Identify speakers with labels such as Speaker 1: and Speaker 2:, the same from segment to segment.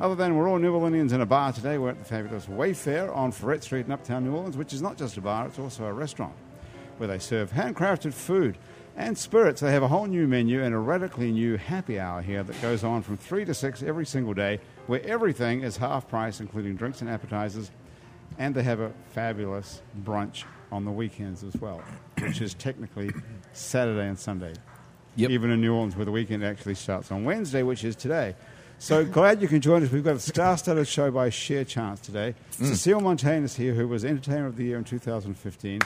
Speaker 1: Other than we're all New Orleanians in a bar today, we're at the fabulous Wayfair on Ferret Street in Uptown New Orleans, which is not just a bar, it's also a restaurant where they serve handcrafted food and spirits. They have a whole new menu and a radically new happy hour here that goes on from 3 to 6 every single day, where everything is half price, including drinks and appetizers. And they have a fabulous brunch on the weekends as well, which is technically Saturday and Sunday.
Speaker 2: Yep.
Speaker 1: Even in New Orleans, where the weekend actually starts on Wednesday, which is today. So glad you can join us. We've got a star studded show by sheer chance today. Cecile Montaigne is here, who was Entertainer of the Year in 2015.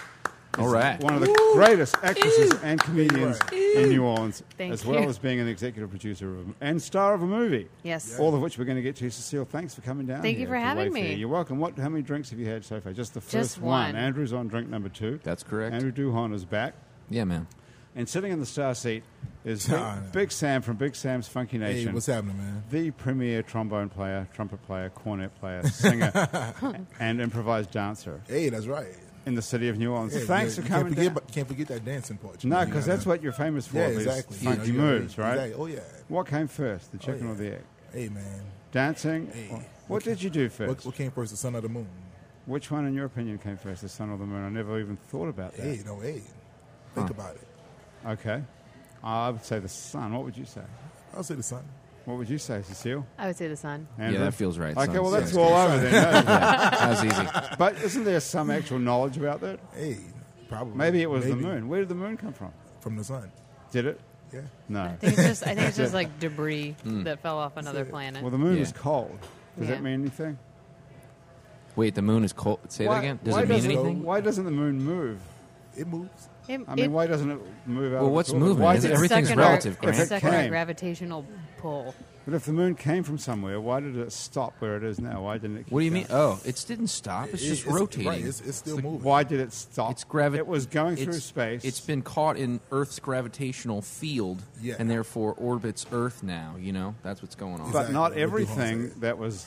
Speaker 2: All
Speaker 1: Is
Speaker 2: right.
Speaker 1: One of the greatest actresses and comedians in New Orleans,
Speaker 3: Thank
Speaker 1: as well
Speaker 3: you.
Speaker 1: as being an executive producer of, and star of a movie.
Speaker 3: Yes. Yeah.
Speaker 1: All of which we're going to get to. Cecile, thanks for coming down.
Speaker 3: Thank you
Speaker 1: here
Speaker 3: for
Speaker 1: to
Speaker 3: having
Speaker 1: Wayfair.
Speaker 3: me.
Speaker 1: You're welcome. What? How many drinks have you had so far? Just the first
Speaker 3: Just
Speaker 1: one.
Speaker 3: one.
Speaker 1: Andrew's on drink number two.
Speaker 2: That's correct.
Speaker 1: Andrew Duhon is back.
Speaker 2: Yeah, man.
Speaker 1: And sitting in the star seat is
Speaker 4: Nah,
Speaker 1: Big,
Speaker 4: nah.
Speaker 1: Big Sam from Big Sam's Funky
Speaker 4: Hey,
Speaker 1: Nation
Speaker 4: what's happening, man?
Speaker 1: the premier trombone player, trumpet player, cornet player, singer, and improvised dancer
Speaker 4: Hey, that's right.
Speaker 1: in the city of New Orleans.
Speaker 4: Yeah,
Speaker 1: Thanks
Speaker 4: yeah,
Speaker 1: for
Speaker 4: you can't
Speaker 1: coming
Speaker 4: forget,
Speaker 1: down.
Speaker 4: about- can't forget that dancing part. you
Speaker 1: no,
Speaker 4: know,
Speaker 1: because
Speaker 4: you
Speaker 1: that's
Speaker 4: gotta-
Speaker 1: what you're famous for,
Speaker 4: Yeah,
Speaker 1: these
Speaker 4: exactly. You know,
Speaker 1: funky
Speaker 4: you gotta-
Speaker 1: moves, right?
Speaker 4: exactly. Oh yeah.
Speaker 1: What came first, the chicken
Speaker 4: yeah.
Speaker 1: or the egg?
Speaker 4: Hey man,
Speaker 1: Dancing?
Speaker 4: Hey,
Speaker 1: What,
Speaker 4: what
Speaker 1: what did you do first?
Speaker 4: what, what came first, the sun or the moon?
Speaker 1: Which one, in your opinion, came first, the sun or the moon? I never even thought about that.
Speaker 4: Hey, no, hey. Think about it.
Speaker 1: Okay. I would say the sun. What would you say?
Speaker 4: I'll say the sun.
Speaker 1: What would you say, Cecile?
Speaker 3: I would say the sun.
Speaker 1: Andrew?
Speaker 2: that feels right.
Speaker 1: Okay,
Speaker 2: Sun-
Speaker 1: well, that's
Speaker 2: sun's
Speaker 1: all over then. no?
Speaker 2: That was easy.
Speaker 1: But isn't there some actual knowledge about that?
Speaker 4: Hey, probably.
Speaker 1: Maybe it was the moon. Where did the moon come from?
Speaker 4: From the sun.
Speaker 1: Did it?
Speaker 4: Yeah.
Speaker 1: No.
Speaker 3: I think it's just, I think it's just like debris
Speaker 2: Hmm.
Speaker 3: that fell off another planet.
Speaker 1: Well, the moon
Speaker 2: Yeah.
Speaker 1: is cold. Does that
Speaker 3: Yeah.
Speaker 1: mean anything?
Speaker 2: Wait, the moon is cold. Say that again. Does
Speaker 1: why
Speaker 2: it mean
Speaker 1: doesn't-
Speaker 2: anything?
Speaker 1: Why doesn't the moon move?
Speaker 4: It moves.
Speaker 3: It-
Speaker 1: I mean,
Speaker 3: it-
Speaker 1: why doesn't it move out?
Speaker 2: Well,
Speaker 1: of
Speaker 2: what's
Speaker 1: its orbit?
Speaker 2: movement?
Speaker 1: Why
Speaker 2: Is
Speaker 1: did
Speaker 2: it
Speaker 3: it's
Speaker 1: it-
Speaker 2: everything- everything's
Speaker 3: stuck in
Speaker 2: relative,
Speaker 3: Our,
Speaker 2: Grant.
Speaker 3: it's stuck in our
Speaker 1: Came.
Speaker 3: gravitational pull.
Speaker 1: But if the moon came from somewhere, why did it stop where it is now? Why didn't it? keep
Speaker 2: What do you mean?
Speaker 1: going?
Speaker 2: Oh, it didn't stop. It's
Speaker 4: It-
Speaker 2: just rotating.
Speaker 4: Right, it's, it's still moving.
Speaker 1: Why did it stop?
Speaker 2: It's gravi-
Speaker 1: It was going through
Speaker 2: it's-
Speaker 1: space.
Speaker 2: It's been caught in Earth's gravitational field,
Speaker 4: Yeah.
Speaker 2: and therefore orbits Earth now. You know, that's what's going on.
Speaker 1: but
Speaker 4: Exactly,
Speaker 1: not
Speaker 4: what Duhon
Speaker 1: everything
Speaker 4: said.
Speaker 1: that was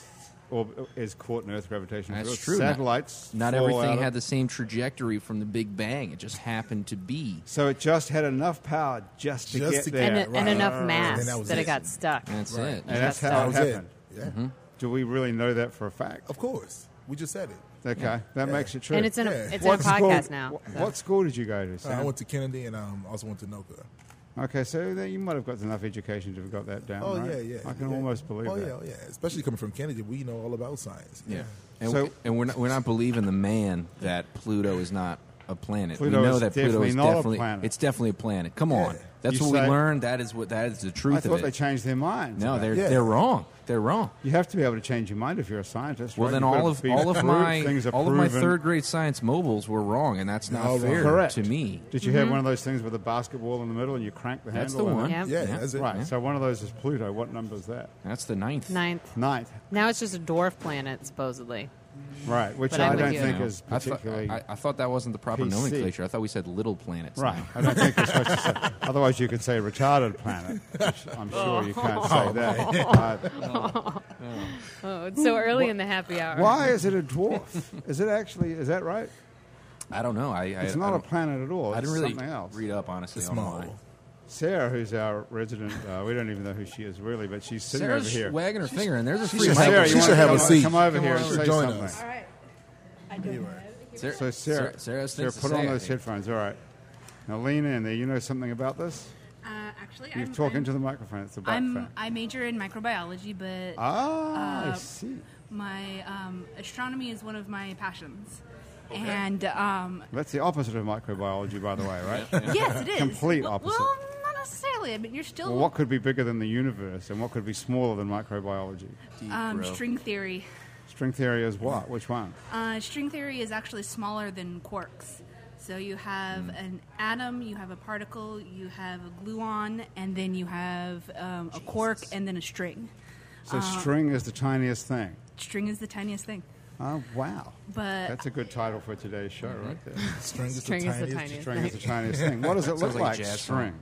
Speaker 1: or is caught in Earth gravitational
Speaker 2: that's
Speaker 1: field.
Speaker 2: true. Not-
Speaker 1: Satellites.
Speaker 2: Not,
Speaker 1: fall out
Speaker 2: everything
Speaker 1: of-
Speaker 2: had the same trajectory from the Big Bang. It just happened to be.
Speaker 1: So it just had enough power just to
Speaker 4: Just
Speaker 1: get
Speaker 4: to get
Speaker 1: there.
Speaker 3: and,
Speaker 4: Yeah,
Speaker 3: a,
Speaker 4: right.
Speaker 3: and enough
Speaker 4: Then
Speaker 3: mass
Speaker 4: that
Speaker 3: that,
Speaker 4: was
Speaker 3: it
Speaker 4: it.
Speaker 3: got stuck.
Speaker 2: That's it.
Speaker 1: And that's
Speaker 3: That's
Speaker 1: how it
Speaker 3: how
Speaker 4: it was.
Speaker 1: happened.
Speaker 4: Yeah.
Speaker 2: Mm-hmm.
Speaker 1: Do we really know that for a fact?
Speaker 4: Of course. We just said it.
Speaker 1: Okay, that makes it true.
Speaker 3: And it's in a,
Speaker 4: Yeah.
Speaker 3: it's in a podcast now.
Speaker 1: wh-
Speaker 3: so.
Speaker 1: What school did you go to,
Speaker 4: Uh,
Speaker 1: Sam?
Speaker 4: I went to Kennedy and um, also went to Noka.
Speaker 1: okay, so then you might have got enough education to have got that down.
Speaker 4: Oh
Speaker 1: right?
Speaker 4: yeah, yeah.
Speaker 1: I can
Speaker 4: yeah.
Speaker 1: almost believe
Speaker 4: Oh
Speaker 1: that.
Speaker 4: yeah, oh yeah. Especially coming from Kennedy, we know all about science.
Speaker 2: Yeah. And,
Speaker 1: So-
Speaker 2: we, and we're not we're not believing the man that Pluto is not a planet.
Speaker 1: Pluto
Speaker 2: we know
Speaker 1: is
Speaker 2: that Pluto
Speaker 1: definitely
Speaker 2: is
Speaker 1: not a
Speaker 2: definitely
Speaker 1: planet.
Speaker 2: it's definitely a planet. Come on.
Speaker 4: Yeah.
Speaker 2: That's
Speaker 1: You
Speaker 2: what
Speaker 1: say-
Speaker 2: we learned. That is what that is the truth
Speaker 1: I
Speaker 2: of
Speaker 1: thought
Speaker 2: it.
Speaker 1: they changed their minds.
Speaker 2: no,
Speaker 1: about
Speaker 2: they're
Speaker 1: it.
Speaker 4: Yeah.
Speaker 2: they're wrong. They're wrong.
Speaker 1: You have to be able to change your mind if you're a scientist.
Speaker 2: Well,
Speaker 1: right?
Speaker 2: then
Speaker 1: You've got
Speaker 2: all
Speaker 1: to
Speaker 2: of
Speaker 1: be
Speaker 2: all of
Speaker 1: proved,
Speaker 2: my
Speaker 1: things are
Speaker 2: all of my
Speaker 1: proven.
Speaker 2: third grade science mobiles were wrong, and that's not
Speaker 4: All wrong.
Speaker 2: fair
Speaker 1: Correct.
Speaker 2: to me.
Speaker 1: Did you have one of those things with a basketball in the middle and you crank the
Speaker 2: That's the
Speaker 1: handle?
Speaker 2: one.
Speaker 1: and-
Speaker 3: Mm-hmm. Yeah.
Speaker 4: Yeah, that's it.
Speaker 1: Right. So one of those is Pluto. What number is that?
Speaker 2: That's the ninth.
Speaker 3: Ninth.
Speaker 1: Ninth.
Speaker 3: Now it's just a dwarf planet, supposedly.
Speaker 1: Right. Which
Speaker 3: But I'm
Speaker 1: I
Speaker 3: with
Speaker 1: don't
Speaker 3: you.
Speaker 1: think
Speaker 2: No.
Speaker 1: is
Speaker 2: I thought,
Speaker 1: particularly
Speaker 2: I, I thought that wasn't the proper
Speaker 1: PC.
Speaker 2: nomenclature. I thought we said little planets.
Speaker 1: right.
Speaker 2: now.
Speaker 1: I don't think you're supposed to say. Otherwise, you could say retarded planet. Which I'm sure you can't say that. Uh,
Speaker 3: Oh, it's so early in the happy hour.
Speaker 1: Why is it a dwarf? is it actually? Is that right?
Speaker 2: I don't know. I, I
Speaker 1: It's
Speaker 2: I
Speaker 1: not a
Speaker 2: don't-
Speaker 1: planet at all.
Speaker 2: I
Speaker 1: It's
Speaker 2: didn't really
Speaker 1: something else.
Speaker 2: read up honestly
Speaker 4: It's
Speaker 2: on
Speaker 4: small.
Speaker 2: why.
Speaker 1: Sarah, who's our resident, uh, we don't even know who she is really, but she's sitting
Speaker 2: Sarah's
Speaker 1: over here.
Speaker 2: wagging her finger, and there's a free
Speaker 4: should-
Speaker 2: mic.
Speaker 1: Sarah,
Speaker 4: She
Speaker 1: you
Speaker 4: should
Speaker 1: wanna
Speaker 4: have
Speaker 1: come
Speaker 4: a
Speaker 1: o-
Speaker 4: seat.
Speaker 1: Come over
Speaker 2: Come
Speaker 1: here and
Speaker 2: over
Speaker 1: say
Speaker 4: and join
Speaker 1: something.
Speaker 4: us.
Speaker 5: All right. I don't
Speaker 4: Anyway.
Speaker 5: have it here.
Speaker 2: Sarah,
Speaker 1: So, Sarah,
Speaker 2: Sarah, Sarah's
Speaker 1: Sarah
Speaker 2: things to
Speaker 1: put
Speaker 2: say,
Speaker 1: on
Speaker 2: I
Speaker 1: those
Speaker 2: think.
Speaker 1: headphones. All right. Now lean in there. You know something about this?
Speaker 5: Uh, actually,
Speaker 1: You've
Speaker 5: I'm,
Speaker 1: talked
Speaker 5: I'm,
Speaker 1: into the microphone. It's a black
Speaker 5: I'm
Speaker 1: fan.
Speaker 5: I major in microbiology, but
Speaker 1: Ah, I
Speaker 5: Uh,
Speaker 1: see.
Speaker 5: my um, astronomy is one of my passions. And um,
Speaker 1: That's the opposite of microbiology, by the way, right?
Speaker 5: yes, it is
Speaker 1: Complete
Speaker 5: Well-
Speaker 1: opposite.
Speaker 5: Well, not necessarily. I mean, you're still
Speaker 1: well, what could be bigger than the universe, and what could be smaller than microbiology?
Speaker 5: um,
Speaker 2: Bro.
Speaker 5: string theory.
Speaker 1: String theory is what? Which one?
Speaker 5: Uh, string theory is actually smaller than quarks. So you
Speaker 1: Hmm.
Speaker 5: have an atom, you have a particle, you have a gluon, and then you have um, a quark, and then a string.
Speaker 1: So string is the tiniest thing.
Speaker 5: String is the tiniest thing.
Speaker 1: Oh, wow.
Speaker 5: But
Speaker 1: That's a good title for today's show,
Speaker 2: Mm-hmm.
Speaker 1: right there.
Speaker 4: String is
Speaker 3: String
Speaker 4: the
Speaker 3: is the
Speaker 4: tiniest
Speaker 3: tiniest.
Speaker 1: String is the Chinese thing. What does it look
Speaker 2: Sounds like a
Speaker 1: like?
Speaker 2: jazz
Speaker 1: String.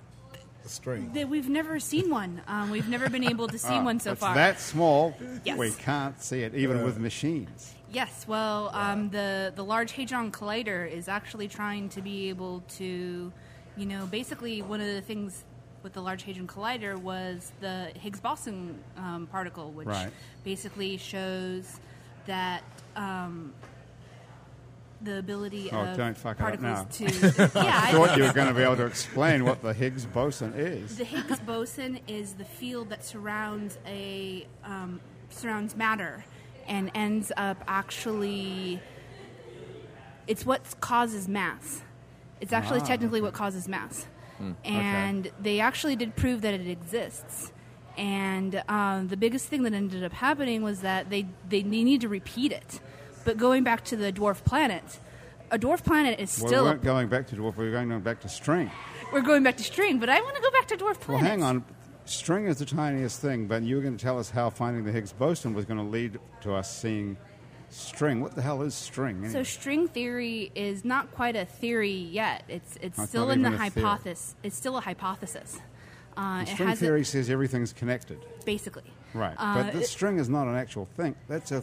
Speaker 4: string.
Speaker 5: that we've never seen one. Um, we've never been able to see one so
Speaker 1: it's
Speaker 5: far.
Speaker 1: Ah, that small,
Speaker 5: Yes.
Speaker 1: we can't see it
Speaker 2: Uh,
Speaker 1: even with machines.
Speaker 5: Yes, well, um, the the Large Hadron Collider is actually trying to be able to, you know, basically one of the things with the Large Hadron Collider was the Higgs-Boson um, particle, which
Speaker 1: Right.
Speaker 5: basically shows that. Um, the ability
Speaker 1: Oh,
Speaker 5: of
Speaker 1: don't fuck it up
Speaker 5: particles to yeah,
Speaker 1: I
Speaker 5: I-
Speaker 1: thought you were going to be able to explain what the Higgs boson is.
Speaker 5: The Higgs boson is the field that surrounds a um, surrounds matter and ends up actually. It's what causes mass. It's actually
Speaker 1: Ah, Hmm,
Speaker 5: technically what causes mass, and they actually did prove that it exists. And um, the biggest thing that ended up happening was that they they need to repeat it. But going back to the dwarf planet, a dwarf planet is
Speaker 1: Well,
Speaker 5: still
Speaker 1: we
Speaker 5: a-
Speaker 1: weren't going back to dwarf, we were going back to string.
Speaker 5: we're going back to string. But I want to go back to dwarf planets.
Speaker 1: Well, hang on. String is the tiniest thing, but you were going to tell us how finding the Higgs boson was going to lead to us seeing string. What the hell is string?
Speaker 5: So
Speaker 1: anyway?
Speaker 5: string theory is not quite a theory yet. It's it's
Speaker 1: It's
Speaker 5: still
Speaker 1: not
Speaker 5: in the
Speaker 1: even a theory.
Speaker 5: hypothesis. It's still a hypothesis. Uh, it
Speaker 1: string
Speaker 5: has a-
Speaker 1: theory says everything's connected.
Speaker 5: basically.
Speaker 1: Right.
Speaker 5: Uh,
Speaker 1: but the
Speaker 5: it-
Speaker 1: string is not an actual thing. That's a.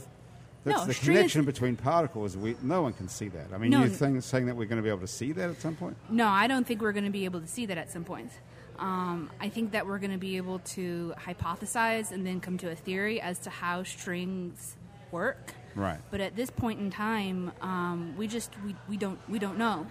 Speaker 1: That's
Speaker 5: No,
Speaker 1: the
Speaker 5: string is-
Speaker 1: connection between particles. We, no one can see that. I mean,
Speaker 5: No,
Speaker 1: you
Speaker 5: n-
Speaker 1: think saying that we're going to be able to see that at some point?
Speaker 5: no, I don't think we're going to be able to see that at some point. Um, I think that we're going to be able to hypothesize and then come to a theory as to how strings work.
Speaker 1: Right.
Speaker 5: But at this point in time, um, we just we, we don't we don't know.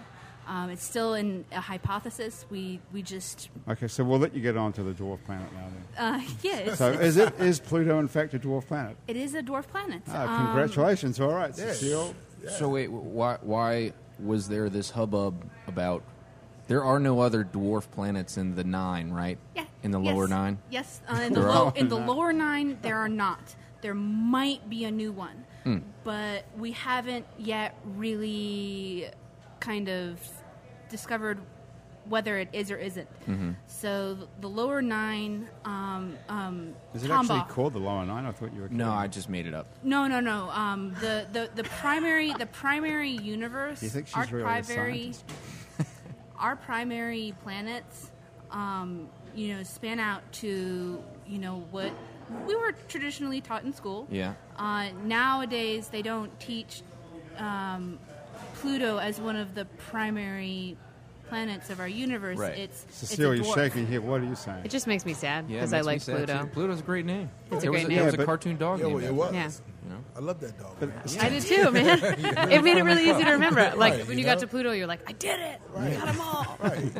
Speaker 5: Um, it's still in a hypothesis. We we just
Speaker 1: Okay, so we'll let you get on to the dwarf planet now. Then.
Speaker 5: uh, yeah. It's,
Speaker 1: So is it is Pluto in fact a dwarf planet?
Speaker 5: It is a dwarf planet.
Speaker 1: Ah,
Speaker 5: Um,
Speaker 1: congratulations! All right, Cecile.
Speaker 2: So wait, wh- why why was there this hubbub about? There are no other dwarf planets in the nine, right?
Speaker 5: yeah.
Speaker 2: In the
Speaker 5: Yes.
Speaker 2: lower nine.
Speaker 5: Yes, uh, in the
Speaker 2: There
Speaker 5: low,
Speaker 1: are
Speaker 5: in the
Speaker 1: none.
Speaker 5: lower nine there are not. There might be a new one,
Speaker 2: Hmm.
Speaker 5: but we haven't yet really kind of discovered whether it is or isn't.
Speaker 2: Mm-hmm.
Speaker 5: So the lower nine. Um, um,
Speaker 1: Is it
Speaker 5: Tombaugh-
Speaker 1: actually called the Lower Nine? I thought you were.
Speaker 2: No,
Speaker 1: kidding.
Speaker 2: I just made it up.
Speaker 5: No, no, no. Um, the, the the primary the primary universe.
Speaker 1: You think she's
Speaker 5: our
Speaker 1: really a
Speaker 5: primary,
Speaker 1: scientist?
Speaker 5: our primary planets, um, you know, span out to you know what we were traditionally taught in school.
Speaker 2: Yeah.
Speaker 5: Uh, nowadays, they don't teach um, Pluto as one of the primary planets of our universe.
Speaker 2: Right.
Speaker 5: It's
Speaker 1: Cecile,
Speaker 5: it's a
Speaker 1: you're
Speaker 5: dwarf.
Speaker 1: shaking here. What are you saying?
Speaker 3: It just makes me sad
Speaker 2: Yeah,
Speaker 3: because
Speaker 2: it
Speaker 3: I
Speaker 2: makes me sad,
Speaker 3: like Pluto.
Speaker 2: too. Pluto's a great name.
Speaker 3: It's a
Speaker 2: There was
Speaker 3: great
Speaker 2: There
Speaker 3: name.
Speaker 2: was
Speaker 1: Yeah,
Speaker 2: a
Speaker 1: but-
Speaker 2: cartoon dog
Speaker 4: Yeah,
Speaker 2: named
Speaker 4: well, it
Speaker 2: after
Speaker 4: was.
Speaker 3: Yeah.
Speaker 2: You know?
Speaker 4: I love that dog. man.
Speaker 3: I did too, man. it made it really easy to remember. Like
Speaker 4: Right,
Speaker 3: when
Speaker 4: you
Speaker 3: you got
Speaker 4: know?
Speaker 3: to Pluto, you're like, I did it. I got them all.
Speaker 4: Right.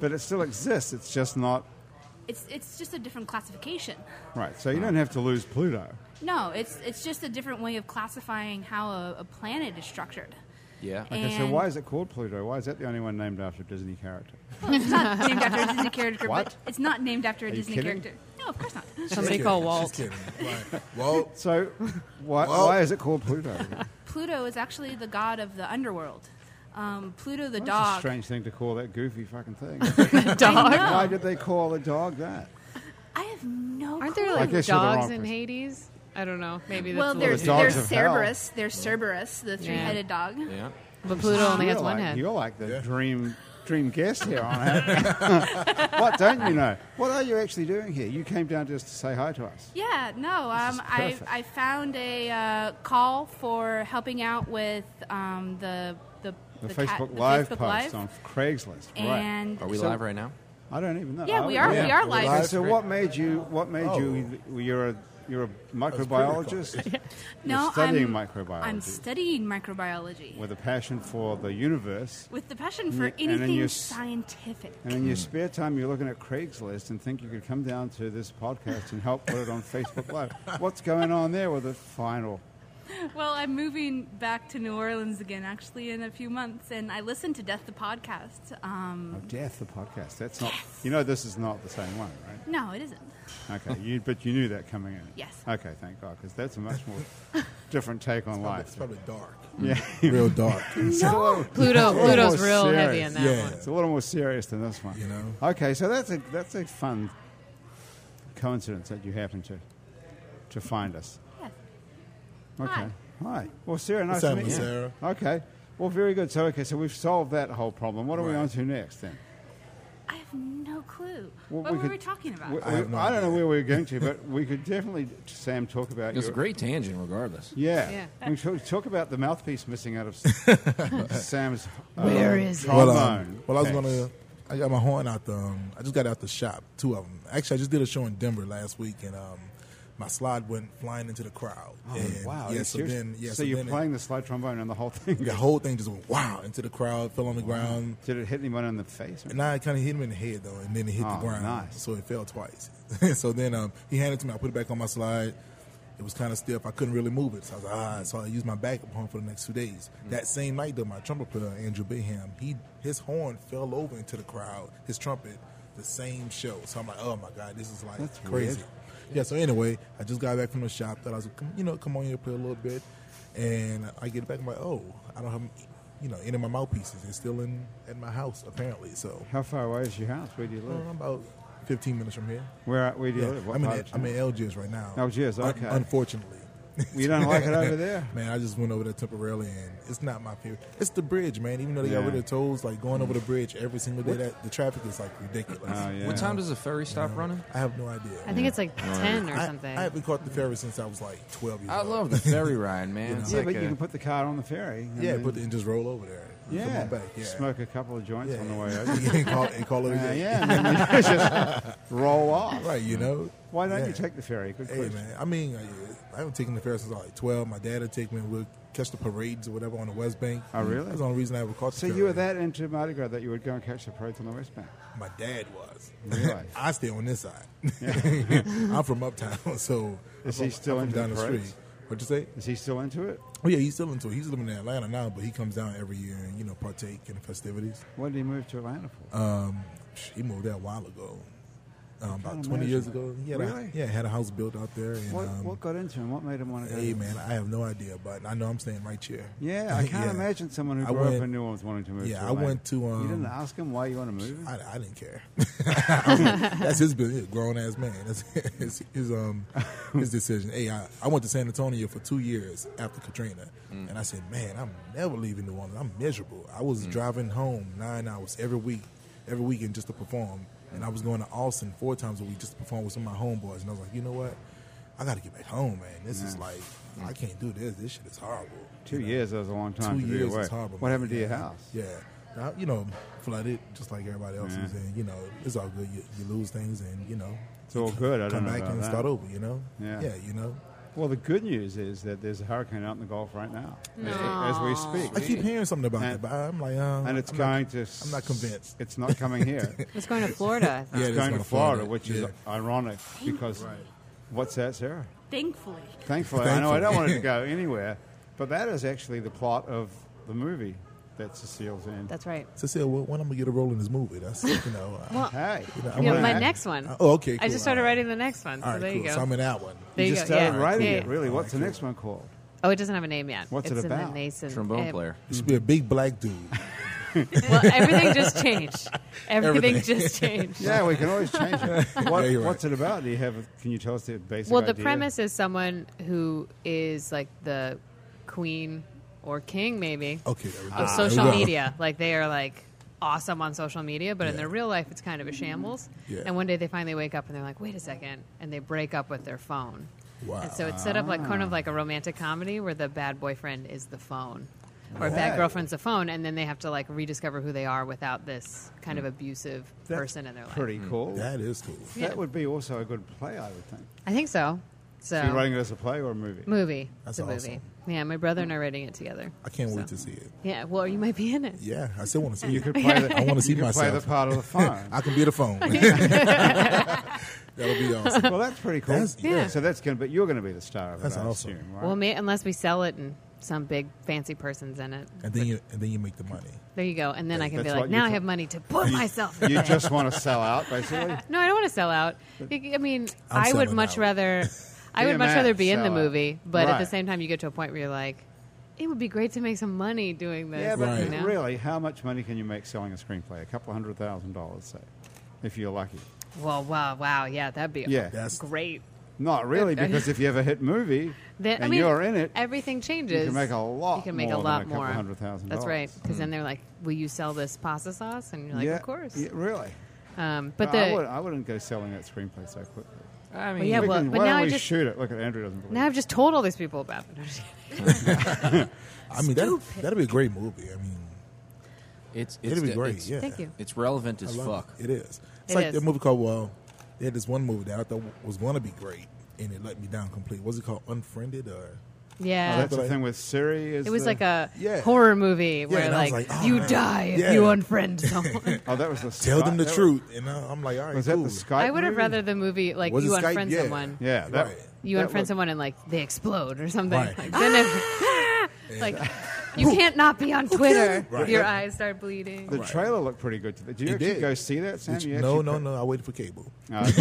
Speaker 1: But it still exists. It's just not
Speaker 5: It's it's just a different classification.
Speaker 1: right. So you don't have to lose Pluto.
Speaker 5: No, it's it's just a different way of classifying how a, a planet is structured.
Speaker 2: Yeah.
Speaker 5: And-
Speaker 1: Okay, so why is it called Pluto? Why is that the only one named after a Disney character?
Speaker 5: It's not named after a Disney character.
Speaker 1: What?
Speaker 5: But it's not named after a
Speaker 1: you
Speaker 5: Disney
Speaker 1: kidding?
Speaker 5: character. No, of course not.
Speaker 3: Somebody
Speaker 4: She's
Speaker 3: call
Speaker 4: kidding.
Speaker 3: Walt.
Speaker 4: She's kidding. Right. Walt.
Speaker 1: So why,
Speaker 4: Well-
Speaker 1: why is it called Pluto? That's
Speaker 5: Pluto is actually the god of the underworld. Um, Pluto the
Speaker 1: a
Speaker 5: dog.
Speaker 1: strange thing to call that goofy fucking thing.
Speaker 5: I know.
Speaker 1: Why did they call a dog that?
Speaker 5: I have no.
Speaker 3: Aren't
Speaker 5: clue.
Speaker 3: there
Speaker 1: I
Speaker 3: like
Speaker 1: guess you're the wrong
Speaker 3: dogs in
Speaker 1: person.
Speaker 3: Hades? I don't know. Maybe that's
Speaker 5: well,
Speaker 3: a
Speaker 5: there's
Speaker 1: the
Speaker 3: little-
Speaker 1: dogs of
Speaker 5: there's
Speaker 1: hell.
Speaker 5: Cerberus. There's Cerberus, the three-headed dog.
Speaker 2: Yeah.
Speaker 3: but Pluto only
Speaker 1: you're
Speaker 3: has one
Speaker 1: like,
Speaker 3: head.
Speaker 1: You're like the
Speaker 4: Yeah.
Speaker 1: dream dream guest here on it. what don't you know? What are you actually doing here? You came down just to say hi to us.
Speaker 5: Yeah, no. Um, I,
Speaker 1: perfect.
Speaker 5: I found a uh, call for helping out with um, the the,
Speaker 1: The,
Speaker 5: the cat-
Speaker 1: Facebook
Speaker 5: the
Speaker 1: Live
Speaker 5: Facebook
Speaker 1: post
Speaker 5: Live.
Speaker 1: on Craigslist. right. Oh,
Speaker 5: and
Speaker 2: Are we
Speaker 1: So-
Speaker 2: live right now?
Speaker 1: I don't even know.
Speaker 5: Yeah, we are-
Speaker 4: we are
Speaker 1: Okay,
Speaker 4: live. Oh.
Speaker 1: So
Speaker 2: Great.
Speaker 1: what made you? What made you? You're a you're a
Speaker 4: pretty
Speaker 1: microbiologist.
Speaker 5: No,
Speaker 1: you're studying
Speaker 5: I'm,
Speaker 1: microbiology
Speaker 5: I'm studying microbiology with,
Speaker 1: with a passion for the universe.
Speaker 5: the passion
Speaker 1: Yeah,
Speaker 5: for
Speaker 1: and then
Speaker 5: anything
Speaker 1: you s-
Speaker 5: scientific.
Speaker 1: And in your spare time, you're looking at Craigslist and think you could come down to this podcast and help put it on Facebook Live. What's going on there with the final?
Speaker 5: Well, I'm moving back to New Orleans again, actually, in a few months, and I listened to Death the podcast. Um,
Speaker 1: Oh, death, the podcast. That's not. You know, this is not the same one, right?
Speaker 5: no, it isn't.
Speaker 1: Okay, you, but you knew that coming in.
Speaker 5: Yes.
Speaker 1: Okay, thank God, because that's a much more different take on life.
Speaker 4: It's probably dark.
Speaker 1: Yeah.
Speaker 4: Real dark.
Speaker 1: No. It's
Speaker 3: Pluto,
Speaker 1: a little
Speaker 3: Pluto's
Speaker 1: more
Speaker 3: real heavy
Speaker 1: serious.
Speaker 3: in that
Speaker 4: Yeah.
Speaker 3: one.
Speaker 1: It's a little more serious than this one.
Speaker 4: You know?
Speaker 1: Okay, so that's a that's a fun coincidence that you happen to to find us.
Speaker 5: Yes.
Speaker 1: Okay.
Speaker 5: Hi.
Speaker 1: Hi. Well, Sarah, nice
Speaker 4: What's
Speaker 1: to
Speaker 4: up,
Speaker 1: meet you.
Speaker 4: Sarah?
Speaker 1: Okay. Well, very good. So, okay, so we've solved that whole problem. What are we
Speaker 4: Right.
Speaker 1: on to next then?
Speaker 5: I have no clue.
Speaker 1: Well,
Speaker 5: what
Speaker 1: we
Speaker 5: were
Speaker 1: could-
Speaker 5: we talking about?
Speaker 1: We-
Speaker 4: I have
Speaker 1: we-
Speaker 4: no
Speaker 1: don't know
Speaker 4: idea.
Speaker 1: where we're going to, but we could definitely, Sam, talk about
Speaker 2: It's a
Speaker 1: your-
Speaker 2: great tangent, regardless.
Speaker 1: Yeah.
Speaker 3: Yeah.
Speaker 1: We should talk about the mouthpiece missing out of S- Sam's. Uh,
Speaker 3: Where is it?
Speaker 1: trombone.
Speaker 4: Well, um, well, I was
Speaker 1: case.
Speaker 4: going to. I got my horn out the. Um, I just got out the shop, two of them. Actually, I just did a show in Denver last week, and um, my slide went flying into the crowd.
Speaker 1: Oh,
Speaker 4: and,
Speaker 1: wow.
Speaker 4: Yeah,
Speaker 1: you
Speaker 4: so
Speaker 1: serious?
Speaker 4: then, yeah,
Speaker 1: so,
Speaker 4: so,
Speaker 1: you're
Speaker 4: then it-
Speaker 1: playing the slide trombone and the whole thing.
Speaker 4: the whole thing just went wow into the crowd, fell on the ground,
Speaker 1: Did it hit anyone in the face?
Speaker 4: and I kind of hit him in the head though, and then it hit
Speaker 1: Oh,
Speaker 4: the ground,
Speaker 1: nice.
Speaker 4: so it fell twice. so then um, he handed it to me. I put it back on my slide. It was kind of stiff. I couldn't really move it. So I was like, ah. So I used my backup horn for the next two days.
Speaker 1: Mm.
Speaker 4: That same night, though, my trumpet player Andrew Bingham, he his horn fell over into the crowd. His trumpet, the same show. So I'm like, oh my god, this is like
Speaker 1: That's
Speaker 4: crazy.
Speaker 1: weird.
Speaker 4: Yeah. So anyway, I just got back from the shop. Thought I was, come- you know, come on here play a little bit, and I get back. I'm like, oh, I don't have, you know, any of my mouthpieces. It's still in at my house apparently. So
Speaker 1: How far away is your house? Where do you live?
Speaker 4: I'm about 15 minutes from here.
Speaker 1: Where, where do you
Speaker 4: Yeah,
Speaker 1: live? What
Speaker 4: I'm in
Speaker 1: part of
Speaker 4: I'm
Speaker 1: town?
Speaker 4: in Algiers right now.
Speaker 1: Algiers,
Speaker 4: Un-
Speaker 1: okay.
Speaker 4: unfortunately,
Speaker 1: You don't like it over there?
Speaker 4: man, I just went over there temporarily, and it's not my favorite. It's the bridge, man. Even though they
Speaker 1: Yeah.
Speaker 4: got rid of tolls, like going over the bridge every single day, that the traffic is like ridiculous.
Speaker 1: Oh, yeah.
Speaker 2: What time does the ferry stop running?
Speaker 4: I have no idea.
Speaker 3: I think it's like ten or
Speaker 4: I-
Speaker 3: something.
Speaker 4: I, haven't caught the ferry since I was like 12 years
Speaker 2: I
Speaker 4: old.
Speaker 2: love the ferry ride, man. It's
Speaker 1: Yeah,
Speaker 2: like
Speaker 1: but
Speaker 2: a-
Speaker 1: you can put the car on the ferry. and
Speaker 4: Yeah,
Speaker 1: then-
Speaker 4: but and just roll over there. Come
Speaker 1: yeah,
Speaker 4: on back. Yeah.
Speaker 1: smoke a couple of joints
Speaker 4: yeah.
Speaker 1: on the way over.
Speaker 4: and, call, and call it a
Speaker 1: Uh,
Speaker 4: day.
Speaker 1: yeah, and then you just roll off.
Speaker 4: Right, you know?
Speaker 1: Why don't
Speaker 4: Yeah.
Speaker 1: you take the ferry? Good
Speaker 4: Hey
Speaker 1: question.
Speaker 4: man, I mean, I, I haven't taken the ferry since I was like twelve. My dad would take me. and We'd catch the parades or whatever on the West Bank.
Speaker 1: Oh, really?
Speaker 4: That's the only reason I ever caught. the
Speaker 1: So
Speaker 4: ferry.
Speaker 1: you were that into Mardi Gras that you would go and catch the parades on the West Bank?
Speaker 4: My dad was.
Speaker 1: Really?
Speaker 4: I stay on this side. I'm from uptown, so
Speaker 1: Is
Speaker 4: I'm
Speaker 1: he
Speaker 4: from-
Speaker 1: still
Speaker 4: I'm
Speaker 1: into
Speaker 4: from down
Speaker 1: the
Speaker 4: the,
Speaker 1: parades?
Speaker 4: street? What'd you say?
Speaker 1: Is he still into it?
Speaker 4: Oh yeah, he's still into it. He's living in Atlanta now, but he comes down every year and you know partake in the festivities.
Speaker 1: What did he move to Atlanta for?
Speaker 4: Um, he moved there a while ago, um, about
Speaker 1: can't
Speaker 4: twenty years
Speaker 1: imagine.
Speaker 4: ago. He had a-
Speaker 1: Really?
Speaker 4: yeah, had a house built out there. And,
Speaker 1: what,
Speaker 4: um,
Speaker 1: what got into him? What made him want to go?
Speaker 4: Hey
Speaker 1: to-
Speaker 4: man, I have no idea, but I know I'm staying right here.
Speaker 1: Yeah, I can't
Speaker 4: Yeah.
Speaker 1: imagine someone who
Speaker 4: I
Speaker 1: grew up
Speaker 4: went-
Speaker 1: in New Orleans wanting to move.
Speaker 4: Yeah,
Speaker 1: to
Speaker 4: I
Speaker 1: Atlanta.
Speaker 4: went to,
Speaker 1: you
Speaker 4: um,
Speaker 1: didn't ask him why you want to move.
Speaker 4: I, I didn't care. That's his business. He's a grown ass man. That's his, his um his decision. Hey, I, I went to San Antonio for two years after Katrina, and I said, man, I'm never leaving New Orleans. I'm miserable. I was driving home nine hours every week, every weekend just to perform, and I was going to Austin four times a week just to perform with some of my homeboys. And I was like, you know what? I got to get back home, man. This is like I can't do this. This shit is horrible.
Speaker 1: Two
Speaker 4: You know?
Speaker 1: years that was a long time
Speaker 4: two
Speaker 1: to
Speaker 4: years
Speaker 1: be away.
Speaker 4: is horrible.
Speaker 1: what
Speaker 4: man.
Speaker 1: happened to your
Speaker 4: Yeah.
Speaker 1: house?
Speaker 4: Yeah, Now, you know, flooded just like everybody else's,
Speaker 1: Yeah.
Speaker 4: and you know, it's all good. You, you lose things, and you know,
Speaker 1: It's all good. I don't
Speaker 4: come
Speaker 1: know
Speaker 4: back
Speaker 1: about
Speaker 4: and
Speaker 1: that.
Speaker 4: start over. You know,
Speaker 1: Yeah.
Speaker 4: you know.
Speaker 1: Well, the good news is that there's a hurricane out in the Gulf right now, as, as we speak,
Speaker 4: I keep hearing something about
Speaker 1: And-
Speaker 4: it, but I'm like, um,
Speaker 1: and it's
Speaker 4: I'm
Speaker 1: going
Speaker 4: Not,
Speaker 1: to. s-
Speaker 4: I'm not convinced.
Speaker 1: It's not coming here.
Speaker 3: it's going to Florida. I
Speaker 4: Yeah,
Speaker 3: thought.
Speaker 4: it
Speaker 1: it's
Speaker 4: is
Speaker 1: going to Florida, which is
Speaker 4: Yeah.
Speaker 1: ironic because what's that, Sarah?
Speaker 5: Thankfully,
Speaker 1: Thankfully, I know I don't
Speaker 4: Thankfully.
Speaker 1: want it to go anywhere, but that is actually the plot of the movie that Cecile's in.
Speaker 3: That's right.
Speaker 4: Cecile, when, when I'm gonna get a role in this movie? That's you know. I-
Speaker 3: Well,
Speaker 1: hey,
Speaker 4: know,
Speaker 1: come
Speaker 4: I'm
Speaker 3: you
Speaker 1: on
Speaker 3: know,
Speaker 4: gonna-
Speaker 3: my
Speaker 1: out.
Speaker 3: next one.
Speaker 4: Uh, oh, okay,
Speaker 3: I
Speaker 4: cool.
Speaker 3: just started
Speaker 4: All right.
Speaker 3: writing the next one, so
Speaker 4: all right,
Speaker 3: there
Speaker 4: cool.
Speaker 3: you go.
Speaker 4: So I'm in that one.
Speaker 3: There
Speaker 1: You
Speaker 3: you
Speaker 1: just
Speaker 3: go, yeah.
Speaker 1: started writing
Speaker 3: Yeah.
Speaker 1: it, really. What's the next one called?
Speaker 3: Oh, it doesn't have a name yet.
Speaker 1: What's it
Speaker 3: it's In
Speaker 1: about?
Speaker 3: the nascent,
Speaker 2: trombone
Speaker 3: eh,
Speaker 2: player.
Speaker 4: It should be a big black dude.
Speaker 3: Well, everything just changed. Everything,
Speaker 4: Everything.
Speaker 3: just changed.
Speaker 1: Yeah, we can always change it. What,
Speaker 4: Yeah, you're right.
Speaker 1: What's it about? Do you have? a- Can you tell us the basic?
Speaker 3: Well, the
Speaker 1: idea?
Speaker 3: premise is someone who is like the queen or king, maybe,
Speaker 4: Okay, there we go.
Speaker 3: of
Speaker 4: Ah, There we
Speaker 3: social
Speaker 4: go.
Speaker 3: media. Like they are like awesome on social media, but in
Speaker 4: Yeah.
Speaker 3: their real life, it's kind of a shambles.
Speaker 4: Yeah.
Speaker 3: And one day they finally wake up and they're like, "Wait a second. and they break up with their phone.
Speaker 4: Wow.
Speaker 3: And so it's set up like kind of like a romantic comedy where the bad boyfriend is the phone. Or
Speaker 1: Right.
Speaker 3: bad girlfriend's the phone, and then they have to like rediscover who they are without this kind
Speaker 4: Mm.
Speaker 3: of abusive
Speaker 1: That's
Speaker 3: person in their life.
Speaker 1: Pretty cool.
Speaker 4: Hmm. That is cool.
Speaker 3: Yeah.
Speaker 1: That would be also a good play, I would think.
Speaker 3: I think so. So,
Speaker 1: So you're writing it as a play or a movie?
Speaker 3: Movie.
Speaker 4: That's
Speaker 3: it's a
Speaker 4: awesome.
Speaker 3: movie. Yeah, my brother and I are writing it together.
Speaker 4: I can't wait
Speaker 3: So-
Speaker 4: to see it.
Speaker 3: Yeah, well, you might be in it.
Speaker 4: Yeah, I still want to see
Speaker 1: You
Speaker 4: it.
Speaker 1: could play the,
Speaker 4: I want to see
Speaker 1: you could
Speaker 4: myself.
Speaker 1: play the part of the phone.
Speaker 4: I can be the phone. That'll be awesome.
Speaker 1: well, that's pretty cool.
Speaker 4: That's-
Speaker 3: Yeah.
Speaker 1: So that's going to, but you're going to be the star of
Speaker 4: That's
Speaker 1: it, I
Speaker 4: awesome.
Speaker 1: assume, right?
Speaker 3: Well, may, unless we sell it and some big fancy person's in it.
Speaker 4: And then you and then you make the money.
Speaker 3: There you go, and then I can be
Speaker 1: That's what
Speaker 3: like, now
Speaker 1: you
Speaker 3: I
Speaker 1: thought-
Speaker 3: have money to put myself. in
Speaker 1: you
Speaker 3: it.
Speaker 1: just want to sell out, basically.
Speaker 3: no, I don't want to sell out. I I mean,
Speaker 4: I'm
Speaker 3: i would
Speaker 4: selling
Speaker 3: much
Speaker 4: out.
Speaker 3: rather, I
Speaker 1: Be
Speaker 3: would
Speaker 1: a
Speaker 3: much
Speaker 1: man,
Speaker 3: rather be in the
Speaker 1: sell out.
Speaker 3: movie, but at the
Speaker 1: Right.
Speaker 3: same time, you get to a point where you're like, it would be great to make some money doing this.
Speaker 1: yeah, but
Speaker 4: Right.
Speaker 3: you know?
Speaker 1: really, how much money can you make selling a screenplay? A couple hundred thousand dollars, say, if you're lucky.
Speaker 3: Well, wow, wow, yeah, that'd be
Speaker 1: Yeah.
Speaker 4: That's-
Speaker 3: great.
Speaker 1: Not really, because if you have a hit movie
Speaker 3: Then,
Speaker 1: and
Speaker 3: I mean,
Speaker 1: you're in it,
Speaker 3: Everything changes.
Speaker 1: make a lot
Speaker 3: You can make
Speaker 1: more
Speaker 3: a
Speaker 1: than
Speaker 3: lot
Speaker 1: a couple
Speaker 3: more.
Speaker 1: hundred thousand
Speaker 3: That's
Speaker 1: dollars. Hmm.
Speaker 3: right. Because then they're like, "Will you sell this pasta sauce?" And you're like,
Speaker 1: yeah,
Speaker 3: "Of course."
Speaker 1: yeah, really.
Speaker 3: Um, but
Speaker 1: I,
Speaker 3: the
Speaker 1: would, I wouldn't go selling that screenplay so quickly.
Speaker 2: I mean,
Speaker 3: Well, yeah,
Speaker 1: We
Speaker 3: well,
Speaker 1: can-
Speaker 3: but
Speaker 1: why
Speaker 3: now
Speaker 1: don't
Speaker 3: I
Speaker 1: we
Speaker 3: just
Speaker 1: shoot it? Look at Andrew doesn't believe.
Speaker 3: now
Speaker 1: it.
Speaker 3: I've just told all these people about it.
Speaker 4: I mean, that, that'd be a great movie. I mean,
Speaker 2: it's, it's
Speaker 4: it'd be
Speaker 2: the-
Speaker 4: great.
Speaker 2: It's,
Speaker 4: yeah.
Speaker 3: Thank you.
Speaker 2: it's relevant
Speaker 4: I
Speaker 2: as
Speaker 4: love
Speaker 2: fuck.
Speaker 4: It, it is. It's
Speaker 3: It
Speaker 4: like
Speaker 3: is.
Speaker 4: the movie called, well, they had this one movie that I thought was going to be great, and it let me down complete. What's it called? Unfriended? or
Speaker 1: Oh,
Speaker 3: Yeah,
Speaker 1: that's the thing with Siri. Is
Speaker 3: it was
Speaker 1: the-
Speaker 3: like a
Speaker 4: Yeah.
Speaker 3: horror movie where
Speaker 4: and I was
Speaker 3: like,
Speaker 4: like, oh,
Speaker 3: you
Speaker 4: man.
Speaker 3: die if
Speaker 4: Yeah.
Speaker 3: you unfriend someone.
Speaker 1: Oh, that was the
Speaker 4: Tell
Speaker 1: Skype-
Speaker 4: them the
Speaker 1: that was-
Speaker 4: truth. And I- I'm like, all right,
Speaker 1: Was that
Speaker 4: cool.
Speaker 1: the Skype?
Speaker 3: I would have
Speaker 1: movie?
Speaker 3: rather the movie like
Speaker 4: Was
Speaker 3: you
Speaker 4: it Skype?
Speaker 3: unfriend
Speaker 4: Yeah.
Speaker 3: someone.
Speaker 1: Yeah, that,
Speaker 4: Right.
Speaker 3: You
Speaker 1: that
Speaker 3: unfriend
Speaker 1: looked-
Speaker 3: someone and like they explode or something.
Speaker 4: Right.
Speaker 3: Like, then if- like you can't not be on Twitter.
Speaker 4: Right.
Speaker 3: Your eyes start bleeding.
Speaker 1: The trailer looked pretty good. To the, did you
Speaker 4: It
Speaker 1: actually
Speaker 4: did.
Speaker 1: go see that, Sam?
Speaker 4: Did you-
Speaker 1: You
Speaker 4: no,
Speaker 1: actually
Speaker 4: no,
Speaker 1: put-
Speaker 4: no. I waited for cable.
Speaker 1: Oh, okay.
Speaker 4: It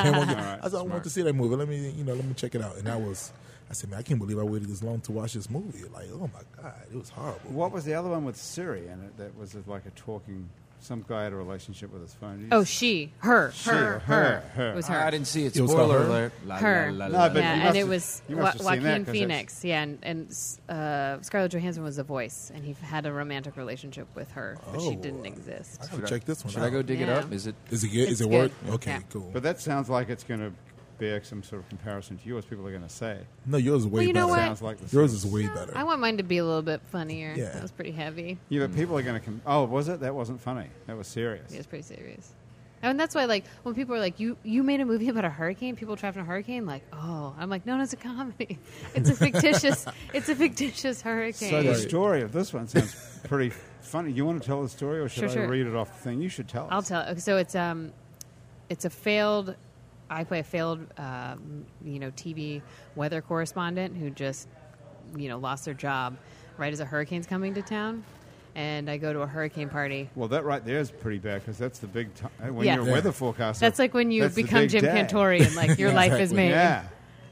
Speaker 4: came on-
Speaker 1: right.
Speaker 4: I was like, I want to see that movie. Let me, you know, let me check it out. And I was, I said, man, I can't believe I waited this long to watch this movie. Like, oh my god, it was horrible.
Speaker 1: what was the other one with Siri in it? That was like a talking. Some guy had a relationship with his phone. Did you
Speaker 3: Oh,
Speaker 1: see-
Speaker 3: she, her,
Speaker 1: She,
Speaker 3: her,
Speaker 1: her,
Speaker 3: her,
Speaker 1: her.
Speaker 3: It was her.
Speaker 2: I didn't see it.
Speaker 4: It was
Speaker 2: Spoiler
Speaker 4: called her?
Speaker 2: alert. La, la,
Speaker 3: her.
Speaker 2: la,
Speaker 1: No,
Speaker 2: la,
Speaker 1: but you
Speaker 2: la,
Speaker 3: yeah,
Speaker 2: la.
Speaker 1: must
Speaker 3: and it
Speaker 1: have-
Speaker 3: was
Speaker 1: you must
Speaker 3: Wa-
Speaker 1: have seen that,
Speaker 3: Joaquin
Speaker 1: 'cause
Speaker 3: Phoenix. Yeah, and, and uh, Scarlett Johansson was the voice, and he had a romantic relationship with her, but she
Speaker 4: Oh.
Speaker 3: didn't exist.
Speaker 4: I
Speaker 2: Should
Speaker 4: gotta
Speaker 2: I-
Speaker 4: check this one.
Speaker 2: Should
Speaker 4: out.
Speaker 2: I go dig it
Speaker 3: Yeah.
Speaker 2: up? Is it?
Speaker 4: Is it good?
Speaker 3: It's
Speaker 4: Is it
Speaker 3: good.
Speaker 4: work? Okay,
Speaker 3: Yeah.
Speaker 4: cool.
Speaker 1: But that sounds like it's going to be some sort of comparison to yours. People are going to say
Speaker 4: no, yours is way
Speaker 3: you know
Speaker 4: better.
Speaker 3: what?
Speaker 1: sounds like the
Speaker 4: Yours
Speaker 1: same.
Speaker 4: is way better.
Speaker 3: I want mine to be a little bit funnier.
Speaker 4: Yeah.
Speaker 3: That was pretty heavy.
Speaker 1: Yeah,
Speaker 4: Mm.
Speaker 1: but people are going to. Com- oh, was it? That wasn't funny. That was serious.
Speaker 3: It was pretty serious. And that's why, like, when people are like, "You you made a movie about a hurricane, people trapped in a hurricane," like, "Oh," I'm like, "No, no, it's a comedy. It's a fictitious. it's a fictitious hurricane."
Speaker 1: So the
Speaker 4: Right.
Speaker 1: story of this one sounds pretty funny. You want to tell the story, or should
Speaker 3: Sure,
Speaker 1: I
Speaker 3: sure.
Speaker 1: read it off the thing? You should tell.
Speaker 3: I'll
Speaker 1: us.
Speaker 3: tell. okay, So it's um, it's a failed. I play a failed, um, you know, TV weather correspondent who just, you know, lost their job right as a hurricane's coming to town, and I go to a hurricane party.
Speaker 1: Well, that right there is pretty bad because that's the big time when
Speaker 3: Yeah.
Speaker 1: you're a
Speaker 3: Yeah.
Speaker 1: weather forecaster.
Speaker 3: That's like when you
Speaker 1: that's the
Speaker 3: become
Speaker 1: big
Speaker 3: Jim
Speaker 1: day.
Speaker 3: Cantori and like your
Speaker 4: Yeah,
Speaker 3: life is
Speaker 4: exactly.
Speaker 3: made.
Speaker 1: Yeah.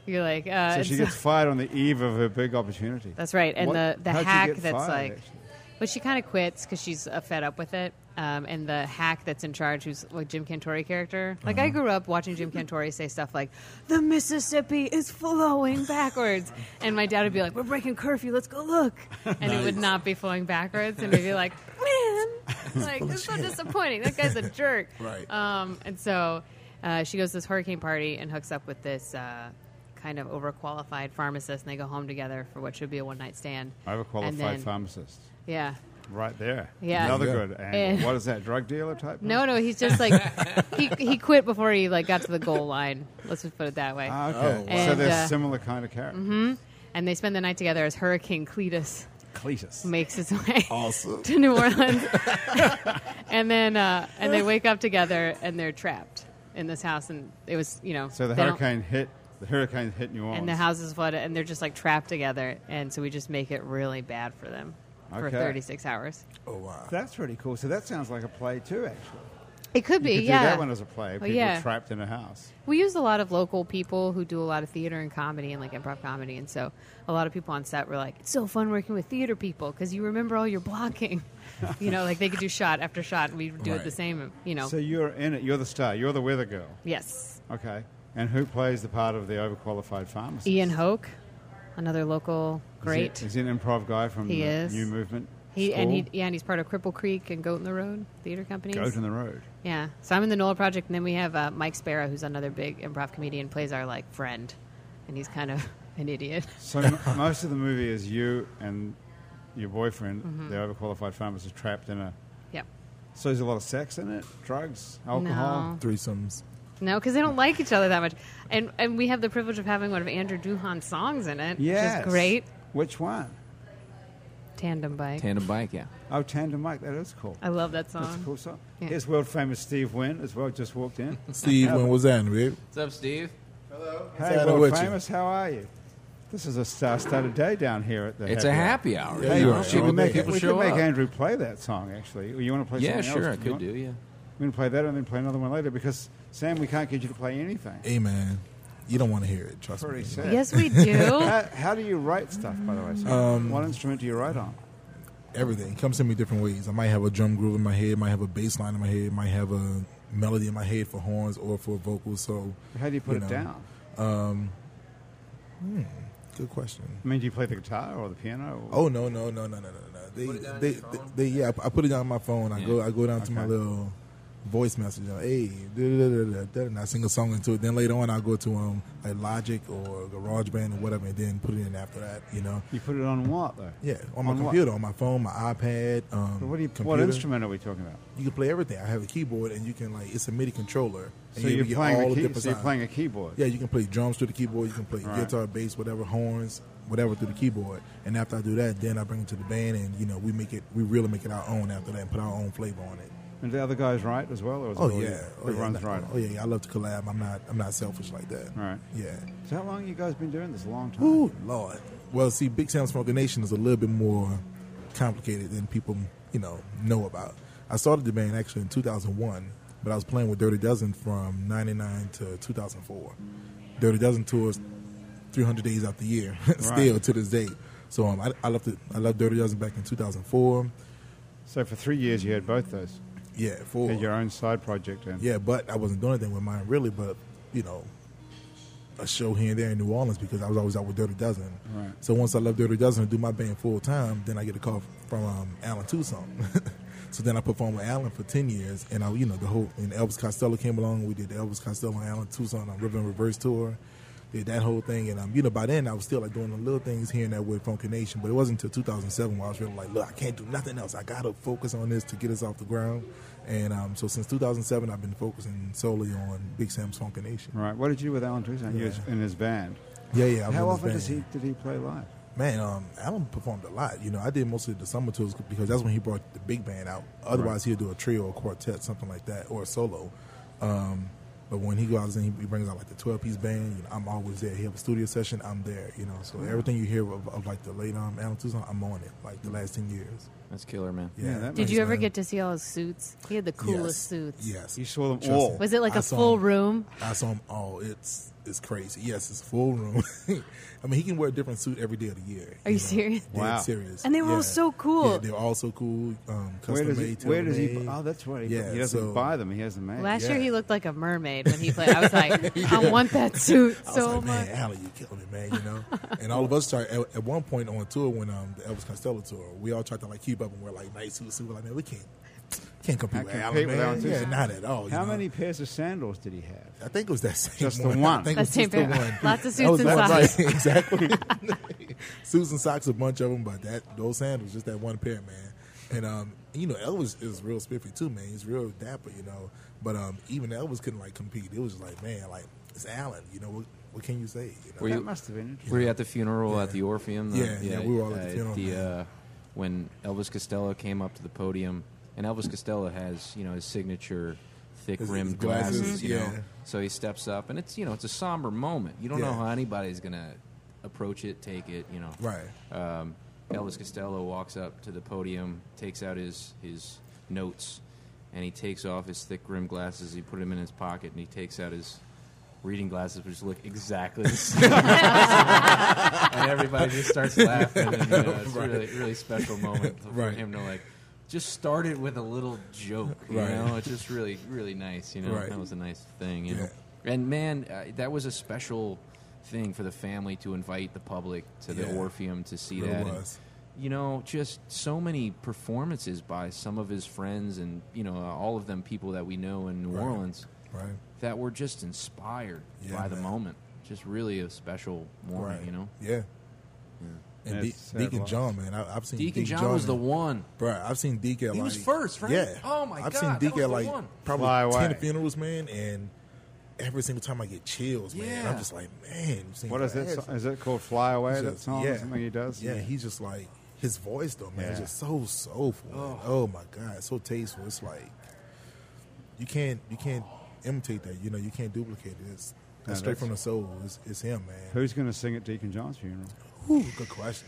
Speaker 3: You're like, uh,
Speaker 1: So she
Speaker 3: it's-
Speaker 1: gets fired on the eve of her big opportunity.
Speaker 3: That's right. And
Speaker 1: What-
Speaker 3: the, the
Speaker 1: how'd you
Speaker 3: hack
Speaker 1: get
Speaker 3: that's
Speaker 1: fired,
Speaker 3: like,
Speaker 1: actually?
Speaker 3: but she kind of quits because she's uh, fed up with it. Um, and the hack that's in charge, who's like Jim Cantori character. Like
Speaker 1: Uh-huh.
Speaker 3: I grew up watching Jim Cantori say stuff like, "The Mississippi is flowing backwards," and my dad would be like, "We're breaking curfew. Let's go look," and it would not be flowing backwards, and we'd be like, "Man, like it's so disappointing. That guy's a jerk."
Speaker 4: Right.
Speaker 3: Um, and so uh, she goes to this hurricane party and hooks up with this uh, kind of overqualified pharmacist, and they go home together for what should be a one night stand.
Speaker 1: I have a qualified
Speaker 3: And then-
Speaker 1: pharmacist.
Speaker 3: Yeah.
Speaker 1: Right there.
Speaker 3: Yeah.
Speaker 1: Another
Speaker 4: Yeah.
Speaker 1: good angle.
Speaker 3: Eh.
Speaker 1: What is that, drug dealer type?
Speaker 3: No, no, he's just like he he quit before he like got to the goal line. Let's just put it that way.
Speaker 1: Ah, okay.
Speaker 4: Oh, wow.
Speaker 1: So
Speaker 3: And,
Speaker 1: they're
Speaker 3: uh, Mm-hmm.
Speaker 1: similar kind of character.
Speaker 3: and they spend the night together as Hurricane Cletus
Speaker 1: Cletus.
Speaker 3: makes its way
Speaker 4: Awesome.
Speaker 3: to New Orleans, and then uh, and they wake up together and they're trapped in this house, and it was you know
Speaker 1: So the
Speaker 3: they don't-
Speaker 1: hurricane hit. The hurricane hit New Orleans.
Speaker 3: and the house is flooded, and they're just like trapped together, and so we just make it really bad for them for
Speaker 1: Okay.
Speaker 3: 36 hours.
Speaker 4: oh wow.
Speaker 1: That's pretty cool. So that sounds like a play too, actually.
Speaker 3: It could be,
Speaker 1: You could
Speaker 3: yeah.
Speaker 1: do that one as a play. People
Speaker 3: yeah.
Speaker 1: trapped in a house.
Speaker 3: we use a lot of local people who do a lot of theater and comedy and like improv comedy, and so a lot of people on set were like, "It's so fun working with theater people because you remember all your blocking." you know, like they could do shot after shot, and we would do it the
Speaker 4: Right.
Speaker 3: same. You know,
Speaker 1: So you're in it. You're the star. You're the weather girl.
Speaker 3: yes.
Speaker 1: Okay. And who plays the part of the overqualified pharmacist?
Speaker 3: Ian Hoke, another local great.
Speaker 1: He's an improv guy from
Speaker 3: He
Speaker 1: the
Speaker 3: is.
Speaker 1: New Movement.
Speaker 3: he and he
Speaker 1: School.
Speaker 3: yeah, and he's part of Cripple Creek and Goat in the Road theater companies.
Speaker 1: Goat in the road.
Speaker 3: Yeah. So I'm in the Nola Project, and then we have uh, Mike Sparrow, who's another big improv comedian, plays our like friend, and he's kind of an idiot.
Speaker 1: So m- most of the movie is you and your boyfriend,
Speaker 3: Mm-hmm.
Speaker 1: the overqualified pharmacist, trapped in a.
Speaker 3: Yep.
Speaker 1: So there's a lot of sex in it, drugs, alcohol.
Speaker 3: No.
Speaker 4: Threesomes.
Speaker 3: No, because they don't like each other that much, and and we have the privilege of having one of Andrew Duhan's songs in it,
Speaker 1: Yes.
Speaker 3: which is great.
Speaker 1: Which one?
Speaker 3: Tandem bike.
Speaker 2: Tandem bike, yeah.
Speaker 1: Oh, Tandem Mike. That is cool.
Speaker 3: I love that
Speaker 1: That's a
Speaker 3: song.
Speaker 1: cool song.
Speaker 3: Yeah.
Speaker 1: Here's world famous Steve Wynn as well. Just walked in.
Speaker 4: Steve, when was that, babe?
Speaker 2: What's up, Steve?
Speaker 1: hey,
Speaker 4: Sorry,
Speaker 1: world
Speaker 4: with you.
Speaker 1: famous. How are you? This is a star-studded day down here at the.
Speaker 2: It's a happy hour.
Speaker 4: Yeah,
Speaker 2: you
Speaker 4: you
Speaker 2: know?
Speaker 4: are.
Speaker 1: We
Speaker 4: People
Speaker 1: could make,
Speaker 4: show
Speaker 1: we could make
Speaker 2: up.
Speaker 1: Andrew play that song. Actually, Or you want to play?
Speaker 2: Yeah,
Speaker 1: something
Speaker 2: sure, I
Speaker 1: else?
Speaker 2: could do. Yeah.
Speaker 1: We're gonna play that and then play another one later because Sam, we can't get you to play anything.
Speaker 4: Hey man, you don't want to hear it. Trust
Speaker 1: Pretty
Speaker 4: me.
Speaker 1: sad.
Speaker 3: Yes, we do.
Speaker 1: How, how do you write stuff, by the way? Sam?
Speaker 4: Um,
Speaker 1: what instrument do you write on?
Speaker 4: everything. It comes to me different ways. I might have a drum groove in my head, might have a bass line in my head, might have a melody in my head for horns or for vocals. So
Speaker 1: How do you put it
Speaker 4: know,
Speaker 1: down?
Speaker 4: Good question.
Speaker 1: I mean, do you play the guitar or the piano? Or
Speaker 4: Oh no no no no no no no. They
Speaker 2: Put it down on
Speaker 4: they,
Speaker 2: your
Speaker 4: they,
Speaker 2: phone?
Speaker 4: they yeah. I p- I put it down on my phone. I
Speaker 2: Yeah.
Speaker 4: go I go down to my
Speaker 1: Okay.
Speaker 4: little voice message. Like, hey, da, da, da, da, da, and I sing a song into it. Then later on, I go to um like Logic or GarageBand or whatever, and then put it in after that. You know.
Speaker 1: you put it on what though?
Speaker 4: Yeah, on my
Speaker 1: On what?
Speaker 4: computer, on my phone, my iPad. Um,
Speaker 1: What, do you,
Speaker 4: computer.
Speaker 1: what instrument are we talking about?
Speaker 4: You can play everything. I have a keyboard, and you can like it's a MIDI controller. And
Speaker 1: So
Speaker 4: you
Speaker 1: you're
Speaker 4: can get
Speaker 1: playing the
Speaker 4: all the
Speaker 1: key,
Speaker 4: different
Speaker 1: so you're
Speaker 4: sounds.
Speaker 1: playing a keyboard.
Speaker 4: Yeah, you can play drums through the keyboard. You can play
Speaker 1: Right.
Speaker 4: guitar, bass, whatever, horns, whatever through the keyboard. And after I do that, then I bring it to the band, and you know we make it, we really make it our own after that, and put our own flavor on it.
Speaker 1: And the other guys write as well, or is it
Speaker 4: Oh
Speaker 1: all you-
Speaker 4: yeah, oh, yeah.
Speaker 1: everyone's
Speaker 4: I'm not-
Speaker 1: writing.
Speaker 4: Oh yeah, I love to collab. I'm not, I'm not selfish like that.
Speaker 1: Right.
Speaker 4: Yeah.
Speaker 1: So how long you guys been doing this? A long time.
Speaker 4: Ooh, Lord. Well, see, Big Sam Smoking Nation is a little bit more complicated than people, you know, know about. I started the band actually in 2001, but I was playing with Dirty Dozen from 99 to 2004. Dirty Dozen tours 300 days out the year, still to this day. So um, I, I left it, I left Dirty Dozen back in 2004.
Speaker 1: So for three years you had both those.
Speaker 4: Yeah, four.
Speaker 1: Had your own side project and
Speaker 4: Yeah, but I wasn't doing anything with mine really, but you know, a show here and there in New Orleans because I was always out with Dirty Dozen.
Speaker 1: Right.
Speaker 4: So once I left Dirty Dozen to do my band full time, then I get a call from um, Alan Tucson. so then I performed with Alan for ten years, and I, you know, the whole and Elvis Costello came along. We did the Elvis Costello and Alan Tucson on River and Reverse tour. Did that whole thing, and um, you know, by then I was still like doing the little things here and there with Funky Nation, but it wasn't until 2007 where I was really like, look, I can't do nothing else. I gotta focus on this to get us off the ground. And um, so since 2007, I've been focusing solely on Big Sam's Funky Nation.
Speaker 1: Right. What did you do with Alan Tucson? You was
Speaker 4: Yeah.
Speaker 1: in his band.
Speaker 4: Yeah, yeah. I'm
Speaker 1: How
Speaker 4: in this
Speaker 1: often
Speaker 4: band.
Speaker 1: does he did he play live?
Speaker 4: Man, um, Alan performed a lot. You know, I did mostly the summer tours because that's when he brought the big band out. Otherwise, he'll do a trio, a quartet, something like that, or a solo. Um, but when he goes in, he he brings out like the twelve piece band. You know, I'm always there. He have a studio session, I'm there. You know, so everything you hear of, of like the late um, Alan Toussaint, I'm on it. Like the last ten years.
Speaker 2: That's killer, man.
Speaker 4: Yeah.
Speaker 1: Yeah, that
Speaker 3: Did
Speaker 1: Nice,
Speaker 3: you ever
Speaker 4: man.
Speaker 3: get to see all his suits? He had the coolest
Speaker 4: Yes.
Speaker 3: suits.
Speaker 4: Yes.
Speaker 1: You saw them
Speaker 4: Trust
Speaker 1: all.
Speaker 4: me.
Speaker 3: Was it like
Speaker 4: I
Speaker 3: a
Speaker 4: saw
Speaker 3: full
Speaker 4: him.
Speaker 3: room?
Speaker 4: I saw him all. It's it's crazy. Yes, it's full room. I mean, he can wear a different suit every day of the year.
Speaker 3: Are you serious?
Speaker 4: Dead
Speaker 1: Wow.
Speaker 4: serious.
Speaker 3: And they were all so cool.
Speaker 4: Yeah, they were all so cool. Um, custom
Speaker 1: Where does he?
Speaker 4: made.
Speaker 1: Where does he?
Speaker 4: tailor-made.
Speaker 1: Oh, that's right. He,
Speaker 4: Yeah,
Speaker 1: he doesn't
Speaker 4: so-
Speaker 1: buy them. He has them made.
Speaker 3: Last year
Speaker 4: Yeah.
Speaker 3: he looked like a mermaid when he played. I was like, I want that suit
Speaker 4: I was
Speaker 3: so
Speaker 4: like,
Speaker 3: much.
Speaker 4: man, Allie, you killing me, man. You know. and all of us tried at, at one point on tour when um the Elvis Costello tour, we all tried to like keep up and wear like nice suits. We were like, man, we can't can't compete with
Speaker 1: compete
Speaker 4: Allie,
Speaker 1: with Alan
Speaker 4: man. Yeah,
Speaker 1: Tucson.
Speaker 4: not at all. you
Speaker 1: How
Speaker 4: know?
Speaker 1: many pairs of sandals did he have?
Speaker 4: I think it was that same
Speaker 1: Just the
Speaker 4: one.
Speaker 1: one.
Speaker 4: I think
Speaker 3: That
Speaker 4: it was
Speaker 3: same
Speaker 4: just the
Speaker 3: pair.
Speaker 4: one.
Speaker 3: Lots of
Speaker 4: That was
Speaker 3: suits and
Speaker 4: one,
Speaker 3: socks.
Speaker 4: right, exactly. suits and socks, a bunch of them, but that those sandals, just that one pair, man. And um, you know, Elvis is real spiffy too, man. He's real dapper, you know. But um, even Elvis couldn't like compete. It was just like, man, like it's Alan, you know. What, what can you say? You know?
Speaker 2: Were you-
Speaker 1: That must have been interesting.
Speaker 2: Were you at the funeral at the Orpheum? The-
Speaker 4: Yeah, yeah, we were all at the funeral,
Speaker 2: the,
Speaker 4: man.
Speaker 2: uh, when Elvis Costello came up to the podium, and Elvis Costello has you know his signature thick
Speaker 4: His- his
Speaker 2: rimmed
Speaker 4: glasses,
Speaker 2: glasses, you know.
Speaker 4: yeah.
Speaker 2: So he steps up, and it's you know it's a somber moment. You don't know
Speaker 4: Yeah.
Speaker 2: how anybody's gonna approach it, take it, you know.
Speaker 4: Right.
Speaker 2: Um, Elvis Costello walks up to the podium, takes out his his notes, and he takes off his thick rimmed glasses. He put them in his pocket, and he takes out his reading glasses, which look exactly the same and everybody just starts laughing. And, you know, it's a really, really special moment for
Speaker 4: Right.
Speaker 2: him to like just start it with a little joke. You
Speaker 4: Right.
Speaker 2: know, it's just really, really nice. You know,
Speaker 4: Right.
Speaker 2: that was a nice thing. You know,
Speaker 4: Yeah.
Speaker 2: and man, uh, that was a special thing for the family to invite the public to the
Speaker 4: Yeah.
Speaker 2: Orpheum to see
Speaker 4: Really
Speaker 2: that. and,
Speaker 4: was.
Speaker 2: you know, just so many performances by some of his friends, and you know, all of them people that we know in New
Speaker 4: Right.
Speaker 2: Orleans
Speaker 4: Right.
Speaker 2: that were just inspired
Speaker 4: Yeah,
Speaker 2: by the
Speaker 4: man.
Speaker 2: moment. Just really a special morning,
Speaker 4: Right.
Speaker 2: you know.
Speaker 4: Yeah. And
Speaker 1: That's
Speaker 4: De-
Speaker 1: sad
Speaker 4: Deacon
Speaker 1: loss.
Speaker 4: John, man, I, I've seen
Speaker 2: Deacon, John, was the
Speaker 4: in-
Speaker 2: one.
Speaker 4: Bruh, I've seen DK.
Speaker 2: He
Speaker 4: like,
Speaker 2: was first, right?
Speaker 4: Yeah.
Speaker 2: Oh, my
Speaker 4: I've
Speaker 2: God,
Speaker 4: seen
Speaker 2: that
Speaker 4: DK
Speaker 2: was the
Speaker 4: like
Speaker 2: one.
Speaker 4: probably
Speaker 1: Fly away.
Speaker 4: ten funerals, man, and every single time I get chills, man.
Speaker 2: Yeah.
Speaker 4: I'm just like, man, you've seen
Speaker 1: What is
Speaker 4: my
Speaker 1: that?
Speaker 4: ass.
Speaker 1: So- is it called "Fly Away"?
Speaker 4: He's
Speaker 1: That
Speaker 4: just-
Speaker 1: song, something he does.
Speaker 4: Yeah, he's just like his voice though, man. It's
Speaker 1: Yeah.
Speaker 4: just so soulful. man. Oh. my god, so tasteful. It's like you can't you can't imitate that. You know, you can't duplicate it. It's that's straight
Speaker 1: that's-
Speaker 4: from the soul. It's, it's him, man.
Speaker 1: Who's going to sing at Deacon John's funeral?
Speaker 4: Whew, good question,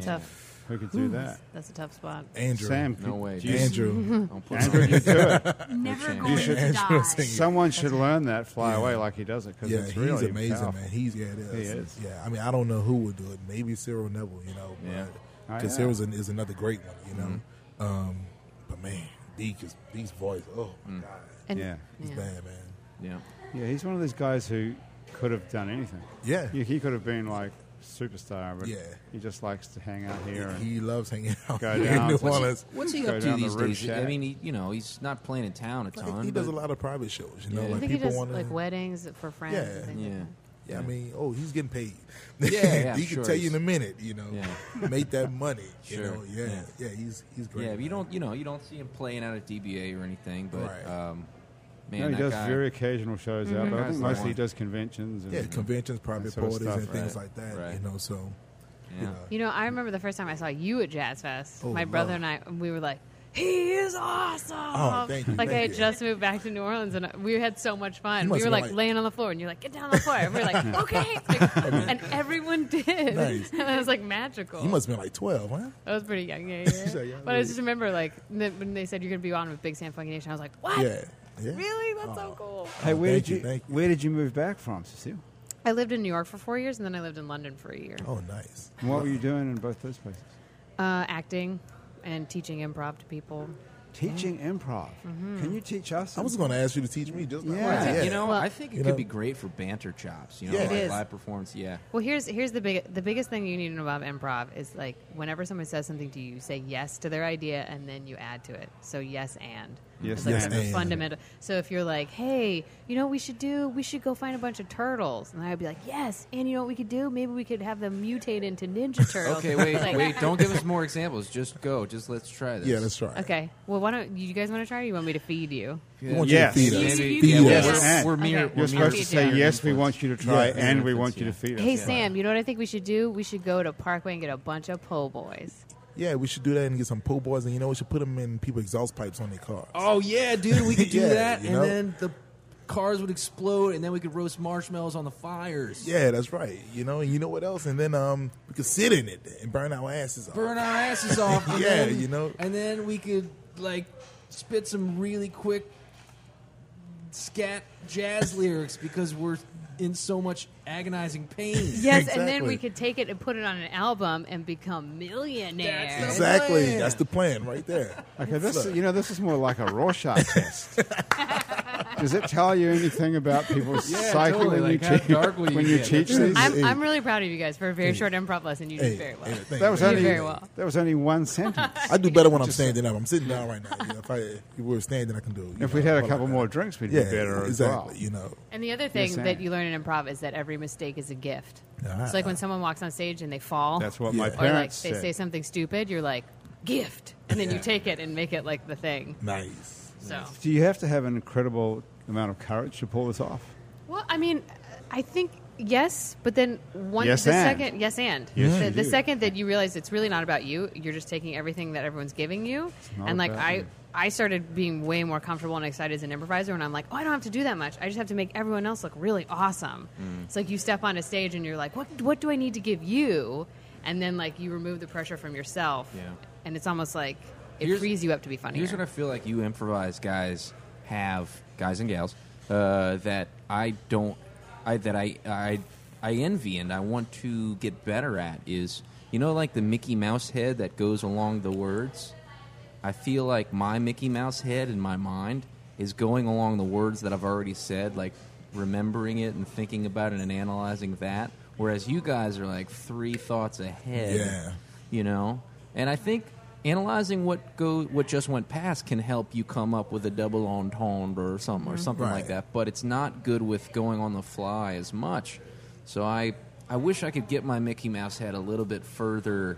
Speaker 3: Tough.
Speaker 1: Who could do that?
Speaker 3: That's a tough spot.
Speaker 4: Andrew.
Speaker 1: Sam.
Speaker 2: No
Speaker 1: could-
Speaker 2: way,
Speaker 1: do you-
Speaker 2: dude.
Speaker 4: Andrew.
Speaker 2: Don't put
Speaker 1: Andrew,
Speaker 2: on-
Speaker 1: you do it.
Speaker 5: Never
Speaker 2: change.
Speaker 5: going
Speaker 1: Uh, You should-
Speaker 5: to die.
Speaker 4: sing
Speaker 1: Someone should learn that "Fly
Speaker 4: Yeah.
Speaker 1: Away" like he does it because
Speaker 4: Yeah,
Speaker 1: it's
Speaker 4: he's
Speaker 1: really
Speaker 4: amazing,
Speaker 1: powerful.
Speaker 4: man. He's yeah, it is.
Speaker 1: He is.
Speaker 4: Yeah, I mean, I don't know who would do it. Maybe Cyril Neville, you know.
Speaker 2: Yeah.
Speaker 1: Oh,
Speaker 4: because
Speaker 1: yeah.
Speaker 4: Cyril's an, is another great one, you know. Um, but man, Deke is Deke's voice. Oh my god,
Speaker 3: And
Speaker 1: Yeah.
Speaker 4: he's
Speaker 3: Yeah.
Speaker 4: bad, man.
Speaker 2: yeah.
Speaker 1: Yeah, he's one of those guys who could have done anything.
Speaker 4: Yeah.
Speaker 1: He, he could have been like superstar, but
Speaker 4: Yeah.
Speaker 1: he just likes to hang out here. and-
Speaker 4: He loves hanging out
Speaker 1: Go
Speaker 4: in
Speaker 1: down.
Speaker 4: New
Speaker 1: What's he-
Speaker 4: Orleans.
Speaker 2: What's he
Speaker 1: Go
Speaker 2: up to
Speaker 1: down the
Speaker 2: these
Speaker 1: rib
Speaker 2: days?
Speaker 1: shack.
Speaker 2: I mean, he, you know, he's not playing in town a
Speaker 4: Like,
Speaker 2: ton.
Speaker 4: he does a
Speaker 2: but-
Speaker 4: lot of private shows, you know.
Speaker 2: Yeah.
Speaker 3: I
Speaker 4: Like
Speaker 3: think he
Speaker 4: people
Speaker 3: does
Speaker 4: want
Speaker 3: like weddings for friends.
Speaker 4: Yeah.
Speaker 3: and things
Speaker 2: Yeah.
Speaker 3: like that.
Speaker 4: I mean, oh, he's getting paid.
Speaker 2: yeah,
Speaker 4: he
Speaker 2: sure,
Speaker 4: can tell you
Speaker 2: he's-
Speaker 4: in a minute. You know,
Speaker 2: Yeah.
Speaker 4: make that money. You
Speaker 2: Sure,
Speaker 4: know, yeah, yeah, he's he's great.
Speaker 2: Yeah, but you
Speaker 4: man.
Speaker 2: don't you know you don't see him playing out at DBA or anything, but
Speaker 4: Right.
Speaker 2: um, man,
Speaker 1: no, he
Speaker 2: that
Speaker 1: does
Speaker 2: guy,
Speaker 1: very occasional shows out, but I
Speaker 2: Guy's
Speaker 1: think
Speaker 2: the
Speaker 1: mostly he
Speaker 2: one.
Speaker 1: does conventions. And
Speaker 4: Yeah, conventions,
Speaker 1: That
Speaker 4: private
Speaker 1: sort of
Speaker 4: parties,
Speaker 1: stuff,
Speaker 4: and things
Speaker 2: right,
Speaker 4: like that.
Speaker 2: right.
Speaker 4: You know, so
Speaker 2: yeah.
Speaker 4: you know,
Speaker 3: You know, I remember the first time I saw you at Jazz Fest.
Speaker 4: Oh,
Speaker 3: My brother
Speaker 4: love.
Speaker 3: and I, we were like, "He is awesome!"
Speaker 4: Oh, thank you,
Speaker 3: Like
Speaker 4: thank
Speaker 3: I had
Speaker 4: you.
Speaker 3: just moved back to New Orleans, and we had so much fun.
Speaker 4: You
Speaker 3: We were
Speaker 4: must be
Speaker 3: like,
Speaker 4: like-
Speaker 3: laying on the floor, and you're like, "Get down on the floor!" And we were like, "Okay," Like, and everyone did.
Speaker 4: Nice.
Speaker 3: And it was like magical.
Speaker 4: you must have been like twelve, huh?
Speaker 3: I was pretty young, yeah, yeah.
Speaker 4: So, yeah,
Speaker 3: but I just remember like th- when they said you're going to be on with Big Sam Funky Nation, I was like, "What?
Speaker 4: Yeah, yeah.
Speaker 3: Really? That's so cool."
Speaker 1: Hey,
Speaker 4: Oh,
Speaker 1: where
Speaker 4: thank
Speaker 1: did you,
Speaker 4: you, thank you.
Speaker 1: where did you move back from, Cecile?
Speaker 3: I lived in New York for four years, and then I lived in London for a year,
Speaker 4: Oh, nice.
Speaker 1: And what were you doing in both those places?
Speaker 3: uh, acting and teaching improv to people.
Speaker 1: Teaching improv. Can you teach us?
Speaker 4: I was going to ask you to teach me just now.
Speaker 1: Yeah.
Speaker 4: Like,
Speaker 2: You know,
Speaker 3: Well-
Speaker 2: I think it
Speaker 4: You
Speaker 2: could
Speaker 4: know-
Speaker 2: be great for banter chops. You know,
Speaker 4: Yeah. It
Speaker 2: like
Speaker 3: is.
Speaker 2: live performance. Yeah,
Speaker 3: Well, here's here's the big the biggest thing you need to know about improv is like whenever someone says something to you, you say yes to their idea and then you add to it. So yes and
Speaker 1: Yes
Speaker 3: it's like
Speaker 1: and.
Speaker 3: the
Speaker 4: And.
Speaker 3: fundamental. So if you're like, hey, you know what we should do? We should go find a bunch of turtles, and I'd be like, yes. And you know what we could do? Maybe we could have them mutate into ninja turtles.
Speaker 2: Okay, wait,
Speaker 3: Like,
Speaker 2: wait. Don't give us more examples. Just go. Just let's try this.
Speaker 4: yeah, that's right.
Speaker 3: Okay. Well, why don't you guys want to try? Or you want me to feed you?
Speaker 4: We want
Speaker 1: Yes.
Speaker 4: you to
Speaker 2: Maybe-
Speaker 4: feed us.
Speaker 5: Feed
Speaker 2: yeah,
Speaker 4: us.
Speaker 2: we're-
Speaker 4: Yes.
Speaker 2: We're,
Speaker 3: Okay.
Speaker 2: mere. we're
Speaker 3: You're
Speaker 1: You're
Speaker 2: mere
Speaker 1: supposed to say
Speaker 2: mere
Speaker 1: yes. We
Speaker 2: influence.
Speaker 1: want you to try,
Speaker 4: Yeah.
Speaker 1: and we
Speaker 2: Influence,
Speaker 1: want you to
Speaker 2: yeah.
Speaker 1: feed us.
Speaker 3: Hey Sam, you know what I think we should do? We should go to Parkway and get a bunch of po' boys.
Speaker 4: Yeah, we should do that and get some po' boys, and you know, we should put them in people exhaust pipes on their cars.
Speaker 2: Oh yeah, dude, we could do
Speaker 4: Yeah,
Speaker 2: that,
Speaker 4: you
Speaker 2: and
Speaker 4: know?
Speaker 2: then the cars would explode, and then we could roast marshmallows on the fires.
Speaker 4: Yeah, that's right. You know, and you know what else? And then um, we could sit in it and burn our asses off.
Speaker 2: burn our asses off. And
Speaker 4: Yeah,
Speaker 2: then,
Speaker 4: you know.
Speaker 2: And then we could like spit some really quick scat jazz lyrics because we're in so much agonizing pain.
Speaker 3: Yes, and then we
Speaker 4: Exactly.
Speaker 3: could take it and put it on an album and become millionaires.
Speaker 2: That's the
Speaker 4: Exactly.
Speaker 2: plan.
Speaker 4: That's the plan right there.
Speaker 1: Okay, this you know this is more like a Rorschach test. Does it tell you anything about people's
Speaker 2: Yeah,
Speaker 1: psyche
Speaker 2: totally,
Speaker 1: when
Speaker 2: like
Speaker 1: you
Speaker 2: how
Speaker 1: teach
Speaker 2: dark will you
Speaker 1: when you
Speaker 2: get?
Speaker 1: teach these?
Speaker 3: I'm,
Speaker 4: Hey.
Speaker 3: I'm really proud of you guys for a very short improv lesson. You did
Speaker 4: Hey,
Speaker 3: very well.
Speaker 4: hey, thank
Speaker 1: that
Speaker 4: you.
Speaker 1: was
Speaker 3: You
Speaker 1: only
Speaker 3: did very well.
Speaker 1: that was only one sentence.
Speaker 4: I do better when I'm standing up. I'm sitting down right now. You know, if I if we were standing, I can do. you
Speaker 1: If
Speaker 4: know,
Speaker 1: we'd had a
Speaker 4: what
Speaker 1: couple
Speaker 4: I-
Speaker 1: more drinks, we'd
Speaker 4: yeah,
Speaker 1: be better as
Speaker 4: exactly.
Speaker 1: well.
Speaker 4: You know,
Speaker 3: And the other thing
Speaker 1: Sam.
Speaker 3: that you learn in improv is that every mistake is a gift.
Speaker 4: Ah.
Speaker 3: It's like when someone walks on stage and they fall,
Speaker 1: That's what
Speaker 4: Yeah.
Speaker 1: my
Speaker 4: Or, like,
Speaker 3: or like
Speaker 1: parents
Speaker 3: they say
Speaker 1: said.
Speaker 3: something stupid, you're like, gift. And then you take it and make it like the thing.
Speaker 4: nice.
Speaker 3: So,
Speaker 1: Do you have to have an incredible amount of courage to pull this off?
Speaker 3: well, I mean, I think yes, but then one
Speaker 1: Yes
Speaker 3: the
Speaker 1: and.
Speaker 3: second, yes and.
Speaker 1: Yes,
Speaker 3: the,
Speaker 1: you
Speaker 3: the
Speaker 1: do.
Speaker 3: second that you realize it's really not about you, you're just taking everything that everyone's giving you.
Speaker 1: not
Speaker 3: And like
Speaker 1: about
Speaker 3: I
Speaker 1: you.
Speaker 3: I started being way more comfortable and excited as an improviser when I'm like, oh, I don't have to do that much. I just have to make everyone else look really awesome.
Speaker 2: Mm.
Speaker 3: It's like you step on a stage and you're like, what, what do I need to give you? And then like you remove the pressure from yourself.
Speaker 2: Yeah.
Speaker 3: And it's almost like it
Speaker 2: Here's-
Speaker 3: frees you up to be funnier.
Speaker 2: Here's what I feel like you improvised guys have, guys and gals, uh, that I don't, I that I I I envy and I want to get better at is you know like the Mickey Mouse head that goes along the words. I feel like my Mickey Mouse head in my mind is going along the words that I've already said, like remembering it and thinking about it and analyzing that. Whereas you guys are like three thoughts ahead
Speaker 4: Yeah.
Speaker 2: you know and i think analyzing what go what just went past can help you come up with a double entendre or something or something like
Speaker 4: Right.
Speaker 2: that but it's not good with going on the fly as much so i i wish i could get my mickey mouse head a little bit further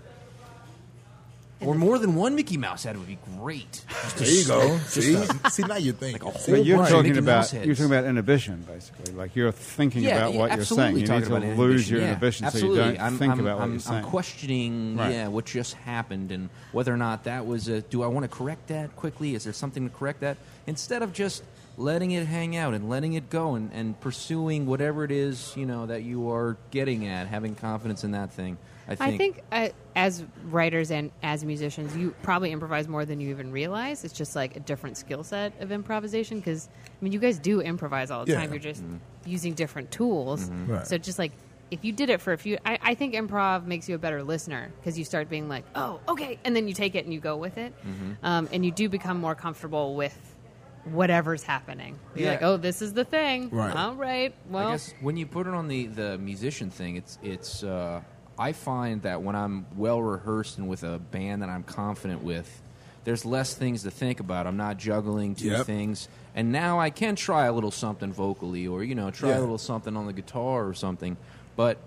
Speaker 2: or more than one mickey mouse head would be great
Speaker 4: There you go. See, see now you're thinking.
Speaker 2: Like a
Speaker 4: See?
Speaker 1: But you're
Speaker 2: Right.
Speaker 1: talking
Speaker 2: Mickey
Speaker 1: about
Speaker 2: Mouse heads.
Speaker 1: you're talking about inhibition, basically. Like you're thinking about what you're saying.
Speaker 2: absolutely
Speaker 1: You need
Speaker 2: talking
Speaker 1: to
Speaker 2: about
Speaker 1: lose your
Speaker 2: yeah,
Speaker 1: inhibition
Speaker 2: absolutely.
Speaker 1: so you don't
Speaker 2: I'm,
Speaker 1: think
Speaker 2: I'm,
Speaker 1: about what
Speaker 2: I'm,
Speaker 1: you're saying.
Speaker 2: I'm questioning,
Speaker 1: Right.
Speaker 2: yeah, what just happened and whether or not that was a. Do I want to correct that quickly? Is there something to correct that instead of just letting it hang out and letting it go and, and pursuing whatever it is you know that you are getting at, having confidence in that thing. I think.
Speaker 3: I think uh, as writers and as musicians, you probably improvise more than you even realize. It's just like a different skill set of improvisation because I mean, you guys do improvise all the
Speaker 4: Yeah.
Speaker 3: time. You're just
Speaker 2: Mm-hmm.
Speaker 3: using different tools.
Speaker 4: Right.
Speaker 3: So just like if you did it for a few, I, I think improv makes you a better listener because you start being like,
Speaker 2: Mm-hmm.
Speaker 3: oh, okay, and then you take it and you go with it, um, and you do become more comfortable with whatever's happening. You're
Speaker 2: Yeah.
Speaker 3: like, oh, this is the thing.
Speaker 4: Right.
Speaker 3: All right. Well,
Speaker 2: I guess when you put it on the the musician thing, it's it's. Uh, I find that when I'm well rehearsed and with a band that I'm confident with, there's less things to think about. I'm not juggling two
Speaker 4: Yep.
Speaker 2: things, and now I can try a little something vocally, or you know, try a
Speaker 4: Yeah.
Speaker 2: little something on the guitar or something. But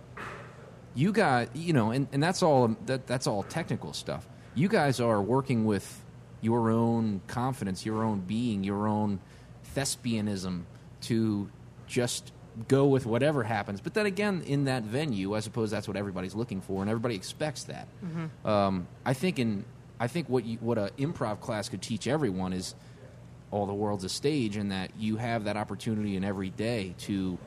Speaker 2: you got you know, and, and that's all that that's all technical stuff. You guys are working with your own confidence, your own being, your own thespianism to just go with whatever happens. But then again, in that venue, I suppose that's what everybody's looking for, and everybody expects that. Um, I think in I think what you, what a improv class could teach everyone is all the world's a stage, and that you have that opportunity in every day to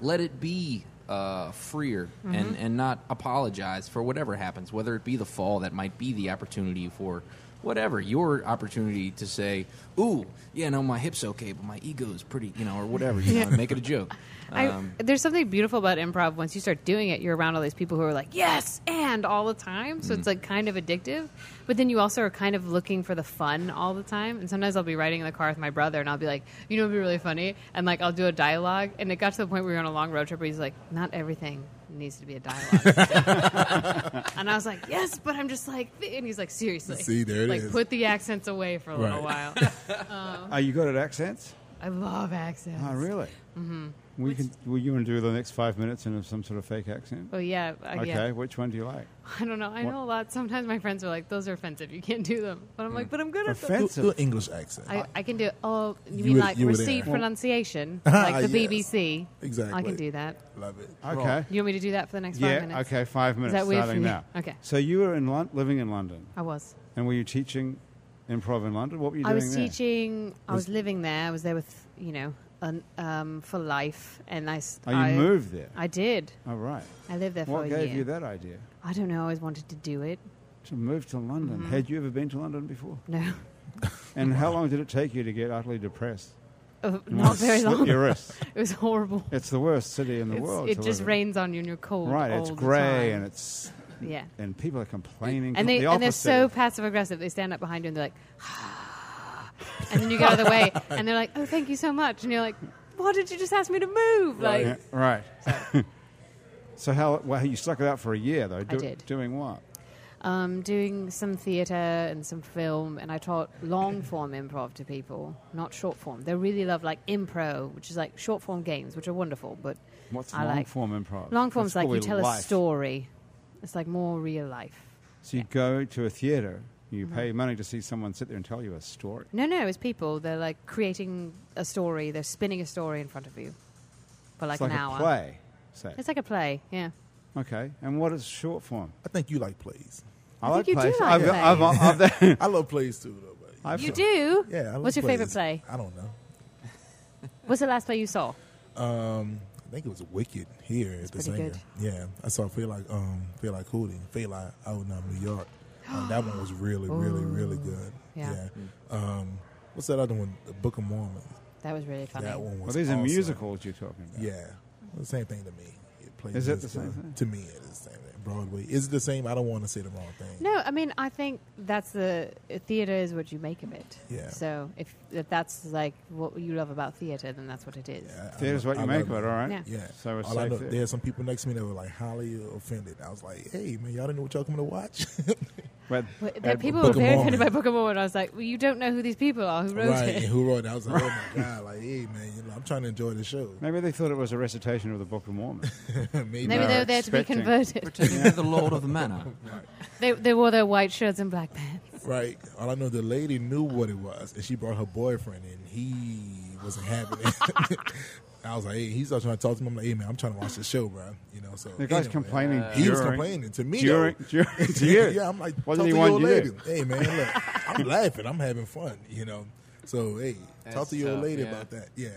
Speaker 2: let it be uh, freer and, and not apologize for whatever happens, whether it be the fall that might be the opportunity for whatever your opportunity to say, "Ooh, yeah, no, my hip's okay, but my ego's pretty," you know, or whatever. You know, make it a joke.
Speaker 3: I,
Speaker 4: Um,
Speaker 3: there's something beautiful about improv. Once you start doing it, you're around all these people who are like, yes, and all the time. So
Speaker 4: Mm-hmm.
Speaker 3: it's like kind of addictive. But then you also are kind of looking for the fun all the time. And sometimes I'll be riding in the car with my brother and I'll be like, you know, it'd be really funny. And like, I'll do a dialogue. And it got to the point where we were on a long road trip where he's like, not everything needs to be a dialogue. and I was like, yes, but I'm just like, and he's like, seriously.
Speaker 4: See, there it
Speaker 3: like,
Speaker 4: is.
Speaker 3: put the accents away for a little while.
Speaker 4: Right.
Speaker 1: Are you good at accents?
Speaker 3: I love accents.
Speaker 1: Oh, really? Mm-hmm. We can. Will you want to do the next five minutes in some sort of fake accent?
Speaker 3: Oh, yeah. uh,
Speaker 1: Okay.
Speaker 3: yeah.
Speaker 1: Which one do you like?
Speaker 3: I don't know. I
Speaker 1: What-
Speaker 3: know a lot. Sometimes my friends are like, "Those are offensive. You can't do them." But I'm like, "But I'm good at them."
Speaker 4: Do,
Speaker 1: Offensive.
Speaker 4: do an English accent.
Speaker 3: I, I can do. Oh, you,
Speaker 4: You
Speaker 3: mean
Speaker 4: were-
Speaker 3: like
Speaker 4: you were
Speaker 3: receive
Speaker 4: there.
Speaker 3: pronunciation, like the
Speaker 4: Yes.
Speaker 3: BBC? I
Speaker 4: Exactly.
Speaker 3: can do that.
Speaker 4: Love it.
Speaker 1: Okay.
Speaker 3: You want me to do that for the next
Speaker 1: Yeah.
Speaker 3: five minutes?
Speaker 1: Okay. Five minutes.
Speaker 3: that weird for
Speaker 1: starting
Speaker 3: you?
Speaker 1: now.
Speaker 3: Okay.
Speaker 1: So you were in Lon- living in London,
Speaker 3: I was.
Speaker 1: and were you teaching improv in London? What were you doing
Speaker 3: I was
Speaker 1: there?
Speaker 3: teaching. I was living there. I was there with you know, an, um, for life, and I. s-
Speaker 1: Oh, you
Speaker 3: I-
Speaker 1: moved there.
Speaker 3: I did.
Speaker 1: oh, right.
Speaker 3: I lived there for
Speaker 1: What
Speaker 3: a
Speaker 1: gave
Speaker 3: year.
Speaker 1: you that idea
Speaker 3: I don't know. I always wanted to do it.
Speaker 1: to move to London?
Speaker 3: Mm-hmm.
Speaker 1: Had you ever been to London before?
Speaker 3: No,
Speaker 1: And how long did it take you to get utterly depressed?
Speaker 3: Uh,
Speaker 1: You
Speaker 3: not
Speaker 1: must
Speaker 3: very
Speaker 1: slit
Speaker 3: long.
Speaker 1: Your wrists.
Speaker 3: It was horrible.
Speaker 1: It's the worst city in the
Speaker 3: It's-
Speaker 1: world.
Speaker 3: it
Speaker 1: to
Speaker 3: just
Speaker 1: live in.
Speaker 3: rains on you, and you're cold.
Speaker 1: Right.
Speaker 3: all
Speaker 1: It's
Speaker 3: the
Speaker 1: grey
Speaker 3: time.
Speaker 1: and it's
Speaker 3: yeah.
Speaker 1: and people are complaining. com-
Speaker 3: and they
Speaker 1: the
Speaker 3: and they're
Speaker 1: opposite
Speaker 3: so
Speaker 1: of-
Speaker 3: passive aggressive. They stand up behind you and they're like, and then you get out of the way, and they're like, "Oh, thank you so much," and you're like, "Why did you just ask me to move?" Like,
Speaker 1: Yeah, right. so how well you stuck it out for a year though? do-
Speaker 3: did.
Speaker 1: Doing what?
Speaker 3: um, doing some theater and some film, and I taught long form improv to people, not short form. They really love like impro, which is like short form games, which are wonderful. But
Speaker 1: What's
Speaker 3: I
Speaker 1: long
Speaker 3: like
Speaker 1: form improv?
Speaker 3: long form's
Speaker 1: That's what
Speaker 3: like you
Speaker 1: we
Speaker 3: tell
Speaker 1: like.
Speaker 3: a story. It's like more real life.
Speaker 1: So you go to a theater, you
Speaker 3: Mm-hmm.
Speaker 1: pay money to see someone sit there and tell you a story.
Speaker 3: No, no, it's people. They're like creating a story. They're spinning a story in front of you for like
Speaker 1: it's like
Speaker 3: an
Speaker 1: a
Speaker 3: hour.
Speaker 1: play. Say.
Speaker 3: It's like a play, yeah.
Speaker 1: Okay, and what is short form?
Speaker 4: I think you like plays.
Speaker 1: I,
Speaker 3: think you do
Speaker 1: plays.
Speaker 3: like
Speaker 1: I've,
Speaker 3: plays.
Speaker 1: I've, I've, I've,
Speaker 4: I love plays too, though. But
Speaker 1: I've-
Speaker 3: You do?
Speaker 4: yeah, I love
Speaker 3: What's your favorite
Speaker 4: plays.
Speaker 3: play?
Speaker 4: I don't know.
Speaker 3: What's the last play you saw?
Speaker 4: I think it was Wicked here at the
Speaker 3: pretty
Speaker 4: Singer.
Speaker 3: good.
Speaker 4: Yeah, I saw Feel Like um Feel Like Hootie, Feel Like Out in um, New York. Um, that one was really, really, really good.
Speaker 3: Yeah.
Speaker 4: Um, what's that other one? The Book of Mormon.
Speaker 3: That was really funny.
Speaker 4: That one was.
Speaker 1: well, these
Speaker 4: awesome.
Speaker 1: are musicals you're talking about.
Speaker 4: Yeah, the same thing to me. It plays
Speaker 1: Is it the
Speaker 4: musical.
Speaker 1: same thing?
Speaker 4: To me, it is the same thing. Broadway is it the same. I don't want to say the wrong thing.
Speaker 3: No, I mean, I think that's the theater is what you make of it.
Speaker 4: Yeah.
Speaker 3: So if, if that's like what you love about theater, then that's what it is.
Speaker 4: Yeah, I- I
Speaker 1: Theater's
Speaker 4: love-
Speaker 1: what you
Speaker 4: I
Speaker 1: make of it, all right?
Speaker 4: love
Speaker 3: Yeah.
Speaker 4: Yeah.
Speaker 1: So it's
Speaker 4: All I
Speaker 1: safe
Speaker 4: know,
Speaker 1: there.
Speaker 4: there are some people next to me that were like highly offended. I was like, hey, man, y'all didn't know what y'all coming to watch?
Speaker 1: But,
Speaker 3: But
Speaker 1: uh,
Speaker 3: the people
Speaker 4: Book
Speaker 3: were
Speaker 4: of
Speaker 3: very offended by
Speaker 4: Mormon.
Speaker 3: Book of Mormon. I was like, well, you don't know who these people are who wrote
Speaker 4: right. And
Speaker 3: it.
Speaker 4: who wrote it? I was like, oh my God, like, hey, man, you know, I'm trying to enjoy the show.
Speaker 1: Maybe they thought it was a recitation of the Book of Mormon.
Speaker 4: Maybe.
Speaker 3: Maybe
Speaker 1: are
Speaker 3: they were there
Speaker 1: expecting-
Speaker 3: to be converted.
Speaker 2: Pretending you're the Lord of the Manor.
Speaker 3: they, they wore their white shirts and black pants.
Speaker 4: Right. All I know, the lady knew what it was, and she brought her boyfriend, and he wasn't having it. I was like, hey, he's not trying to talk to me. I'm like, hey, man, I'm trying to watch the show, bro. You know, so.
Speaker 1: The guy's
Speaker 4: anyway.
Speaker 1: complaining.
Speaker 4: He was
Speaker 1: during-
Speaker 4: complaining to me,
Speaker 1: During,
Speaker 4: though.
Speaker 1: during, to you.
Speaker 4: yeah, I'm like,
Speaker 1: What
Speaker 4: talk
Speaker 1: did he
Speaker 4: to
Speaker 1: want
Speaker 4: your old
Speaker 1: you to
Speaker 4: lady.
Speaker 1: do?
Speaker 4: Hey man, look, I'm laughing, I'm having fun, you know. So hey, talk
Speaker 2: That's
Speaker 4: to your old
Speaker 2: tough,
Speaker 4: lady
Speaker 2: yeah.
Speaker 4: about that. Yeah,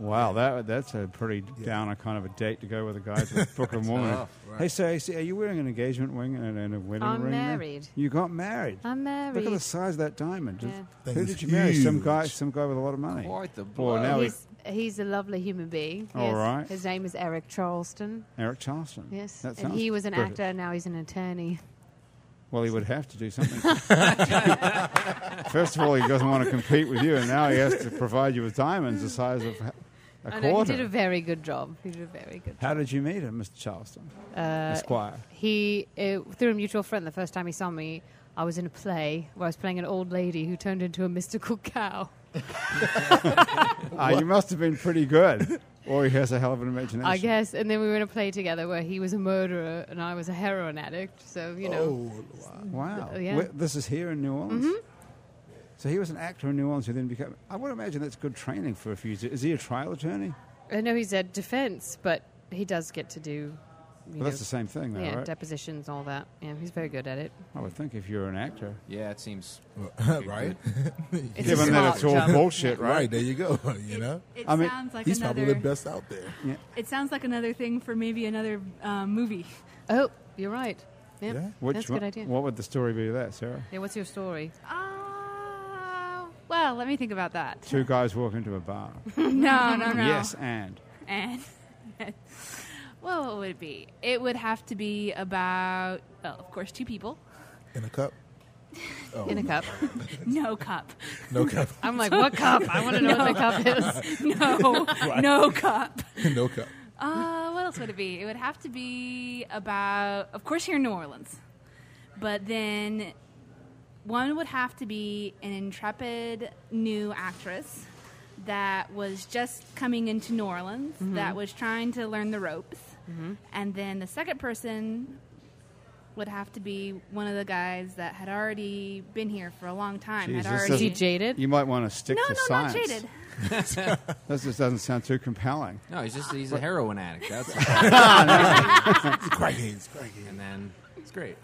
Speaker 1: Wow, that that's a pretty downer kind of a date to go with a guy to the Book of Mormon.
Speaker 2: tough,
Speaker 1: Hey, so hey, so are you wearing an engagement ring and, and a wedding
Speaker 3: I'm
Speaker 1: ring? there?
Speaker 3: married.
Speaker 1: You got married.
Speaker 3: I'm
Speaker 1: Look at the
Speaker 3: married.
Speaker 1: size of that diamond. Just-
Speaker 3: Yeah.
Speaker 4: Thing
Speaker 1: Who
Speaker 4: is
Speaker 1: did you marry? Some
Speaker 4: huge.
Speaker 1: guy, some guy with a lot of money.
Speaker 2: Quite the
Speaker 1: Well,
Speaker 2: blow.
Speaker 1: now we-
Speaker 3: He's, he's a lovely human being.
Speaker 1: All
Speaker 3: Yes.
Speaker 1: right.
Speaker 3: His name is Eric Charleston.
Speaker 1: Eric Charleston.
Speaker 3: Yes.
Speaker 1: That
Speaker 3: and
Speaker 1: sounds
Speaker 3: he was an
Speaker 1: British.
Speaker 3: actor, now he's an attorney.
Speaker 1: Well, he would have to do something. First of all, he doesn't want to compete with you, and now he has to provide you with diamonds the size of ha- a
Speaker 3: I know, he
Speaker 1: quarter.
Speaker 3: did a very good job. He did a very good
Speaker 1: How did you meet him, Mr. Charleston,
Speaker 3: Uh,
Speaker 1: Esquire?
Speaker 3: He uh, through a mutual friend. The first time he saw me, I was in a play where I was playing an old lady who turned into a mystical cow.
Speaker 1: Ah, you must have been pretty good, or he has a hell of an imagination.
Speaker 3: I guess, and then we were in a play together where he was a murderer and I was a heroin addict. So you know,
Speaker 4: Oh,
Speaker 1: Wow.
Speaker 3: Th- yeah. Mm-hmm.
Speaker 1: Wh- This is here in New Orleans. So he was an actor in New Orleans who then became. I would imagine that's good training for a few. Is he a trial attorney?
Speaker 3: I know he's at defense, but he does get to do. You
Speaker 1: Well,
Speaker 3: know,
Speaker 1: that's the same thing, though,
Speaker 3: yeah,
Speaker 1: right?
Speaker 3: depositions, all that. Yeah, he's very good at it.
Speaker 1: I would think if you're an actor,
Speaker 2: Yeah, it seems.
Speaker 4: wow. right?
Speaker 3: It's a
Speaker 1: given that
Speaker 3: smart
Speaker 1: it's all
Speaker 3: job.
Speaker 1: bullshit,
Speaker 4: right.
Speaker 1: right?
Speaker 4: There you go. You know?
Speaker 5: It
Speaker 1: I mean,
Speaker 5: sounds like
Speaker 4: He's
Speaker 5: another.
Speaker 4: probably the best out there.
Speaker 5: It sounds like another thing for maybe another uh, movie.
Speaker 3: Oh, you're right. Yep.
Speaker 4: Yeah?
Speaker 1: Which
Speaker 3: that's a
Speaker 1: one-
Speaker 3: good idea.
Speaker 1: What would the story be of that, Sarah?
Speaker 3: Yeah, what's your story?
Speaker 5: Uh, well, let me think about that.
Speaker 1: Two guys walk into a bar.
Speaker 5: No, no, no.
Speaker 1: Yes, and
Speaker 5: And well, what would it be? It would have to be about, well, of course, two people.
Speaker 4: In a cup? Oh,
Speaker 3: In a cup.
Speaker 5: No cup.
Speaker 4: No cup.
Speaker 3: I'm like, what cup? I want to know what the cup is.
Speaker 5: No, no cup.
Speaker 4: no cup.
Speaker 5: Uh, what else would it be? It would have to be about, of course, here in New Orleans. But then one would have to be an intrepid new actress that was just coming into New Orleans,
Speaker 1: Mm-hmm.
Speaker 5: that was trying to learn the ropes. And then the second person would have to be one of the guys that had already been here for a long time.
Speaker 1: Jeez,
Speaker 5: had
Speaker 1: this
Speaker 5: already.
Speaker 3: Is he
Speaker 1: doesn't-
Speaker 3: jaded?
Speaker 1: you might want to stick
Speaker 5: no,
Speaker 1: to
Speaker 5: no,
Speaker 1: science.
Speaker 5: not jaded.
Speaker 1: This just doesn't sound too compelling.
Speaker 2: No, he's just he's a heroin addict. That's
Speaker 4: It's crackheads, crackheads.
Speaker 2: and then it's great.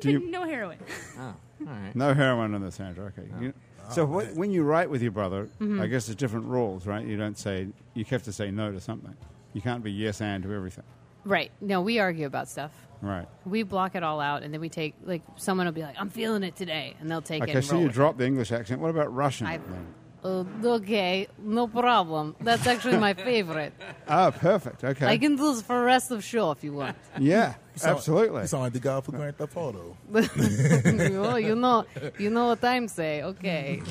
Speaker 1: Do you-
Speaker 5: no heroin.
Speaker 2: Oh, all right.
Speaker 1: No heroin in the Sandra. Oh, Okay. Mm-hmm. You- so wh- when you write with your brother, I guess there's different rules, right? You don't say you have to say no to something. You can't be yes and to everything,
Speaker 3: Right. No, we argue about stuff.
Speaker 1: right?
Speaker 3: We block it all out, and then we take like someone will be like, "I'm feeling it today," and they'll take it.
Speaker 1: Okay,
Speaker 3: and
Speaker 1: so
Speaker 3: roll
Speaker 1: you
Speaker 3: with
Speaker 1: drop the English accent. What about Russian?
Speaker 3: I've-
Speaker 1: then?
Speaker 3: it. Uh, okay, no problem. That's actually my favorite.
Speaker 1: Oh, perfect. Okay.
Speaker 3: I can do this for the rest of show if you want.
Speaker 1: yeah,
Speaker 4: Sound-
Speaker 1: absolutely.
Speaker 4: You sound like the guy for Grand Theft Auto.
Speaker 3: oh, you know, you know what I'm say. Okay,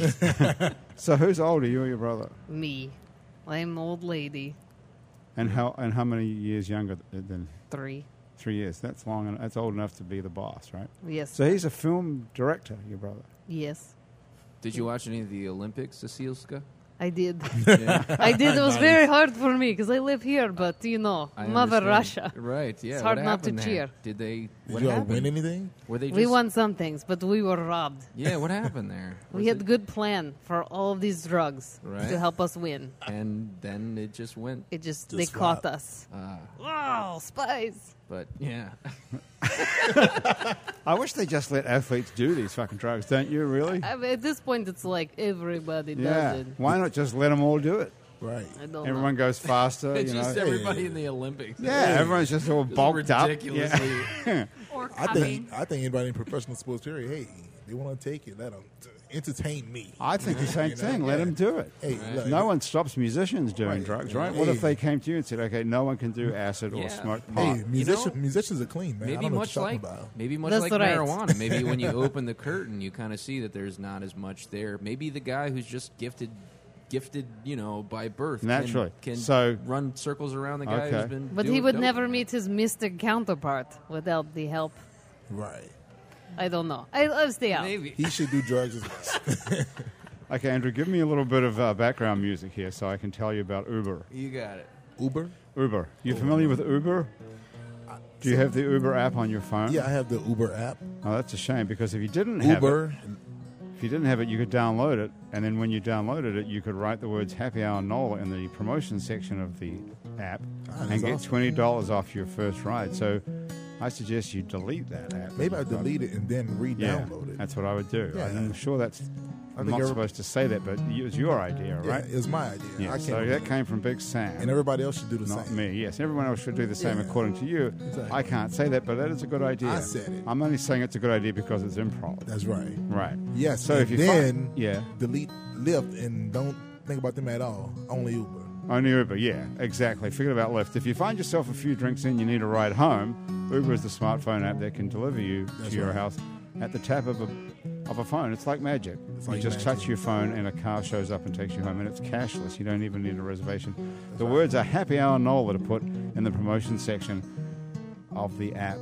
Speaker 1: So who's older, you or your brother?
Speaker 3: me, I'm an old lady.
Speaker 1: And how and how many years younger th- than
Speaker 3: Three.
Speaker 1: three years? That's long. en- That's old enough to be the boss, right?
Speaker 3: Yes.
Speaker 1: So he's a film director, your brother.
Speaker 3: yes.
Speaker 2: Did you watch any of the Olympics, Cecilska?
Speaker 3: I did. I did. It was very hard for me because I live here, but you know,
Speaker 2: I
Speaker 3: Mother
Speaker 2: understand.
Speaker 3: Russia.
Speaker 2: Right. Yeah.
Speaker 3: It's hard
Speaker 2: what
Speaker 3: not to
Speaker 2: happened there?
Speaker 3: cheer.
Speaker 2: Did they?
Speaker 4: Did
Speaker 2: What
Speaker 4: you all
Speaker 2: happened?
Speaker 4: win anything?
Speaker 2: Were they? Just,
Speaker 3: We won some things, but we were robbed.
Speaker 2: Yeah. What happened there?
Speaker 3: We
Speaker 2: Was
Speaker 3: had
Speaker 2: it-
Speaker 3: good plan for all these drugs
Speaker 2: Right.
Speaker 3: to help us win.
Speaker 2: And then it just went.
Speaker 3: It just,
Speaker 4: Just
Speaker 3: they
Speaker 4: swap.
Speaker 3: caught us.
Speaker 2: Uh,
Speaker 3: Wow, spies!
Speaker 2: but yeah.
Speaker 1: I wish they just let athletes do these fucking drugs, don't you? Really?
Speaker 3: I mean, at this point, it's like everybody does Oh,
Speaker 1: Yeah.
Speaker 3: it.
Speaker 1: Why not just let them all do it?
Speaker 4: Right.
Speaker 3: I don't
Speaker 1: Everyone goes faster. you
Speaker 2: It's just
Speaker 1: know.
Speaker 2: everybody in the Olympics.
Speaker 1: Yeah, everyone's just all
Speaker 2: Just
Speaker 1: bulked up. Yeah.
Speaker 2: ridiculously.
Speaker 5: Or
Speaker 4: I
Speaker 5: cupping.
Speaker 4: think I think anybody in professional sports period, hey, they want to take it. Let them entertain me.
Speaker 1: I think the same
Speaker 4: You know,
Speaker 1: thing. Let
Speaker 4: yeah.
Speaker 1: them do it.
Speaker 4: Hey, look,
Speaker 1: No one stops musicians doing drugs, right? What if they came to you and said, "Okay, no one can do acid or
Speaker 2: Yeah.
Speaker 1: smoke pot"?
Speaker 4: Hey, musician,
Speaker 2: know,
Speaker 4: musicians are clean, man. I
Speaker 2: Maybe
Speaker 4: don't know
Speaker 2: much
Speaker 4: what you're
Speaker 2: like
Speaker 4: talking about.
Speaker 2: maybe much like
Speaker 3: That's right.
Speaker 2: marijuana. Maybe when you open the curtain, you kind of see that there's not as much there. Maybe the guy who's just gifted, gifted, you know, by birth, can-
Speaker 1: Naturally.
Speaker 2: can,
Speaker 1: So-
Speaker 2: run circles around the guy
Speaker 1: Okay.
Speaker 2: who's been.
Speaker 3: But he
Speaker 2: doing
Speaker 3: would
Speaker 2: dope.
Speaker 3: never meet his mystic counterpart without the help.
Speaker 4: Right.
Speaker 3: I don't know. I, I'll stay out.
Speaker 2: Maybe
Speaker 4: He should do drugs as well.
Speaker 1: Okay, Andrew, give me a little bit of uh, background music here so I can tell you about Uber.
Speaker 2: you got it.
Speaker 4: Uber.
Speaker 1: Uber. You familiar with Uber? Do you have the Uber app on your phone?
Speaker 4: Yeah, I have the Uber app.
Speaker 1: Oh, that's a shame because if you didn't have it,
Speaker 4: Uber.
Speaker 1: if you didn't have it, you could download it, and then when you downloaded it, you could write the words "Happy Hour Nola" in the promotion section of the app and
Speaker 4: Ah, that's
Speaker 1: get
Speaker 4: awesome.
Speaker 1: twenty dollars off your first ride. So, I suggest you delete that app.
Speaker 4: Maybe I delete it and then
Speaker 1: Yeah,
Speaker 4: re-download it.
Speaker 1: that's what I would do.
Speaker 4: Yeah.
Speaker 1: I'm sure that's.
Speaker 4: I
Speaker 1: I'm
Speaker 4: think
Speaker 1: not
Speaker 4: every-
Speaker 1: supposed to say that, but it was your idea,
Speaker 4: Yeah,
Speaker 1: right?
Speaker 4: it was my idea. I
Speaker 1: Yeah,
Speaker 4: can't.
Speaker 1: so that came from Big Sam.
Speaker 4: and everybody else should do the
Speaker 1: not
Speaker 4: same.
Speaker 1: me. Yes, everyone else should do the same
Speaker 4: Yeah.
Speaker 1: according to you.
Speaker 4: Exactly.
Speaker 1: I can't say that, but that is a good idea.
Speaker 4: I said it.
Speaker 1: I'm only saying it's a good idea because it's improv.
Speaker 4: That's right.
Speaker 1: Right.
Speaker 4: Yes.
Speaker 1: So
Speaker 4: and
Speaker 1: if you
Speaker 4: then
Speaker 1: find- yeah.
Speaker 4: delete Lyft and don't think about them at all. Only Uber.
Speaker 1: Only Uber, yeah, exactly. Forget about Lyft. If you find yourself a few drinks in, you need a ride home. Uber is the smartphone app that can deliver you
Speaker 4: That's
Speaker 1: to your
Speaker 4: right.
Speaker 1: house at the tap of a of a phone. It's like magic.
Speaker 4: It's
Speaker 1: you
Speaker 4: like
Speaker 1: just
Speaker 4: magic.
Speaker 1: touch your phone and a car shows up and takes you home, and it's cashless. You don't even need a reservation. the words are happy hour Nola to put in the promotion section of the app.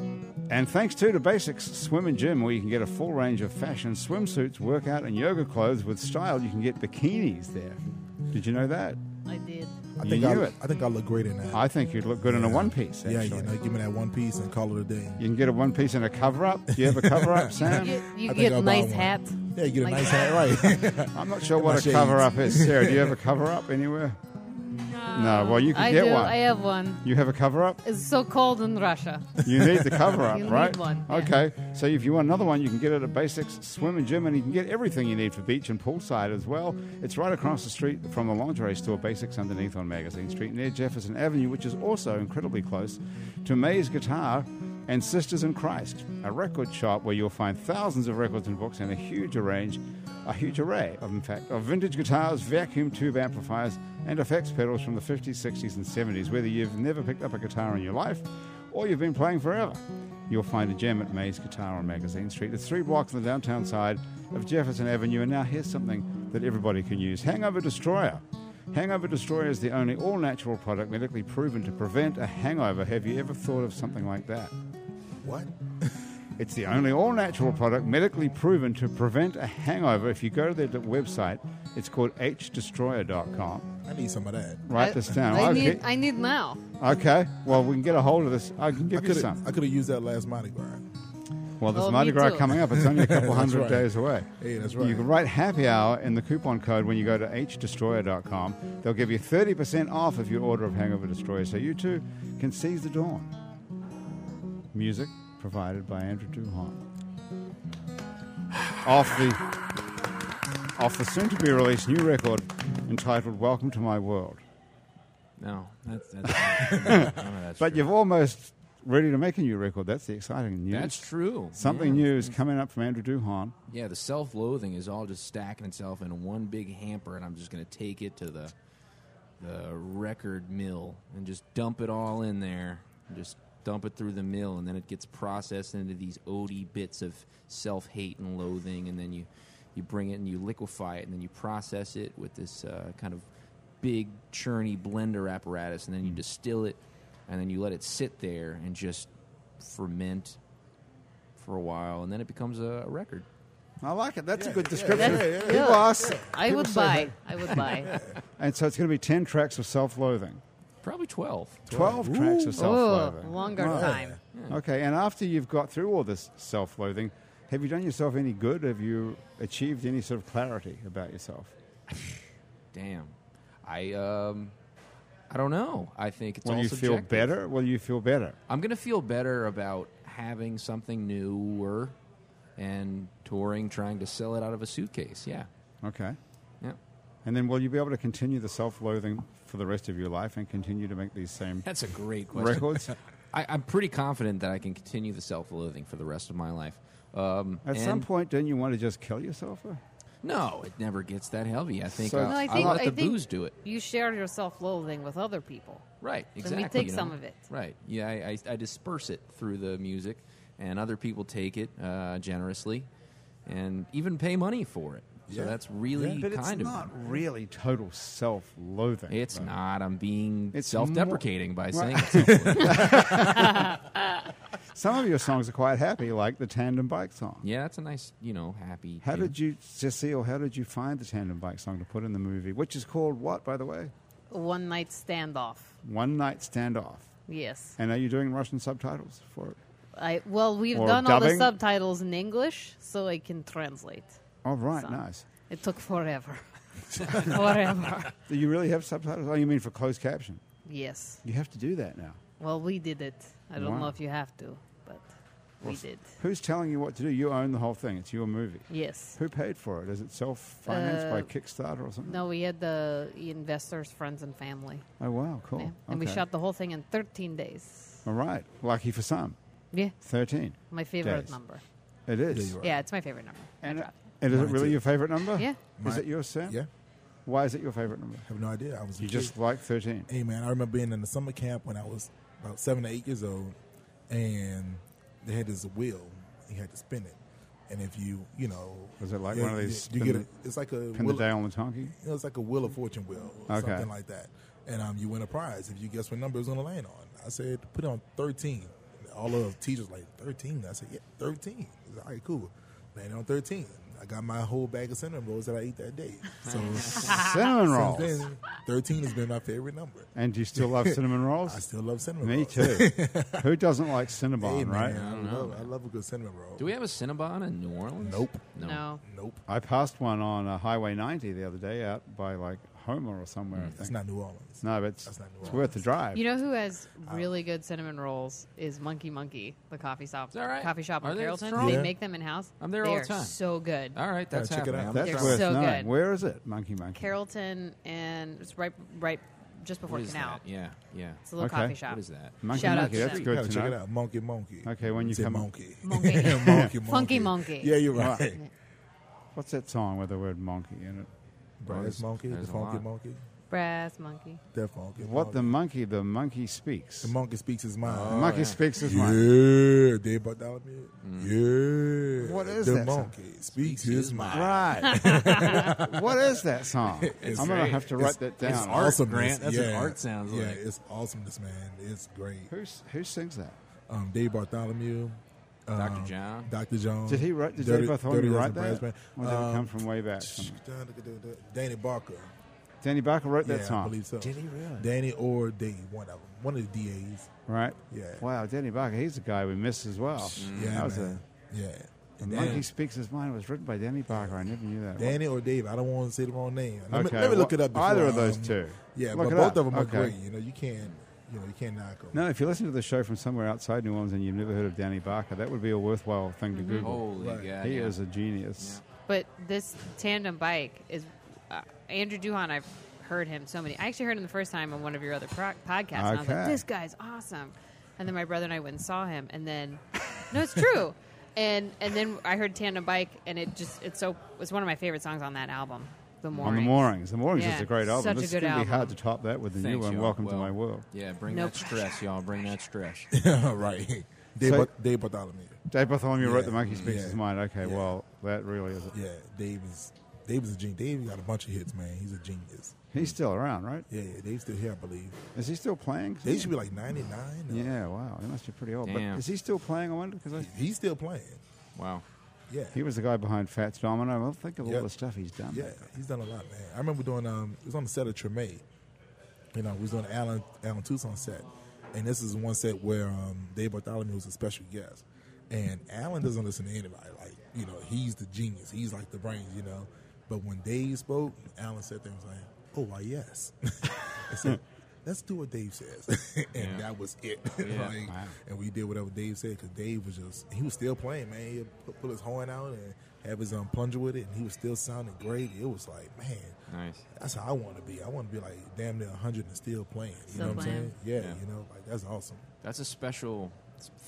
Speaker 1: And thanks too to Basics Swim and Gym, where you can get a full range of fashion swimsuits, workout, and yoga clothes with style. You can get bikinis there. Did you know that?
Speaker 3: I did.
Speaker 4: I
Speaker 1: You
Speaker 4: think
Speaker 1: knew
Speaker 4: I,
Speaker 1: it.
Speaker 4: I think I look great in that.
Speaker 1: I think you'd look good in a one piece.
Speaker 4: yeah,
Speaker 1: Actually.
Speaker 4: you know, give me that one piece and call it a day.
Speaker 1: You can get a one piece and a cover up. Do you have a cover up,
Speaker 3: You,
Speaker 1: Sam?
Speaker 4: I
Speaker 3: you
Speaker 4: think
Speaker 3: get
Speaker 4: I'll buy
Speaker 3: nice
Speaker 4: one.
Speaker 3: hats.
Speaker 4: Yeah, you get a
Speaker 3: Like-
Speaker 4: nice hat, right?
Speaker 1: I'm not sure
Speaker 4: my
Speaker 1: what a
Speaker 4: shades.
Speaker 1: cover up is. Sarah, do you have a cover up anywhere? No. Well, you can
Speaker 3: I
Speaker 1: get
Speaker 3: do.
Speaker 1: one.
Speaker 3: I have one.
Speaker 1: you have a cover up?
Speaker 3: It's so cold in Russia.
Speaker 1: You need the cover up,
Speaker 3: You need
Speaker 1: right?
Speaker 3: one, yeah.
Speaker 1: Okay. So if you want another one, you can get it at Basics Swim and Gym, and you can get everything you need for beach and poolside as well. It's right across the street from the lingerie store Basics underneath on Magazine Street near Jefferson Avenue, which is also incredibly close to May's Guitar and Sisters in Christ, a record shop where you'll find thousands of records and books and a huge range. A huge array of, in fact, of vintage guitars, vacuum tube amplifiers, and effects pedals from the 50s, 60s, and 70s. Whether you've never picked up a guitar in your life, or you've been playing forever. You'll find a gem at May's Guitar on Magazine Street. It's three blocks on the downtown side of Jefferson Avenue. And now here's something that everybody can use Hangover Destroyer. Hangover Destroyer is the only all natural product medically proven to prevent a hangover. Have you ever thought of something like that?
Speaker 4: what?
Speaker 1: It's the only all natural product medically proven to prevent a hangover. If you go to their d- website, it's called hdestroyer.com.
Speaker 4: I need some of that.
Speaker 1: Write
Speaker 3: I-
Speaker 1: this Oh, down.
Speaker 3: I
Speaker 1: I'll
Speaker 3: need.
Speaker 1: get-
Speaker 3: I need now.
Speaker 1: okay, well, we can get a hold of this. I can give
Speaker 4: I
Speaker 1: you
Speaker 4: could
Speaker 1: some.
Speaker 4: have I could have used that last Mardi Gras.
Speaker 1: Well, there's
Speaker 3: Oh, me
Speaker 1: Mardi Gras
Speaker 3: too.
Speaker 1: coming up. It's only a couple hundred
Speaker 4: right.
Speaker 1: days away.
Speaker 4: Hey, that's
Speaker 1: You
Speaker 4: right.
Speaker 1: can write happy hour in the coupon code when you go to hdestroyer.com. They'll give you 30% off if you order of Hangover Destroyer, so you too can seize the dawn. Music provided by Andrew Duhon. off the off the soon to be released new record entitled Welcome to My World.
Speaker 2: No, that's, that's, none of that's
Speaker 1: But
Speaker 2: true.
Speaker 1: you've almost ready to make a new record. That's the exciting news.
Speaker 2: That's true.
Speaker 1: Something new is coming up from Andrew Duhon.
Speaker 2: Yeah, the self-loathing is all just stacking itself in one big hamper, and I'm just going to take it to the the record mill and just dump it all in there. And just dump it through the mill, and then it gets processed into these OD bits of self-hate and loathing, and then you you bring it and you liquefy it, and then you process it with this uh, kind of big churny blender apparatus, and then you distill it, and then you let it sit there and just ferment for a while, and then it becomes a, a record.
Speaker 1: I like it. That's a good description.
Speaker 3: That's
Speaker 1: People
Speaker 3: good.
Speaker 1: ask-
Speaker 3: I would buy. I would buy.
Speaker 1: And so it's going to be 10 tracks of self loathing.
Speaker 2: Probably 12.
Speaker 1: 12 tracks of self
Speaker 3: Oh,
Speaker 1: loathing.
Speaker 3: longer time.
Speaker 1: Okay, and after you've got through all this self loathing, have you done yourself any good? Have you achieved any sort of clarity about yourself?
Speaker 2: Damn. I um I don't know. I think it's
Speaker 1: Will
Speaker 2: all
Speaker 1: you feel
Speaker 2: subjective.
Speaker 1: better? Will you feel better?
Speaker 2: I'm going to feel better about having something newer and touring trying to sell it out of a suitcase. Yeah.
Speaker 1: Okay.
Speaker 2: Yeah.
Speaker 1: And then will you be able to continue the self loathing for the rest of your life and continue to make these same
Speaker 2: That's a great question.
Speaker 1: records?
Speaker 2: I, I'm pretty confident that I can continue the self-loathing for the rest of my life. Um,
Speaker 1: At some
Speaker 2: and-
Speaker 1: point, don't you want to just kill yourself? or-
Speaker 2: no, it never gets that heavy. I think
Speaker 1: So-
Speaker 2: I'll,
Speaker 1: No, I
Speaker 2: I'll
Speaker 1: think-
Speaker 2: let
Speaker 1: I
Speaker 2: the booze do it.
Speaker 3: You share your self-loathing with other people.
Speaker 2: Right,
Speaker 3: we
Speaker 2: exactly.
Speaker 3: take
Speaker 2: you know?
Speaker 3: some of it.
Speaker 2: Right. Yeah, I, I, I disperse it through the music, and other people take it uh, generously, and even pay money for it. So
Speaker 4: Yeah.
Speaker 2: that's really
Speaker 4: Yeah.
Speaker 1: But
Speaker 2: kind
Speaker 1: it's
Speaker 2: of.
Speaker 1: not really total self loathing.
Speaker 2: It's not. I'm being
Speaker 1: It's
Speaker 2: self-deprecating by saying
Speaker 1: Right.
Speaker 2: it.
Speaker 1: Some of your songs are quite happy, like the tandem bike song.
Speaker 2: yeah, that's a nice, you know, happy.
Speaker 1: How
Speaker 2: tune.
Speaker 1: did you, Cecile, how did you find the tandem bike song to put in the movie, which is called what, by the way?
Speaker 3: One night standoff.
Speaker 1: One Night Standoff.
Speaker 3: Yes.
Speaker 1: And are you doing Russian subtitles for it?
Speaker 3: I well, we've
Speaker 1: Or
Speaker 3: done all
Speaker 1: dubbing?
Speaker 3: the subtitles in English, so I can translate.
Speaker 1: Oh, right,
Speaker 3: Some.
Speaker 1: nice.
Speaker 3: It took forever. forever.
Speaker 1: Do you really have subtitles? Oh, you mean for closed caption?
Speaker 3: Yes.
Speaker 1: You have to do that now.
Speaker 3: Well, we did it. I don't
Speaker 1: Wow.
Speaker 3: know if you have to, but we did.
Speaker 1: Who's telling you what to do? You own the whole thing. It's your movie.
Speaker 3: Yes.
Speaker 1: Who paid for it? Is it self financed
Speaker 3: Uh,
Speaker 1: by Kickstarter or something?
Speaker 3: No, we had the investors, friends, and family.
Speaker 1: Oh, wow, cool.
Speaker 3: Yeah. And we
Speaker 1: Okay.
Speaker 3: shot the whole thing in 13 days.
Speaker 1: All right. Lucky for some.
Speaker 3: Yeah.
Speaker 1: 13.
Speaker 3: My favorite
Speaker 1: Days.
Speaker 3: number.
Speaker 1: It is.
Speaker 4: you are.
Speaker 3: Yeah, it's my favorite number.
Speaker 1: And,
Speaker 3: I
Speaker 1: it-
Speaker 3: tried.
Speaker 1: and is it
Speaker 4: Mine
Speaker 1: really
Speaker 4: too.
Speaker 1: your favorite number?
Speaker 3: Yeah.
Speaker 1: Is
Speaker 4: Mine-
Speaker 1: it yours, Sam?
Speaker 4: Yeah.
Speaker 1: Why is it your favorite number?
Speaker 4: I have no idea. I was a
Speaker 1: You
Speaker 4: kid.
Speaker 1: just like 13.
Speaker 4: Hey man, I remember being in the summer camp when I was about seven or eight years old, and they had this wheel. You had to spin it, and if you, you know,
Speaker 1: Was it like
Speaker 4: yeah,
Speaker 1: one of these
Speaker 4: You, you
Speaker 1: spin
Speaker 4: get a,
Speaker 1: the-
Speaker 4: it's like a
Speaker 1: Pin the
Speaker 4: wheel-
Speaker 1: day on the donkey.
Speaker 4: you know, it's like a wheel of fortune wheel, or
Speaker 1: Okay.
Speaker 4: something like that. And um, you win a prize if you guess what number it was going to land on. I said, put it on 13. All of the teachers like, 13? I said, yeah, 13. I said, All right, cool. Landed on 13. I got my whole bag of cinnamon rolls that I ate that day. So
Speaker 1: Cinnamon
Speaker 4: since
Speaker 1: rolls.
Speaker 4: then, 13 has been my favorite number.
Speaker 1: And do you still love cinnamon
Speaker 4: I
Speaker 1: rolls?
Speaker 4: still love cinnamon
Speaker 1: Me
Speaker 4: rolls.
Speaker 1: too. Who doesn't like
Speaker 4: Hey,
Speaker 1: Cinnabon,
Speaker 4: man,
Speaker 1: right?
Speaker 4: I,
Speaker 2: don't know,
Speaker 4: love,
Speaker 2: man.
Speaker 4: I love a good cinnamon roll.
Speaker 2: Do we have a Cinnabon in New Orleans?
Speaker 4: Nope.
Speaker 2: No.
Speaker 3: No.
Speaker 4: Nope.
Speaker 1: I passed one on uh, Highway 90 the other day out by like Homer or somewhere. I
Speaker 4: That's
Speaker 1: think.
Speaker 4: Mm, not New Orleans.
Speaker 1: no, but it's,
Speaker 4: that's not New
Speaker 1: it's worth the drive.
Speaker 3: You know who has really good cinnamon rolls is Monkey Monkey, the coffee shop.
Speaker 2: that right?
Speaker 3: Coffee shop
Speaker 2: Are
Speaker 3: in
Speaker 2: they
Speaker 3: Carrollton.
Speaker 2: strong?
Speaker 3: They
Speaker 4: Yeah.
Speaker 3: make them in house.
Speaker 2: I'm there
Speaker 3: they
Speaker 2: all
Speaker 3: are
Speaker 2: the time.
Speaker 3: So good.
Speaker 2: All right, that's
Speaker 4: check it
Speaker 2: happening.
Speaker 4: out.
Speaker 2: I'm
Speaker 1: That's
Speaker 2: there.
Speaker 3: They're
Speaker 1: worth
Speaker 3: so
Speaker 1: knowing.
Speaker 3: good.
Speaker 1: Where is it, Monkey Monkey?
Speaker 3: Carrollton and it's right, right, just before
Speaker 2: What is
Speaker 3: Canal.
Speaker 2: that? Yeah, yeah.
Speaker 3: It's a little
Speaker 1: Okay.
Speaker 3: coffee shop.
Speaker 2: What is that?
Speaker 1: Monkey
Speaker 3: Shout out
Speaker 1: Monkey.
Speaker 3: to
Speaker 1: That's
Speaker 3: them.
Speaker 1: good
Speaker 4: Yeah,
Speaker 1: to
Speaker 4: check
Speaker 1: know.
Speaker 4: it out. Monkey Monkey.
Speaker 1: Okay, when you
Speaker 4: Say
Speaker 1: come-
Speaker 4: monkey.
Speaker 3: Monkey.
Speaker 4: monkey.
Speaker 3: Funky monkey.
Speaker 4: Yeah, you're right.
Speaker 1: What's that song with the word monkey in
Speaker 4: Oh,
Speaker 1: it?
Speaker 4: Brass monkey, the
Speaker 2: There's a
Speaker 4: funky
Speaker 2: lot.
Speaker 4: monkey,
Speaker 3: Brass Monkey.
Speaker 4: that funky.
Speaker 1: What the
Speaker 4: monkey.
Speaker 1: monkey? The monkey speaks.
Speaker 4: The monkey speaks his mind.
Speaker 1: The monkey
Speaker 2: yeah.
Speaker 1: speaks his mind.
Speaker 4: Yeah, Dave Bartholomew. Yeah.
Speaker 1: What is
Speaker 4: the
Speaker 1: that
Speaker 4: monkey speaks his
Speaker 2: Mm. his
Speaker 4: mind?
Speaker 1: Right. what is that song? I'm going to
Speaker 2: great.
Speaker 1: have to write that
Speaker 4: It's-
Speaker 1: down.
Speaker 4: It's awesome,
Speaker 2: Grant. That's
Speaker 4: yeah.
Speaker 2: what art sounds
Speaker 4: yeah,
Speaker 2: like.
Speaker 4: it's awesomeness, man. It's great.
Speaker 1: Who's, who sings that?
Speaker 4: Um, Dave Bartholomew. Um,
Speaker 2: Dr. John.
Speaker 4: Dr. John.
Speaker 1: Did he write? Did
Speaker 4: Dirty-
Speaker 1: Dave
Speaker 4: Dirty
Speaker 1: Bartholomew
Speaker 4: Dancing
Speaker 1: write
Speaker 4: Brass
Speaker 1: that?
Speaker 4: Band.
Speaker 1: Or did it
Speaker 4: Um,
Speaker 1: come from way back? somewhere?
Speaker 4: Danny Barker.
Speaker 1: Danny Barker wrote
Speaker 4: Yeah,
Speaker 1: that song.
Speaker 4: I believe so.
Speaker 2: Did he really?
Speaker 4: Danny or Dave, one of them. One of the DAs.
Speaker 1: Right?
Speaker 4: Yeah.
Speaker 1: Wow, Danny Barker, he's a guy we miss as well.
Speaker 3: Mm.
Speaker 4: Yeah,
Speaker 1: That was
Speaker 4: man. yeah.
Speaker 1: a,
Speaker 4: And
Speaker 1: Monkey
Speaker 4: Danny,
Speaker 1: Speaks His Mind was written by Danny Barker. I never knew that.
Speaker 4: Danny or Dave. I don't want to say the wrong name. Let me,
Speaker 1: Okay,
Speaker 4: let me look
Speaker 1: well,
Speaker 4: it up. Before,
Speaker 1: either of those
Speaker 4: um,
Speaker 1: two.
Speaker 4: Yeah,
Speaker 1: Look
Speaker 4: but
Speaker 1: it
Speaker 4: both
Speaker 1: up.
Speaker 4: of them
Speaker 1: Okay.
Speaker 4: are great. You know, you can't. You know, you can't knock them.
Speaker 1: No, if you listen to the show from somewhere outside New Orleans and you've never heard of Danny Barker, that would be a worthwhile thing
Speaker 3: Mm-hmm.
Speaker 1: to Google.
Speaker 2: Holy
Speaker 4: Right.
Speaker 3: Oh,
Speaker 2: God.
Speaker 1: he
Speaker 2: yeah.
Speaker 1: is a genius.
Speaker 3: But this tandem bike is uh, Andrew Duhan. I've heard him so many. I actually heard him the first time on one of your other pro- podcasts, and I was like,
Speaker 1: Okay.
Speaker 3: "This guy's awesome." And then my brother and I went and saw him, and then no, it's true. And and then I heard tandem bike, and it just it's so it's one of my favorite songs on that album, the
Speaker 1: On
Speaker 3: Moorings.
Speaker 1: the Moorings. The Moorings is
Speaker 3: Yeah,
Speaker 1: a great album.
Speaker 3: such a
Speaker 1: this is
Speaker 3: good
Speaker 1: gonna be
Speaker 3: album.
Speaker 1: hard to top that with the new
Speaker 2: Thanks,
Speaker 1: one,
Speaker 2: y'all.
Speaker 1: Welcome to
Speaker 2: Well,
Speaker 1: My World.
Speaker 2: Yeah, bring
Speaker 3: No
Speaker 2: that stress, y'all. Bring that stress.
Speaker 4: right. Dave,
Speaker 1: So-
Speaker 4: Bar- Dave Bartholomew.
Speaker 1: Dave Bartholomew wrote
Speaker 4: Yeah.
Speaker 1: The Monkey Speaks
Speaker 4: Yeah.
Speaker 1: His Mind. Okay,
Speaker 4: Yeah.
Speaker 1: well, that really is. A,
Speaker 4: Yeah, Dave is. Dave is a genius. Dave got a bunch of hits, man. He's a genius.
Speaker 1: He's still around, right?
Speaker 4: Yeah, yeah. Dave's still here, I believe.
Speaker 1: Is he still playing?
Speaker 4: Dave should be like ninety nine.
Speaker 1: Yeah, wow. He must be pretty old.
Speaker 2: Damn.
Speaker 1: But is he still playing, I wonder? Because
Speaker 4: He's still playing.
Speaker 2: wow.
Speaker 4: Yeah.
Speaker 1: he was the guy behind Fats Domino. Well, think of all
Speaker 4: Yep.
Speaker 1: the stuff he's done.
Speaker 4: Yeah, he's done a lot, man. I remember doing um, it was on the set of Treme. You know, we was doing the Alan Alan Tucson set, and this is one set where um, Dave Bartholomew was a special guest, and Alan doesn't listen to anybody. Like, you know, he's the genius. He's like the brains, you know. But when Dave spoke, Alan sat there and was like, "Oh, why yes." I said, Let's do what Dave says,
Speaker 2: Yeah.
Speaker 4: and that was it.
Speaker 2: Yeah.
Speaker 4: Like,
Speaker 1: Wow.
Speaker 4: and we did whatever Dave said because Dave was just he was still playing, man. He'd pu- pull his horn out and have his um, plunger with it, and he was still sounding great. It was like, man,
Speaker 2: Nice.
Speaker 4: that's how I want to be. I want to be like damn near 100 and still playing. You
Speaker 5: Still
Speaker 4: know what I'm
Speaker 5: playing.
Speaker 4: saying? Yeah,
Speaker 2: Yeah.
Speaker 4: you know, like that's awesome.
Speaker 2: That's a special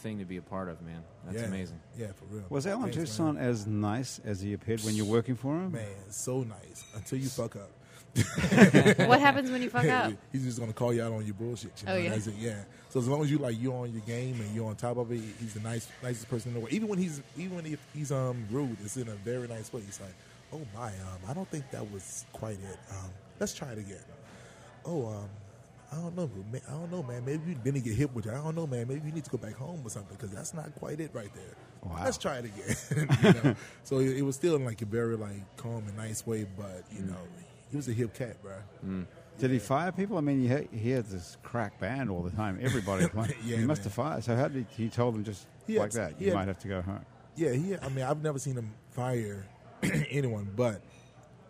Speaker 2: thing to be a part of, man. That's
Speaker 4: yeah.
Speaker 2: amazing.
Speaker 4: Yeah, for real.
Speaker 1: Was Alan
Speaker 4: Thanks, man.
Speaker 1: Toussaint as nice as he appeared when you're working for him?
Speaker 4: Man, so nice until you fuck up.
Speaker 3: What happens when you fuck up?
Speaker 4: He's just gonna call you out on your bullshit. You
Speaker 3: Oh,
Speaker 4: know?
Speaker 3: yeah.
Speaker 4: That's it, yeah. So as long as you like you're on your game and you're on top of it, he's the nice nicest person in the world. Even when he's even when he, he's um rude, it's in a very nice way. He's like, oh my, um, I don't think that was quite it. Um, let's try it again. Oh um. I don't know. ma- I don't know, man. Maybe you didn't get hit with that. I don't know, man. Maybe you need to go back home or something because that's not quite it right there.
Speaker 1: Wow.
Speaker 4: Let's try it again. you know? So it, it was still in like a very like calm and nice way, but you know, he was a hip cat, bro.
Speaker 1: Did he fire people? I mean, you he- he had this crack band all the time. Everybody playing.
Speaker 4: Yeah,
Speaker 1: he must
Speaker 4: man.
Speaker 1: have fired. So how did he told them just
Speaker 4: He had-
Speaker 1: like that?
Speaker 4: he
Speaker 1: You
Speaker 4: had-
Speaker 1: might have to go home.
Speaker 4: Yeah, he. I mean, I've never seen him fire anyone, but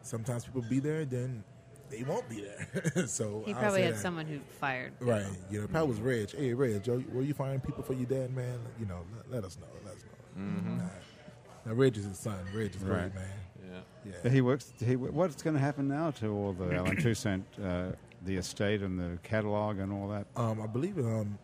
Speaker 4: sometimes people be there, then they won't be there. so
Speaker 3: He
Speaker 4: I'll
Speaker 3: probably
Speaker 4: say
Speaker 3: had
Speaker 4: that.
Speaker 3: someone who fired.
Speaker 4: Right, you know, probably was Reg. Hey, Reg, yo, were you firing people for your dad, man? You know, let, let us know. Let us know. Nah. Now, Reg is his son. Reg is
Speaker 1: Mm-hmm. Right.
Speaker 4: great, man.
Speaker 2: Yeah.
Speaker 4: Yeah,
Speaker 1: Did He works. did He, what's going to happen now to all the Alan Toussaint, uh, the estate and the catalog and all that?
Speaker 4: Um, I believe um,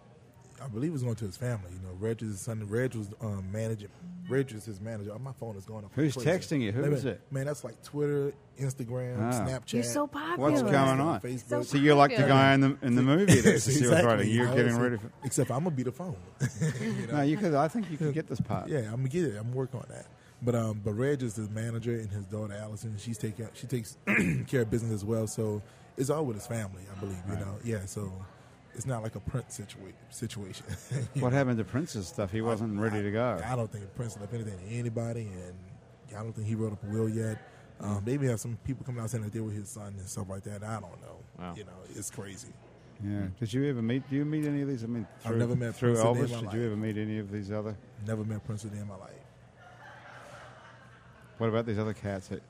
Speaker 4: I believe it was going to his family. You know, Reg is his son. Reg was um, managing. Reg is his manager. Oh, my phone is going off.
Speaker 1: Who's
Speaker 4: Crazy.
Speaker 1: texting you? Who
Speaker 4: man,
Speaker 1: is it?
Speaker 4: Man, that's like Twitter, Instagram,
Speaker 1: Ah.
Speaker 4: Snapchat.
Speaker 3: You're so popular.
Speaker 1: What's going on?
Speaker 4: Facebook.
Speaker 1: So you're like the guy in the in the movie that's
Speaker 4: Yes,
Speaker 1: exactly.
Speaker 4: exactly.
Speaker 1: You're
Speaker 4: I
Speaker 1: getting
Speaker 4: was-
Speaker 1: ready for.
Speaker 4: Except I'm gonna be the phone. You know?
Speaker 1: No, you could. I think you could get this part.
Speaker 4: Yeah, I'm gonna get it. I'm working on that. But um, but Reg is the manager, and his daughter Allison. She's taking she takes care of business as well. So it's all with his family, I believe. You know, yeah. So it's not like a Prince situa- situation. You
Speaker 1: What
Speaker 4: know?
Speaker 1: happened to Prince's stuff? He wasn't ready to go.
Speaker 4: I don't think Prince left anything to anybody, and I don't think he wrote up a will yet.
Speaker 1: Mm.
Speaker 4: Um, maybe have some people coming out saying that they were his son and stuff like that. I don't know.
Speaker 2: Wow.
Speaker 4: You know, it's crazy.
Speaker 1: Yeah. Did you ever meet? Do you meet any of these? I mean,
Speaker 4: hmm. I've
Speaker 1: through,
Speaker 4: never met
Speaker 1: through
Speaker 4: Prince in my
Speaker 1: Elvis. Did
Speaker 4: life.
Speaker 1: you ever meet any of these other?
Speaker 4: Never met Prince a day in my life.
Speaker 1: What about these other cats? That,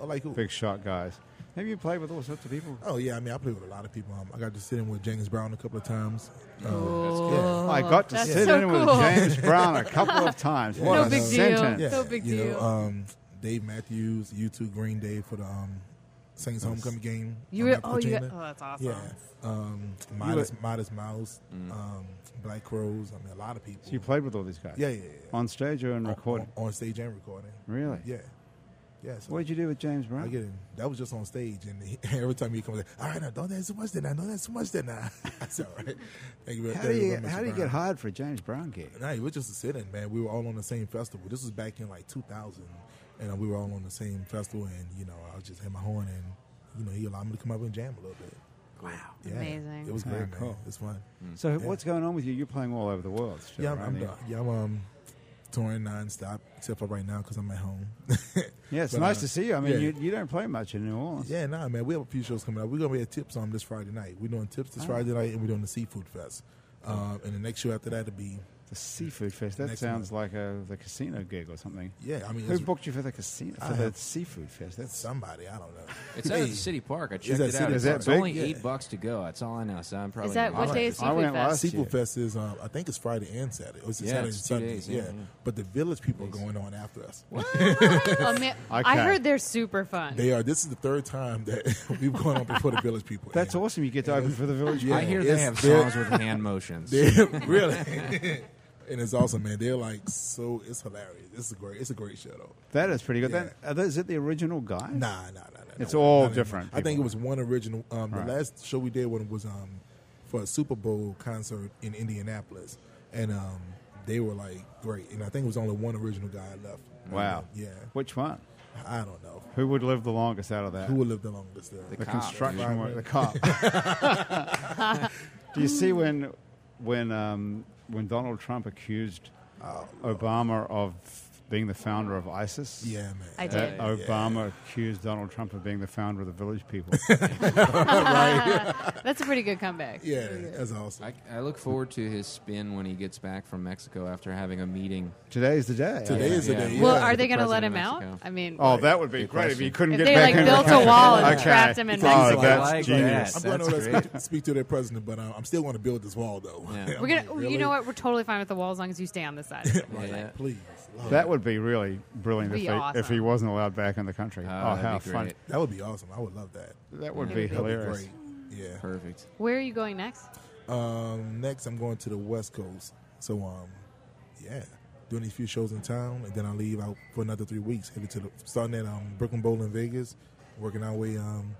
Speaker 4: Oh, like who?
Speaker 1: big shot guys. Have you played with all sorts of people?
Speaker 4: Oh yeah, I mean I played with a lot of people. Um, I got to sit in with James Brown a couple of times. Um,
Speaker 3: Oh,
Speaker 1: I got to
Speaker 3: that's
Speaker 1: sit
Speaker 3: so
Speaker 1: in
Speaker 3: cool.
Speaker 1: with James Brown a couple of times. What
Speaker 4: No
Speaker 1: a
Speaker 4: big deal.
Speaker 1: sentence!
Speaker 3: Yeah. No big
Speaker 4: you
Speaker 3: deal.
Speaker 4: Know, um, Dave Matthews, U2 Green Day for the um, Saints homecoming game.
Speaker 3: You
Speaker 4: um,
Speaker 3: were,
Speaker 4: at
Speaker 3: oh, you, oh,
Speaker 4: Patina.
Speaker 3: that's awesome.
Speaker 4: yeah. Um, Modest, Modest Mouse, um, Black Crows. I mean, a lot of people.
Speaker 1: So you Mm. played with all these guys?
Speaker 4: yeah, yeah, yeah.
Speaker 1: On stage or in
Speaker 4: On-
Speaker 1: recording?
Speaker 4: on, on stage and recording.
Speaker 1: Really?
Speaker 4: Yeah, yeah. So
Speaker 1: What did you do with James
Speaker 4: I
Speaker 1: Brown?
Speaker 4: get him. That was just on stage, and he, every time he comes, like, all right, now don't dance so much, then I know that's so much, then I. That's all right. Thank you very-
Speaker 1: how
Speaker 4: thank
Speaker 1: do
Speaker 4: very
Speaker 1: you
Speaker 4: much,
Speaker 1: how do you
Speaker 4: Brian.
Speaker 1: get hired for a James Brown gig?
Speaker 4: Nah, it was just a sit-in, man. We were all on the same festival. This was back in like 2000, and uh, we were all on the same festival. And you know, I was just hit my horn, and you know, he allowed me to come up and jam a little bit.
Speaker 2: Wow.
Speaker 4: Yeah,
Speaker 3: Amazing.
Speaker 4: It was
Speaker 1: Ah,
Speaker 4: great, man.
Speaker 1: cool.
Speaker 4: It's fun.
Speaker 1: So what's going on with you? You're playing all over the world. Still,
Speaker 4: Yeah, I'm,
Speaker 1: right?
Speaker 4: I'm,
Speaker 1: Yeah.
Speaker 4: done. yeah, I'm um, touring nonstop, except for right now because I'm at home.
Speaker 1: Yeah, it's
Speaker 4: But,
Speaker 1: nice
Speaker 4: uh,
Speaker 1: to see you. I mean,
Speaker 4: yeah.
Speaker 1: you, you don't play much in New Orleans.
Speaker 4: Yeah, nah, man. We have a few shows coming up. We're gonna be at Tips on this Friday night. We're doing Tips this Friday night, and we're doing the Seafood Fest. Um, and the next show after that will be
Speaker 1: The Seafood Fest. That
Speaker 4: Next
Speaker 1: sounds like a the casino gig or something.
Speaker 4: yeah. Ah, I mean,
Speaker 1: Who
Speaker 4: it's,
Speaker 1: booked you for the casino for
Speaker 4: I
Speaker 1: the
Speaker 4: have-
Speaker 1: Seafood Fest?
Speaker 4: that's
Speaker 1: That's
Speaker 4: somebody. I don't know.
Speaker 2: It's out at the city park. I checked
Speaker 4: that
Speaker 2: it
Speaker 4: city-
Speaker 2: out.
Speaker 1: is
Speaker 2: It's,
Speaker 1: that
Speaker 2: it's
Speaker 1: big?
Speaker 2: only
Speaker 4: Yeah.
Speaker 2: eight bucks to go. That's all I know. So I'm probably
Speaker 3: Is that
Speaker 2: not
Speaker 3: what
Speaker 2: gonna
Speaker 3: day
Speaker 2: do
Speaker 3: is
Speaker 2: it.
Speaker 1: I
Speaker 3: Seafood
Speaker 1: went
Speaker 3: Fest?
Speaker 1: last year.
Speaker 4: Sequel Fest is, um, I think it's Friday and Saturday. Oh, it's
Speaker 2: Yeah,
Speaker 4: Saturday
Speaker 2: it's
Speaker 4: and
Speaker 2: two
Speaker 4: Sunday.
Speaker 2: days,
Speaker 4: yeah.
Speaker 2: yeah, yeah.
Speaker 4: But the village people are going on after us.
Speaker 3: Oh, man. I
Speaker 1: Okay.
Speaker 3: heard they're super fun.
Speaker 4: They are. This is the third time that we've gone on before the village people.
Speaker 1: That's
Speaker 4: And
Speaker 1: awesome. You get to open for the Village.
Speaker 4: Yeah.
Speaker 2: I hear they
Speaker 4: It's
Speaker 2: have
Speaker 4: very-
Speaker 2: songs with hand motions.
Speaker 4: they're- really. and it's awesome, man. They're like so. It's hilarious. It's a great. It's a great show though.
Speaker 1: That is pretty good.
Speaker 4: Yeah.
Speaker 1: That, are those- is it the original guy?
Speaker 4: Nah, nah, nah, nah.
Speaker 1: It's
Speaker 4: nah,
Speaker 1: all
Speaker 4: nah, nah.
Speaker 1: different
Speaker 4: I think
Speaker 1: people.
Speaker 4: it was one original. Um, the
Speaker 1: Right.
Speaker 4: last show we did one was um, for a Super Bowl concert in Indianapolis, and um, they were like great. And I think it was only one original guy left.
Speaker 1: Wow.
Speaker 4: Yeah.
Speaker 1: Which one?
Speaker 4: I don't know.
Speaker 1: Who would live the longest out of that?
Speaker 4: Who will live the longest there?
Speaker 1: the
Speaker 2: Cop.
Speaker 1: construction
Speaker 4: Right,
Speaker 1: work,
Speaker 4: right.
Speaker 1: the cop. Do you see when when um, when Donald Trump accused
Speaker 4: Oh.
Speaker 1: Obama of being the founder of ISIS?
Speaker 4: Yeah, man.
Speaker 3: I
Speaker 1: That
Speaker 3: did.
Speaker 1: Obama accused Donald Trump of being the founder of the Village People.
Speaker 3: That's a pretty good comeback.
Speaker 4: yeah, that's awesome.
Speaker 2: I, I look forward to his spin when he gets back from Mexico after having a meeting.
Speaker 1: Today's the day.
Speaker 4: Today is the
Speaker 2: Yeah.
Speaker 4: day.
Speaker 3: Well,
Speaker 4: yeah.
Speaker 3: are they
Speaker 2: The
Speaker 3: going to let him
Speaker 2: president of
Speaker 3: out?
Speaker 2: Mexico.
Speaker 3: I mean,
Speaker 1: Oh, that would be
Speaker 2: Good
Speaker 1: great if you couldn't
Speaker 2: question.
Speaker 3: If
Speaker 1: get
Speaker 3: they,
Speaker 1: back
Speaker 3: like,
Speaker 1: in the
Speaker 3: built a
Speaker 1: country.
Speaker 3: wall and
Speaker 1: okay.
Speaker 3: trapped him in
Speaker 1: oh,
Speaker 3: Mexico.
Speaker 1: That's
Speaker 2: I like
Speaker 1: genius.
Speaker 2: that.
Speaker 4: I'm
Speaker 2: That's
Speaker 4: going to
Speaker 2: great.
Speaker 4: speak, speak to their president, but uh, I'm still going to build this wall though.
Speaker 2: Yeah.
Speaker 4: I'm
Speaker 3: we're going
Speaker 4: like,
Speaker 3: to,
Speaker 4: really?
Speaker 3: you know what? We're totally fine with the wall as long as you stay on this side. of it.
Speaker 2: Yeah, yeah.
Speaker 4: Please. Lord.
Speaker 1: That would be really brilliant
Speaker 3: Be
Speaker 1: if, he, if
Speaker 3: awesome.
Speaker 1: he wasn't allowed back in the country.
Speaker 2: Oh,
Speaker 1: oh,
Speaker 2: that'd
Speaker 1: how
Speaker 2: be
Speaker 1: fun!
Speaker 2: great.
Speaker 4: That would be awesome. I would love that.
Speaker 1: That would
Speaker 3: Yeah.
Speaker 1: be
Speaker 3: That'd be
Speaker 4: That would
Speaker 1: hilarious.
Speaker 4: be great. Yeah.
Speaker 2: Perfect.
Speaker 3: Where are you going next?
Speaker 4: Um, next, I'm going to the West Coast. So, um, yeah, doing these few shows in town, and then I leave out for another three weeks. Headed to the starting at um, Brooklyn Bowl in Vegas, working our way um,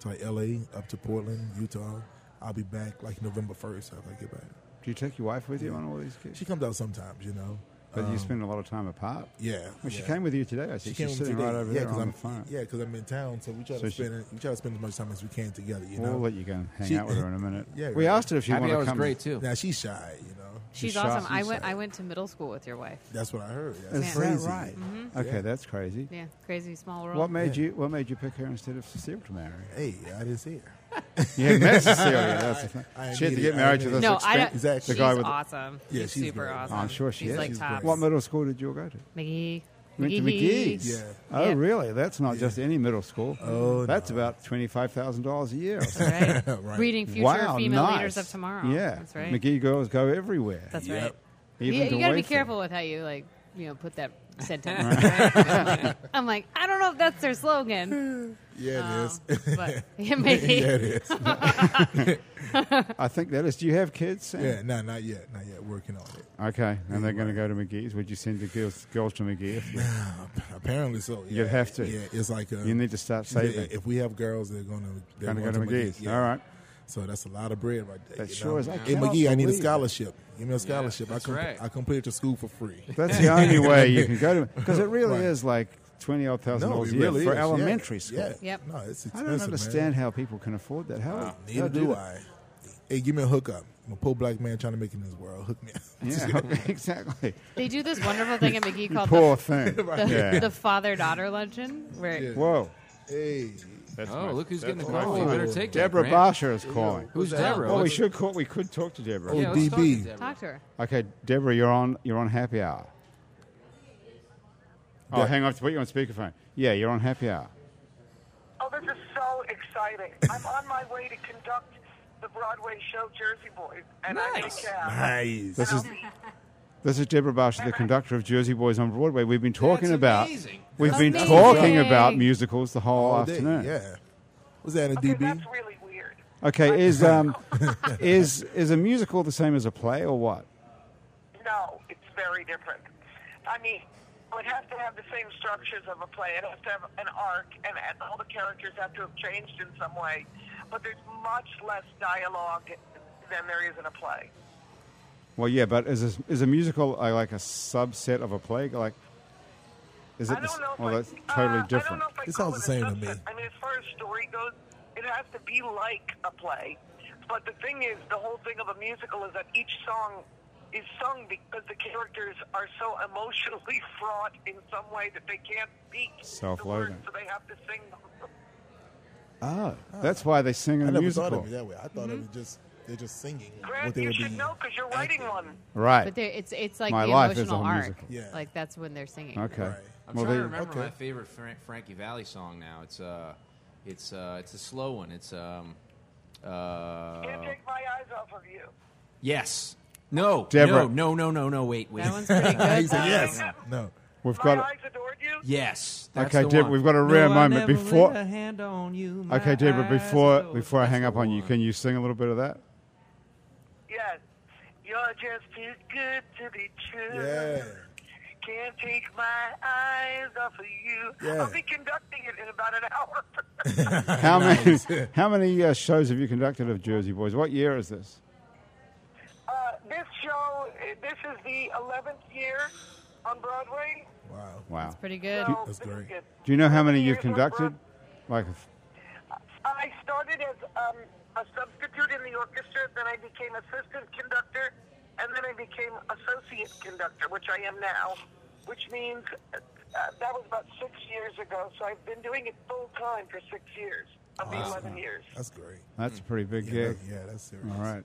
Speaker 4: to like, L.A. up to Portland, Utah. I'll be back like November first after I get back.
Speaker 1: Do you take your wife with you on all these gigs?
Speaker 4: She comes out sometimes, you know.
Speaker 1: But
Speaker 4: Um,
Speaker 1: you spend a lot of time apart.
Speaker 4: yeah.
Speaker 1: Well, she
Speaker 4: yeah.
Speaker 1: came with you today. I see.
Speaker 4: She
Speaker 1: She's
Speaker 4: came
Speaker 1: sitting
Speaker 4: today.
Speaker 1: right over
Speaker 4: yeah,
Speaker 1: there on
Speaker 4: I'm,
Speaker 1: the phone.
Speaker 4: Yeah, because I'm in town, so we try
Speaker 1: So
Speaker 4: to
Speaker 1: she-
Speaker 4: spend we try to spend as much time as we can together. You
Speaker 1: we'll
Speaker 4: know.
Speaker 1: let you go and hang
Speaker 4: She-
Speaker 1: out with her in a minute.
Speaker 4: Yeah,
Speaker 1: we
Speaker 4: right.
Speaker 1: asked her if she
Speaker 2: Happy
Speaker 1: wanted
Speaker 2: hour
Speaker 1: to
Speaker 2: was
Speaker 1: come.
Speaker 2: great too.
Speaker 4: Now she's shy, you know.
Speaker 3: She's
Speaker 1: shot
Speaker 3: awesome. I
Speaker 1: you,
Speaker 3: went.
Speaker 1: sir.
Speaker 3: I went to middle school with your wife.
Speaker 4: That's what I heard. That's
Speaker 1: Is
Speaker 4: crazy.
Speaker 1: that right?
Speaker 3: Mm-hmm.
Speaker 1: Okay,
Speaker 4: Yeah.
Speaker 1: that's crazy.
Speaker 3: Yeah, crazy small world.
Speaker 1: What made
Speaker 4: Yeah.
Speaker 1: you What made you pick her instead of Cecile to marry?
Speaker 4: Hey, I didn't see her.
Speaker 1: You had met Cecilia. That's the thing.
Speaker 4: I- I
Speaker 1: she had to
Speaker 4: need
Speaker 1: get
Speaker 4: it.
Speaker 1: married to
Speaker 4: I need
Speaker 1: this
Speaker 4: it.
Speaker 3: no, I
Speaker 1: expensive-
Speaker 3: don't.
Speaker 4: Exactly.
Speaker 3: She's
Speaker 1: the guy with. the-
Speaker 3: awesome.
Speaker 4: Yeah,
Speaker 3: she's,
Speaker 4: she's
Speaker 3: super
Speaker 4: great.
Speaker 3: awesome.
Speaker 1: Oh, I'm sure she
Speaker 3: she's
Speaker 1: is.
Speaker 3: like
Speaker 4: She's
Speaker 3: top.
Speaker 4: great.
Speaker 1: What middle school did you all go to?
Speaker 3: McGee.
Speaker 1: Went to McGee's.
Speaker 4: Yeah.
Speaker 1: Oh,
Speaker 3: Yeah.
Speaker 1: really? That's not just any middle school.
Speaker 4: Oh,
Speaker 1: that's about twenty five thousand dollars a year. or something.
Speaker 3: Right.
Speaker 4: Right.
Speaker 3: Reading future
Speaker 1: wow,
Speaker 3: female
Speaker 1: nice.
Speaker 3: leaders of tomorrow.
Speaker 1: Yeah,
Speaker 3: that's right.
Speaker 1: McGee girls go everywhere.
Speaker 3: That's
Speaker 4: Yep.
Speaker 3: right.
Speaker 1: Even
Speaker 3: you
Speaker 1: to
Speaker 3: you got to be
Speaker 1: Waco.
Speaker 3: careful with how you like you know put that said to me. I'm like, I don't know if that's their slogan,
Speaker 4: Yeah, it is.
Speaker 3: Um, but it may be.
Speaker 4: yeah, it is.
Speaker 1: I think that is. Do you have kids? Sam?
Speaker 4: Yeah, no, not yet. Not yet. Working on it.
Speaker 1: Okay, and they're going to go to McGee's. Would you send the girls, girls to McGee's?
Speaker 4: Apparently so. Yeah.
Speaker 1: You'd have to.
Speaker 4: Yeah, it's like uh,
Speaker 1: You need to start saving.
Speaker 4: yeah, if we have girls, they're gonna they're
Speaker 1: Gonna go to McGee's.
Speaker 4: Yeah.
Speaker 1: All right.
Speaker 4: So that's a lot of bread right there.
Speaker 1: That
Speaker 4: you
Speaker 1: sure
Speaker 4: know?
Speaker 1: is. I
Speaker 4: Hey
Speaker 1: cannot
Speaker 4: McGee, I need a
Speaker 1: believe it.
Speaker 4: scholarship. Give me a scholarship.
Speaker 2: that's
Speaker 4: I can
Speaker 2: right.
Speaker 4: I can put it to school for free.
Speaker 1: That's the only way you can go to because it really
Speaker 4: Right.
Speaker 1: is like twenty odd thousand
Speaker 4: No,
Speaker 1: dollars
Speaker 4: it
Speaker 1: a year
Speaker 4: really
Speaker 1: for
Speaker 4: is. Yeah.
Speaker 1: elementary school.
Speaker 4: Yeah.
Speaker 3: Yep.
Speaker 4: No, it's
Speaker 1: I
Speaker 4: expensive.
Speaker 1: don't
Speaker 4: man.
Speaker 1: understand how people can afford that. How how
Speaker 4: Neither
Speaker 1: do,
Speaker 4: do
Speaker 1: that?
Speaker 4: I. Hey, give me a hookup. I'm a poor black man trying to make it in this world. Hook me up.
Speaker 1: Yeah, exactly.
Speaker 3: They do this wonderful thing at McGee called
Speaker 1: Poor
Speaker 3: the,
Speaker 1: thing.
Speaker 3: the,
Speaker 1: Yeah.
Speaker 3: the father-daughter luncheon, where
Speaker 1: Whoa.
Speaker 4: Hey,
Speaker 1: That's
Speaker 2: Oh,
Speaker 1: my-
Speaker 2: look who's
Speaker 1: that's
Speaker 2: getting a
Speaker 1: my
Speaker 2: call. You
Speaker 1: phone.
Speaker 2: better take that,
Speaker 1: Deborah
Speaker 2: Grant.
Speaker 1: Barsha is calling.
Speaker 2: Who's Deborah?
Speaker 1: Well, we
Speaker 2: Let's-
Speaker 1: should call. We could talk to Deborah.
Speaker 2: Yeah, let's talk to
Speaker 4: DB.
Speaker 2: Deborah.
Speaker 3: talk to her.
Speaker 1: Okay, Deborah, you're on. You're on Happy Hour. Oh,
Speaker 4: Yeah.
Speaker 1: hang on. I have to put you on speakerphone. Yeah, you're on Happy Hour.
Speaker 6: Oh, this is so exciting. I'm on my way to conduct the Broadway show Jersey Boys. And I
Speaker 2: Nice.
Speaker 6: think, uh,
Speaker 4: nice.
Speaker 1: This is this is Deborah Barsha, the conductor of Jersey Boys on Broadway. We've been talking
Speaker 2: That's
Speaker 1: about.
Speaker 2: amazing.
Speaker 1: We've been
Speaker 3: Amazing.
Speaker 1: talking about musicals the whole
Speaker 4: All day.
Speaker 1: afternoon.
Speaker 4: Oh, Yeah. Was that a
Speaker 6: okay,
Speaker 4: DB?
Speaker 6: that's really weird.
Speaker 1: Okay, is um, is is a musical the same as a play or what?
Speaker 6: No, it's very different. I mean, it would have to have the same structures of a play. It has to have an arc, and, and all the characters have to have changed in some way. But there's much less dialogue than there is in a play.
Speaker 1: Well, yeah, but is a, is a musical uh, like a subset of a play? Like, is it?
Speaker 6: I
Speaker 1: the
Speaker 6: don't
Speaker 1: s-
Speaker 6: know if
Speaker 1: well,
Speaker 6: I,
Speaker 1: that's totally
Speaker 6: uh, I don't
Speaker 1: different.
Speaker 6: know if I
Speaker 4: It
Speaker 6: call
Speaker 4: sounds
Speaker 6: a
Speaker 4: the same to me.
Speaker 6: subset. I mean, as far as story goes, it has to be like a play. But the thing is, the whole thing of a musical is that each song is sung because the characters are so emotionally fraught in some way that they can't speak the
Speaker 1: Self-loathing.
Speaker 6: words, so they have to sing them.
Speaker 1: Oh, that's why they sing in
Speaker 4: I
Speaker 1: a
Speaker 4: never thought
Speaker 1: musical,
Speaker 4: of it that way. I thought it was just they're just singing.
Speaker 6: Grant,
Speaker 4: what they
Speaker 6: Mm-hmm. you
Speaker 4: were
Speaker 6: should
Speaker 4: doing.
Speaker 6: know because you're writing
Speaker 4: acting.
Speaker 6: one.
Speaker 1: right?
Speaker 3: But they're- it's it's like
Speaker 1: My
Speaker 3: the
Speaker 1: life is
Speaker 3: emotional
Speaker 1: a
Speaker 3: arc.
Speaker 1: musical.
Speaker 4: Yeah.
Speaker 3: Like that's when they're singing.
Speaker 1: okay.
Speaker 4: Right.
Speaker 2: I'm
Speaker 1: Well,
Speaker 2: trying to
Speaker 1: they-
Speaker 2: remember
Speaker 4: okay.
Speaker 2: my favorite Fran- Frankie Valley song now. It's uh, it's uh, it's a slow one. It's um,
Speaker 6: Can't
Speaker 1: Oh.
Speaker 2: uh,
Speaker 6: take my eyes off of you.
Speaker 2: yes, no,
Speaker 1: Deborah.
Speaker 2: no, no, no, no, no. Wait, wait.
Speaker 3: That one's pretty
Speaker 4: Yeah,
Speaker 3: good.
Speaker 4: he said
Speaker 6: Uh,
Speaker 4: yes. No.
Speaker 1: we've
Speaker 6: my
Speaker 1: got.
Speaker 6: eyes adored you.
Speaker 2: yes. That's
Speaker 1: Okay,
Speaker 2: the
Speaker 1: Deborah,
Speaker 2: one.
Speaker 1: we've got a rare
Speaker 2: no,
Speaker 1: moment
Speaker 2: I never
Speaker 1: before-
Speaker 2: Laid a hand on you, my
Speaker 1: Okay, Deborah,
Speaker 2: eyes
Speaker 1: before
Speaker 2: adored-
Speaker 1: before I
Speaker 2: That's
Speaker 1: hang
Speaker 2: the
Speaker 1: up on you,
Speaker 2: one.
Speaker 1: can you sing a little bit of that?
Speaker 6: Yes. You're just too good to be true.
Speaker 4: Yeah.
Speaker 6: Can't take my eyes off of you.
Speaker 4: Yeah.
Speaker 6: I'll be conducting it in about an hour. Uh,
Speaker 1: How many how many uh, shows have you conducted of Jersey Boys? What year is this?
Speaker 6: uh, this show, uh, this is the 11th year on Broadway.
Speaker 4: Wow.
Speaker 1: Wow.
Speaker 3: Pretty
Speaker 6: So
Speaker 3: good.
Speaker 4: That's
Speaker 6: this is
Speaker 4: great.
Speaker 6: good.
Speaker 1: Do you know how many
Speaker 6: Years
Speaker 1: you've
Speaker 6: on
Speaker 1: conducted?
Speaker 6: Broad-
Speaker 1: Like, a f-
Speaker 6: I started as um, a substitute in the orchestra, then I became assistant conductor, and then I became associate conductor, which I am now, which means uh, uh, that was about six years ago. So I've been doing it full time for six years of the 11 years.
Speaker 4: That's great.
Speaker 1: that's a pretty big
Speaker 4: Yeah.
Speaker 1: gig.
Speaker 4: that- yeah, that's serious.
Speaker 1: All right.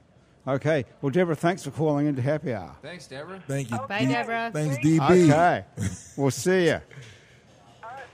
Speaker 1: Okay. Well, Deborah, thanks for calling into Happy Hour.
Speaker 2: Thanks, Deborah.
Speaker 4: Thank you.
Speaker 3: Bye, Deborah.
Speaker 4: Thanks,
Speaker 6: Thank
Speaker 4: DB.
Speaker 1: Okay. we'll see you.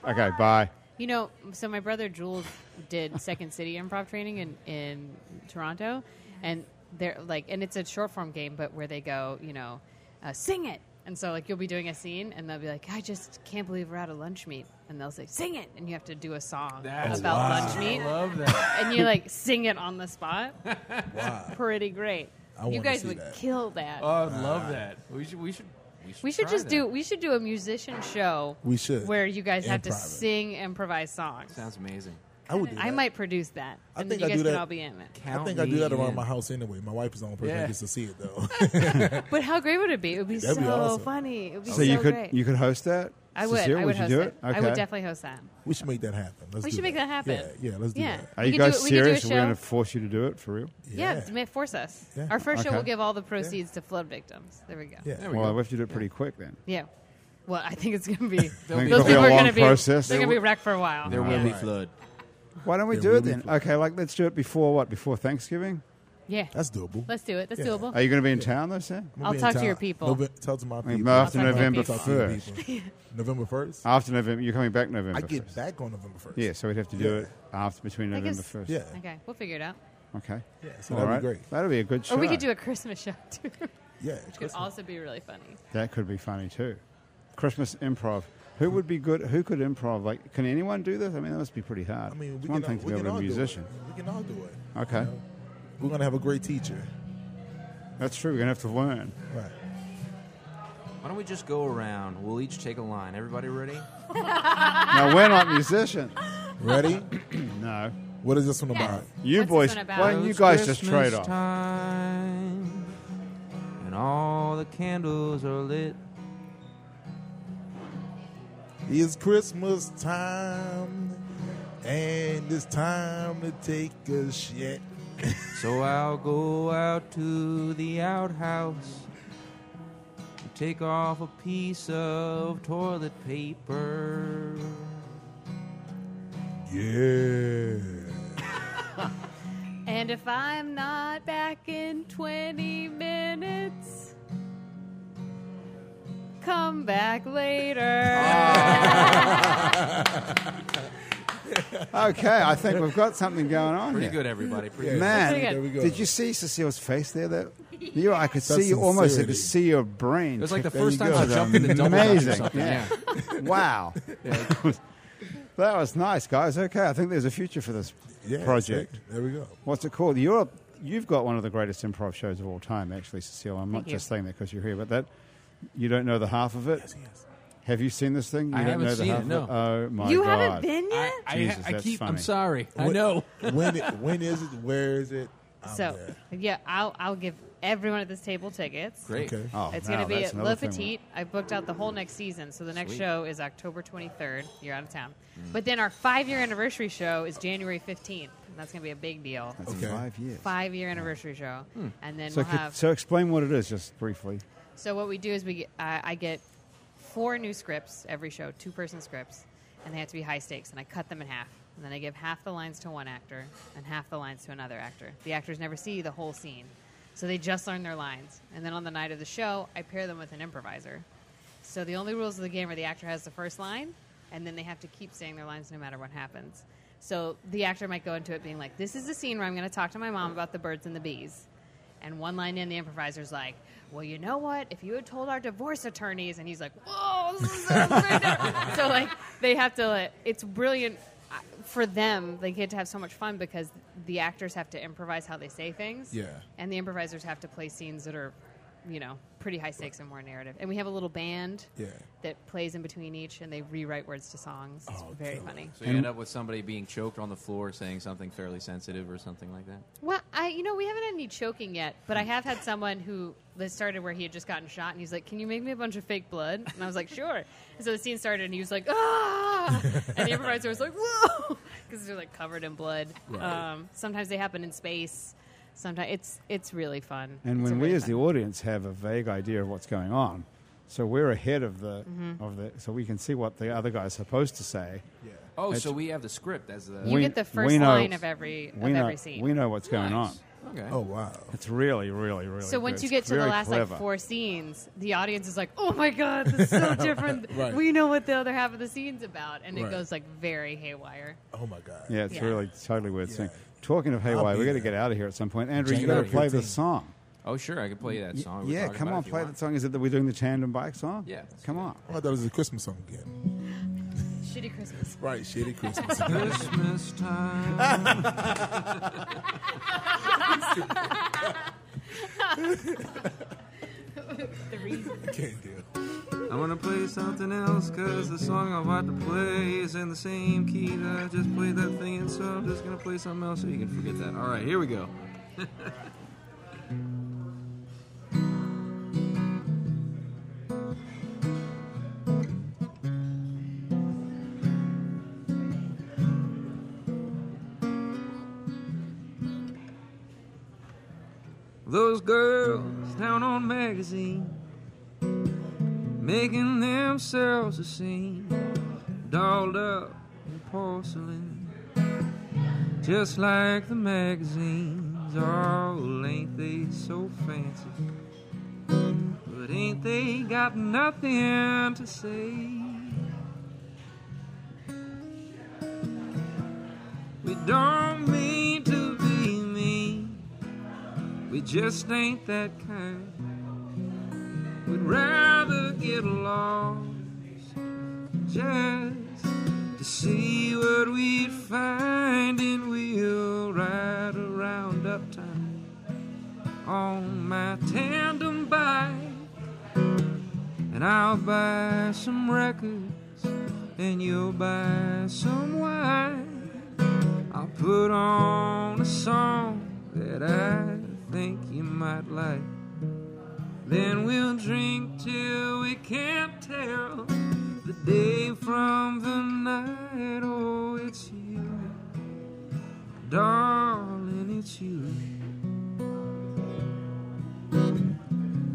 Speaker 1: Okay, bye.
Speaker 3: You know, so my brother Jules did Second City improv training in in Toronto, and they're like, and it's a short form game, but where they go, you know, uh, sing it, and so like you'll be doing a scene, and they'll be like, I just can't believe we're out of lunch meat, and they'll say, sing it, and you have to do a song
Speaker 2: That's
Speaker 3: about
Speaker 2: wow.
Speaker 3: lunch meat,
Speaker 2: I love that.
Speaker 3: and you like sing it on the spot.
Speaker 4: Wow.
Speaker 3: Pretty great.
Speaker 4: I
Speaker 3: you
Speaker 4: wanna
Speaker 3: guys
Speaker 4: see
Speaker 3: would
Speaker 4: that.
Speaker 3: kill that.
Speaker 2: Oh, I love that. We should. We should. We should,
Speaker 3: we should
Speaker 2: try
Speaker 3: just
Speaker 2: that.
Speaker 3: do. We should do a musician show.
Speaker 4: We should.
Speaker 3: where you guys have to
Speaker 4: Improv it.
Speaker 3: sing improvised songs.
Speaker 2: Sounds amazing.
Speaker 4: I would do
Speaker 3: I
Speaker 4: that.
Speaker 3: might produce that,
Speaker 4: I
Speaker 3: and
Speaker 4: think
Speaker 3: then
Speaker 4: I
Speaker 3: you
Speaker 4: do
Speaker 3: guys can
Speaker 4: that.
Speaker 3: all be in it.
Speaker 4: I
Speaker 2: Count
Speaker 4: think I do that
Speaker 2: me
Speaker 4: around
Speaker 2: in.
Speaker 4: my house anyway. My wife is the only person
Speaker 2: Yeah.
Speaker 4: that gets to see it though.
Speaker 3: But how great would it be? It would be
Speaker 4: That'd
Speaker 3: so
Speaker 4: be awesome.
Speaker 3: funny. It would be so,
Speaker 1: So you could
Speaker 3: great.
Speaker 1: you could host that?
Speaker 3: I would.
Speaker 1: Cecile,
Speaker 3: I would,
Speaker 1: you
Speaker 3: host
Speaker 1: do
Speaker 3: it. I would definitely host that.
Speaker 4: we should make that happen. Let's
Speaker 3: We
Speaker 4: do
Speaker 3: should make that happen.
Speaker 4: Yeah, yeah, let's do
Speaker 3: Yeah.
Speaker 4: that.
Speaker 1: Are you
Speaker 3: We could do
Speaker 1: guys
Speaker 3: it- we could do a
Speaker 1: serious? We're
Speaker 3: show.
Speaker 1: going to force you to do it for real?
Speaker 3: Yeah, may force us.
Speaker 4: Yeah.
Speaker 3: Our first
Speaker 1: Okay.
Speaker 3: show will give all the proceeds to flood victims. There we go.
Speaker 4: Yeah.
Speaker 2: There we
Speaker 1: Well,
Speaker 2: go.
Speaker 1: we have to do it pretty quick then.
Speaker 3: Yeah. Well, I think it's going to be.
Speaker 2: There'll
Speaker 3: those
Speaker 2: be-
Speaker 3: people
Speaker 2: It'll be a
Speaker 3: are going
Speaker 1: long
Speaker 3: to be.
Speaker 1: process.
Speaker 3: They're going to be wrecked for a while.
Speaker 2: There
Speaker 3: yeah.
Speaker 2: will be flood.
Speaker 1: Why don't we
Speaker 4: Yeah,
Speaker 1: do
Speaker 4: we
Speaker 1: it then?
Speaker 4: need to-
Speaker 1: Okay, like let's do it before what? Before Thanksgiving?
Speaker 3: Yeah.
Speaker 4: That's doable.
Speaker 3: Let's do it. That's
Speaker 4: Yeah.
Speaker 3: doable.
Speaker 1: Are you going to be in town though, Sam?
Speaker 4: I'm
Speaker 3: I'll
Speaker 4: being
Speaker 3: talk to
Speaker 4: tired.
Speaker 3: your people.
Speaker 4: Nove- talk to my people.
Speaker 1: after
Speaker 4: Talk to my
Speaker 3: November
Speaker 4: people. Talk to your
Speaker 1: 1st.
Speaker 4: people. November first.
Speaker 1: After November, you're coming back November.
Speaker 4: I get
Speaker 1: 1st.
Speaker 4: back on November first.
Speaker 1: Yeah, so we'd have to do
Speaker 4: Yeah.
Speaker 1: it after between
Speaker 3: I
Speaker 1: November
Speaker 3: guess-
Speaker 1: first.
Speaker 4: Yeah.
Speaker 3: okay, we'll figure it out.
Speaker 1: Okay.
Speaker 4: Yeah, so
Speaker 1: All
Speaker 4: that'd
Speaker 1: right.
Speaker 4: be great.
Speaker 1: That'd be a good show.
Speaker 3: Or we could do a Christmas show too, which
Speaker 4: Yeah.
Speaker 3: could also be really funny.
Speaker 1: That could be funny too. Christmas improv. Who would be good? Who could improv? Like, can anyone do this? I mean, that must be pretty hard.
Speaker 4: I mean,
Speaker 1: it's
Speaker 4: we
Speaker 1: one thing
Speaker 4: can, all,
Speaker 1: to
Speaker 4: we
Speaker 1: be able
Speaker 4: can
Speaker 1: to be
Speaker 4: all
Speaker 1: a musician.
Speaker 4: Do it. We can all do it.
Speaker 1: Okay,
Speaker 4: We're gonna have a great teacher.
Speaker 1: that's true. We're gonna have to learn.
Speaker 4: Right.
Speaker 2: Why don't we just go around? We'll each take a line. Everybody ready?
Speaker 1: now we're not musicians.
Speaker 4: Ready?
Speaker 1: No,
Speaker 4: what is this one about?
Speaker 1: you
Speaker 3: What's this
Speaker 1: boys.
Speaker 3: one about?
Speaker 1: Why don't you guys just trade off?
Speaker 2: Time, and all the candles are lit.
Speaker 4: It's Christmas time, and it's time to take a shit.
Speaker 2: So I'll go out to the outhouse and take off a piece of toilet paper.
Speaker 4: Yeah.
Speaker 3: And if I'm not back in 20 minutes, come back later.
Speaker 1: Okay, I think we've got something going on
Speaker 2: Pretty
Speaker 1: here.
Speaker 2: good, everybody. Pretty good.
Speaker 1: Man,
Speaker 3: Pretty good. There
Speaker 4: we go.
Speaker 1: did you see Cecile's face there? That you, I could
Speaker 4: That's
Speaker 1: see you almost. I
Speaker 4: sincerity.
Speaker 1: could see your brain.
Speaker 2: It was like the
Speaker 4: There
Speaker 2: first
Speaker 4: you
Speaker 2: time
Speaker 4: go.
Speaker 2: I jumped in the double dutch or
Speaker 1: Amazing.
Speaker 2: something.
Speaker 1: Yeah.
Speaker 2: Yeah.
Speaker 1: wow. that was nice, guys. Okay, I think there's a future for this
Speaker 4: Yeah,
Speaker 1: project.
Speaker 4: There we go.
Speaker 1: What's it called? Europe. You've got one of the greatest improv shows of all time, actually, Cecile. I'm not
Speaker 3: Thank you.
Speaker 1: just saying that because you're here, but that you don't know the half of it. Have you seen this thing? You
Speaker 2: I
Speaker 1: don't
Speaker 2: haven't
Speaker 1: know the
Speaker 2: seen
Speaker 1: half
Speaker 2: it, no.
Speaker 1: Of it? Oh my
Speaker 3: you
Speaker 1: god!
Speaker 3: haven't been yet?
Speaker 7: I,
Speaker 1: Jesus,
Speaker 7: I, I
Speaker 1: that's
Speaker 7: keep.
Speaker 1: funny.
Speaker 7: I'm sorry. I
Speaker 4: When-
Speaker 7: know.
Speaker 4: when, it, when is it? Where is it? I'm
Speaker 3: so,
Speaker 4: there.
Speaker 3: yeah, I'll, I'll give everyone at this table tickets.
Speaker 2: Great.
Speaker 4: Okay.
Speaker 1: Oh,
Speaker 3: It's
Speaker 1: now
Speaker 3: going to be
Speaker 1: that's
Speaker 3: at
Speaker 1: another
Speaker 3: Le
Speaker 1: thing.
Speaker 3: Petite. I booked out the whole next season, so the next
Speaker 2: Sweet.
Speaker 3: show is October 23rd. You're out of town. But then our five year anniversary show is January 15th. And that's going to be a big deal.
Speaker 1: That's
Speaker 4: Okay.
Speaker 1: five years.
Speaker 3: Five year anniversary show. And then
Speaker 1: Hmm. So,
Speaker 3: we'll
Speaker 1: could-
Speaker 3: have.
Speaker 1: so explain what it is, just briefly.
Speaker 3: So what we do is we get, I I get four new scripts every show, two person scripts, and they have to be high stakes, and I cut them in half. And then I give half the lines to one actor and half the lines to another actor. The actors never see the whole scene, so they just learn their lines. And then on the night of the show, I pair them with an improviser. So the only rules of the game are the actor has the first line, and then they have to keep saying their lines no matter what happens. So the actor might go into it being like, "This is the scene where I'm going to talk to my mom about the birds and the bees." And one line in, the improviser's like, "Well, you know what? If you had told our divorce attorneys," and he's like, "Whoa!" This is so, weird." so like, they have to. Like, it's brilliant uh, for them. They get to have so much fun because the actors have to improvise how they say things.
Speaker 4: Yeah.
Speaker 3: And the improvisers have to play scenes that are, you know, pretty high stakes and more narrative. And we have a little band
Speaker 4: Yeah.
Speaker 3: that plays in between each, and they rewrite words to songs. It's
Speaker 4: Oh,
Speaker 3: very
Speaker 4: killer.
Speaker 3: funny.
Speaker 2: So you end up with somebody being choked on the floor, saying something fairly sensitive or something like that.
Speaker 3: Well, I you know we haven't had any choking yet, but I have had someone who this started where he had just gotten shot, and he's like, "Can you make me a bunch of fake blood?" And I was like, "Sure." And so the scene started, and he was like, "Ah!" and the improviser was like, "Whoa," because they're like covered in blood. Um, sometimes they happen in space. Sometimes it's it's really fun.
Speaker 1: And
Speaker 3: It's a
Speaker 1: when
Speaker 3: really
Speaker 1: we, as
Speaker 3: fun-
Speaker 1: the audience, have a vague idea of what's going on, so we're ahead of the
Speaker 3: Mm-hmm.
Speaker 1: of the, so we can see what the other guy's supposed to say.
Speaker 2: Oh,
Speaker 1: That's-
Speaker 2: so we have the script as the.
Speaker 3: you
Speaker 1: we-
Speaker 3: get the first
Speaker 1: we know-
Speaker 3: line of every of
Speaker 1: we know
Speaker 3: every scene.
Speaker 1: we know what's going on.
Speaker 2: Nice. Okay.
Speaker 4: Oh wow.
Speaker 1: It's really, really, really.
Speaker 3: So once
Speaker 1: good.
Speaker 3: you get
Speaker 1: It's
Speaker 3: to the
Speaker 1: very
Speaker 3: last
Speaker 1: clever.
Speaker 3: like four scenes, the audience is like, "Oh my god, this is so different.
Speaker 4: Right.
Speaker 3: We know what the other half of the scene's about," and it
Speaker 4: Right.
Speaker 3: goes like very haywire.
Speaker 4: Oh my god.
Speaker 1: yeah, it's
Speaker 3: Yeah.
Speaker 1: really totally weird thing.
Speaker 4: Yeah.
Speaker 1: Talking of Hawaii,
Speaker 4: be
Speaker 1: we got to
Speaker 4: there.
Speaker 1: get out of here at some point. Andrew, you got
Speaker 4: January
Speaker 1: to play the
Speaker 4: 15.
Speaker 1: song.
Speaker 2: Oh, sure. I can play you that song. we were
Speaker 1: yeah,
Speaker 2: talking
Speaker 1: come
Speaker 2: about
Speaker 1: on,
Speaker 2: if you
Speaker 1: play
Speaker 2: want.
Speaker 1: that song. Is it that we're doing the tandem bike song?
Speaker 2: Yeah, let's
Speaker 1: come
Speaker 2: do
Speaker 1: on.
Speaker 4: Oh, I thought it was a Christmas song again.
Speaker 3: Shitty Christmas.
Speaker 4: Right. Shitty Christmas.
Speaker 2: Christmas time.
Speaker 4: Can't do it.
Speaker 2: I want to play something else because the song I'm about to play is in the same key that I just played that thing in, so I'm just going to play something else so you can forget that. All right, here we go. Those girls down on magazine making themselves a scene, dolled up in porcelain, just like the magazines. Oh, ain't they so fancy? But ain't they got nothing to say? We don't mean to be mean, we just ain't that kind. We'd rather get along
Speaker 7: just to see what we'd find, and we'll ride around uptown on my tandem bike, and I'll buy some records, and you'll buy some wine. I'll put on a song that I think you might like. Then we'll drink till we can't tell the day from the night. Oh, it's you, darling, it's you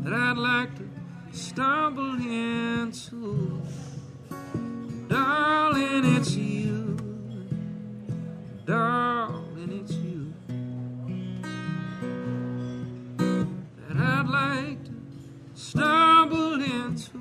Speaker 7: that I'd like to stumble into. Darling, it's you. Darling, it's you that I'd like to stumble into.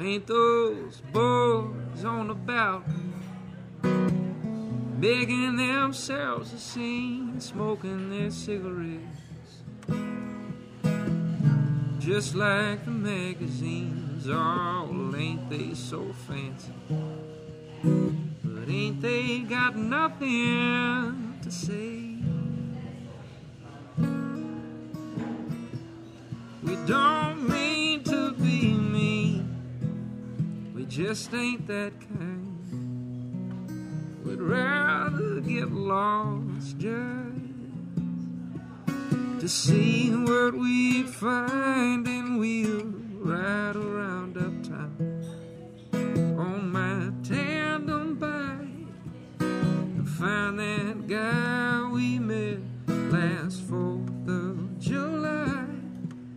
Speaker 7: Ain't those boys on the balcony making themselves a scene, smoking their cigarettes, just like the magazines? Oh, ain't they so fancy? But ain't they got nothing to say? We don't mean to be mean. We just ain't that kind. We'd rather get lost just to see what we find, and we'll ride around uptown on my tandem bike and find that guy we met last Fourth of July.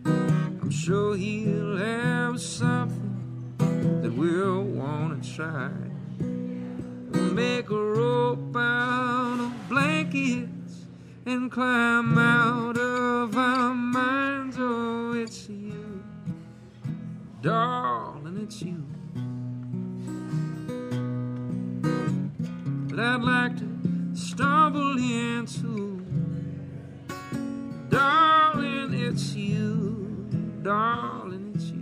Speaker 7: I'm sure he'll have something that we'll wanna try. We'll make a rope out of blankets and climb out of our minds. Oh, it's you, darling, it's you. That I'd like to stumble into, darling, it's you, darling, it's you.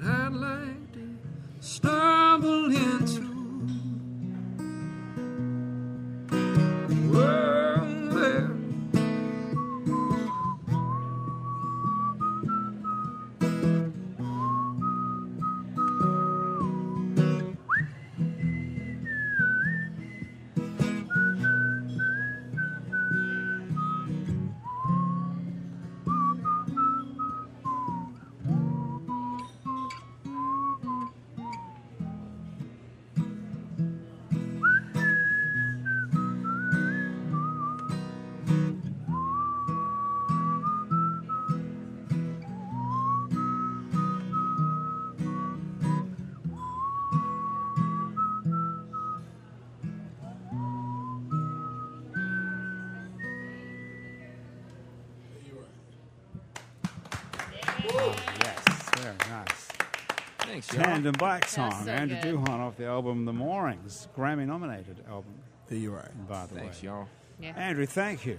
Speaker 7: that I'd like to stumble into. Well, well.
Speaker 1: Yes, very nice.
Speaker 2: Thanks, y'all.
Speaker 1: Tandem bike song,
Speaker 3: so
Speaker 1: Andrew
Speaker 3: good.
Speaker 1: Duhon off the album The Moorings, Grammy nominated album,
Speaker 4: Yeah, you're right.
Speaker 1: by the
Speaker 2: Thanks,
Speaker 1: way.
Speaker 2: y'all.
Speaker 3: Yeah.
Speaker 1: Andrew, thank you.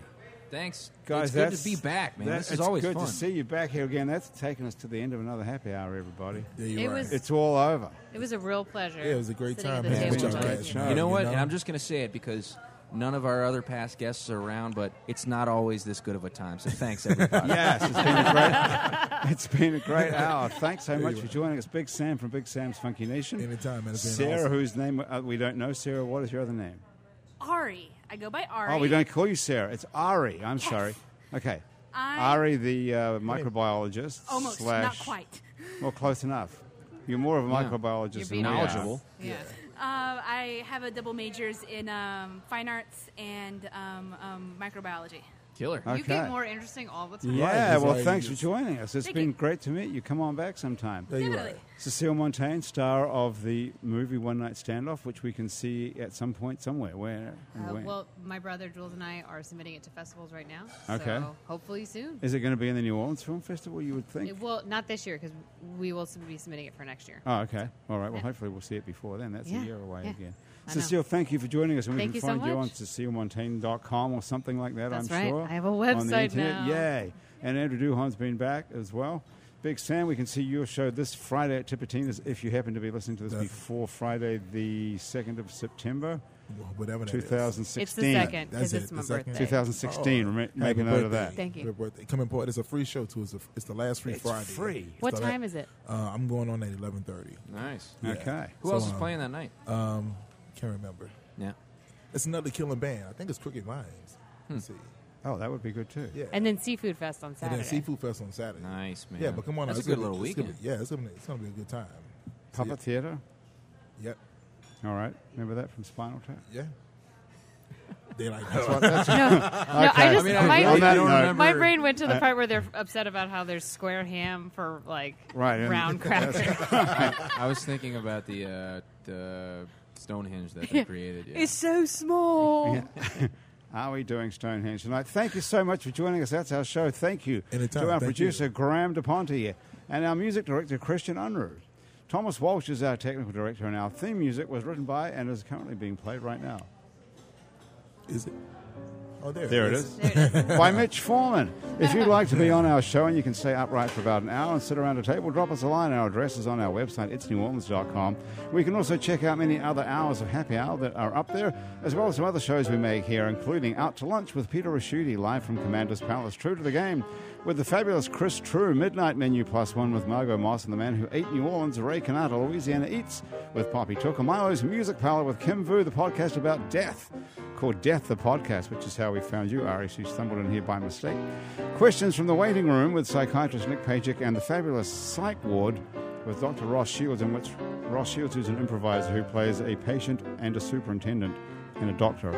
Speaker 2: Thanks,
Speaker 1: Guys,
Speaker 2: It's good
Speaker 1: that's-
Speaker 2: to be back, man.
Speaker 1: that-
Speaker 2: this is
Speaker 1: it's
Speaker 2: always
Speaker 1: good
Speaker 2: fun.
Speaker 1: to see you back here again. That's taken us to the end of another happy hour, everybody.
Speaker 4: Yeah, you're
Speaker 3: It
Speaker 4: right.
Speaker 3: was-
Speaker 1: It's all over.
Speaker 3: It was a real pleasure.
Speaker 4: yeah, it was a great
Speaker 3: sitting at
Speaker 4: time.
Speaker 3: the
Speaker 4: man.
Speaker 3: table
Speaker 4: With y'all
Speaker 3: with
Speaker 1: Great
Speaker 4: guys,
Speaker 1: show.
Speaker 4: man,
Speaker 2: You know what? And I'm just going to say it because none of our other past guests are around, but it's not always this good of a time. So thanks, everybody.
Speaker 1: Yes, it's been a great, it's been a great hour. Thanks so much for joining us, Big Sam from Big Sam's Funky Nation.
Speaker 4: Anytime, man. It's been
Speaker 1: Sarah,
Speaker 4: awesome.
Speaker 1: whose name uh, we don't know. Sarah, what is your other name?
Speaker 5: Ari. I go by Ari.
Speaker 1: Oh, we don't call you Sarah. It's Ari. I'm sorry. Okay.
Speaker 5: I'm-
Speaker 1: Ari, the uh, microbiologist.
Speaker 5: Almost,
Speaker 1: slash,
Speaker 5: not quite.
Speaker 1: Well, close enough. You're more of a microbiologist
Speaker 3: You're
Speaker 1: than
Speaker 3: being
Speaker 1: we are.
Speaker 2: Knowledgeable.
Speaker 3: Yeah.
Speaker 5: Uh, I have a double majors in um, fine arts and um, um, microbiology.
Speaker 2: Killer.
Speaker 3: You get
Speaker 1: Okay.
Speaker 3: more interesting all the time.
Speaker 1: Yeah,
Speaker 4: That's
Speaker 1: well,
Speaker 4: why you
Speaker 1: thanks for
Speaker 4: just-
Speaker 1: joining us. It's
Speaker 5: Thank
Speaker 1: been
Speaker 5: you.
Speaker 1: great to meet you. Come on back sometime.
Speaker 4: There you are.
Speaker 5: Definitely.
Speaker 1: Cecile Montaigne, star of the movie One Night Standoff, which we can see at some point somewhere. Where? and
Speaker 3: Uh,
Speaker 1: when.
Speaker 3: well, my brother Jules and I are submitting it to festivals right now.
Speaker 1: Okay.
Speaker 3: So hopefully soon.
Speaker 1: Is it going to be in the New Orleans Film Festival, you would think?
Speaker 3: It will not this year because we will sub- be submitting it for next year.
Speaker 1: Oh, okay. All right. Well,
Speaker 3: Yeah.
Speaker 1: hopefully we'll see it before then. That's
Speaker 3: Yeah,
Speaker 1: a year away
Speaker 3: yeah.
Speaker 1: again.
Speaker 3: I know.
Speaker 1: Cecile, thank you for joining us. And we
Speaker 3: Thank
Speaker 1: can
Speaker 3: you so
Speaker 1: find you on
Speaker 3: much.
Speaker 1: cecilemontaine.com or something like that,
Speaker 3: That's
Speaker 1: I'm
Speaker 3: right.
Speaker 1: sure.
Speaker 3: I have a
Speaker 1: on the
Speaker 3: website
Speaker 1: internet.
Speaker 3: now.
Speaker 1: Yay. And Andrew Duhon's been back as well. Big Sam, we can see your show this Friday at Tipitina's if you happen to be listening to this
Speaker 4: That's-
Speaker 1: before Friday, the 2nd of September,
Speaker 4: Whatever that is.
Speaker 1: 2016.
Speaker 3: It's the second
Speaker 4: That's
Speaker 3: because
Speaker 4: it,
Speaker 3: it's
Speaker 4: the
Speaker 3: my
Speaker 4: second.
Speaker 3: birthday.
Speaker 1: 2016.
Speaker 4: Oh,
Speaker 1: Remi-
Speaker 4: happy
Speaker 1: make a note of
Speaker 4: birthday.
Speaker 1: that.
Speaker 3: Thank you.
Speaker 4: Happy birthday. Come and part. It's a free show too. It's, a, it's the last free
Speaker 1: It's
Speaker 4: Friday.
Speaker 1: free.
Speaker 4: It's
Speaker 3: What
Speaker 4: the la-
Speaker 3: time is it?
Speaker 4: Uh, I'm going on at 11:30.
Speaker 2: Nice. uh,
Speaker 1: Okay.
Speaker 2: Who
Speaker 4: So,
Speaker 2: else is
Speaker 4: um,
Speaker 2: playing that night?
Speaker 4: Can't remember.
Speaker 2: yeah.
Speaker 4: It's another killing band. I think it's Crooked Minds.
Speaker 2: Hmm.
Speaker 4: Let's see.
Speaker 1: Oh, that would be good too.
Speaker 4: Yeah.
Speaker 3: And then Seafood Fest on
Speaker 4: And
Speaker 3: Saturday.
Speaker 4: then Seafood Fest on Saturday.
Speaker 2: Nice, man.
Speaker 4: Yeah, but come on,
Speaker 2: That's
Speaker 4: it's
Speaker 2: a good
Speaker 4: gonna
Speaker 2: little
Speaker 4: be- it's gonna
Speaker 2: weekend.
Speaker 4: be- yeah, it's gonna be- it's gonna be a good time.
Speaker 1: Puppet
Speaker 4: See
Speaker 1: Theatre.
Speaker 4: it. Yep.
Speaker 1: All right. Remember that from Spinal Tap?
Speaker 4: Yeah. They like
Speaker 3: No, I just
Speaker 2: I mean, I
Speaker 3: my,
Speaker 2: really
Speaker 1: on that
Speaker 2: don't
Speaker 1: note-
Speaker 2: remember.
Speaker 3: my brain went to the
Speaker 1: I-
Speaker 3: part where they're upset about how there's square ham for like
Speaker 1: Right, and-
Speaker 3: round crackers.
Speaker 2: I was thinking about the uh, the Stonehenge that they
Speaker 3: Yeah.
Speaker 2: created. Yeah.
Speaker 3: It's so small.
Speaker 1: Are we doing Stonehenge tonight? Thank you so much for joining us. That's our show. Thank you
Speaker 4: Anytime.
Speaker 1: to our
Speaker 4: Thank
Speaker 1: producer,
Speaker 4: you.
Speaker 1: Graham DePonte, and our music director, Christian Unruh. Thomas Walsh is our technical director, and our theme music was written by and is currently being played right now.
Speaker 4: Is it? Oh, there.
Speaker 1: There it is. By Mitch Foreman. If you'd like to be on our show and you can stay upright for about an hour and sit around a table, drop us a line. Our address is on our website, itsneworleans.com. We can also check out many other hours of happy hour that are up there, as well as some other shows we make here, including Out to Lunch with Peter Raschuti, live from Commander's Palace, True to the Game, with the fabulous Chris True, Midnight Menu Plus One with Margot Moss and the Man Who Ate New Orleans, Ray Canada, Louisiana Eats with Poppy Tokomilo's Music Palette with Kim Vu, the podcast about death called Death the Podcast, which is how we found you, Iris, who stumbled in here by mistake. Questions from the Waiting Room with psychiatrist Nick Pajic and the fabulous Psych Ward with Dr. Ross Shields, in which Ross Shields, who's an improviser who plays a patient and a superintendent and a doctor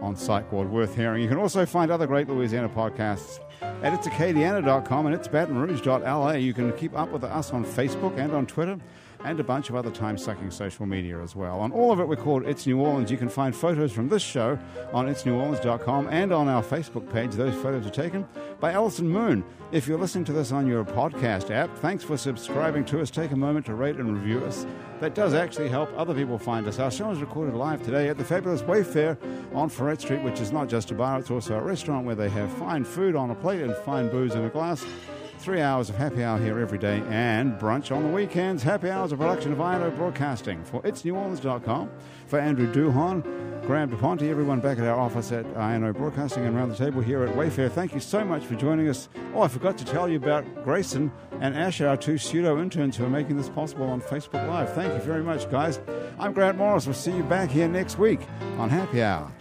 Speaker 1: on Psych Ward. Worth hearing. You can also find other great Louisiana podcasts at itsacadiana.com and itsbatonrouge.la. You can keep up with us on Facebook and on Twitter and a bunch of other time-sucking social media as well. On all of it, we're called It's New Orleans. You can find photos from this show on itsneworleans.com and on our Facebook page. Those photos are taken by Alison Moon. If you're listening to this on your podcast app, thanks for subscribing to us. Take a moment to rate and review us. That does actually help other people find us. Our show is recorded live today at the fabulous Wayfair on Ferret Street, which is not just a bar, it's also a restaurant where they have fine food on a plate and fine booze in a glass. Three hours of happy hour here every day and brunch on the weekends. Happy hours a production of INO Broadcasting for itsneworleans.com. For Andrew Duhon, Graham DePonte, everyone back at our office at INO Broadcasting and round the table here at Wayfair, thank you so much for joining us. Oh, I forgot to tell you about Grayson and Asher, our two pseudo interns who are making this possible on Facebook Live. Thank you very much, guys. I'm Grant Morris. We'll see you back here next week on Happy Hour.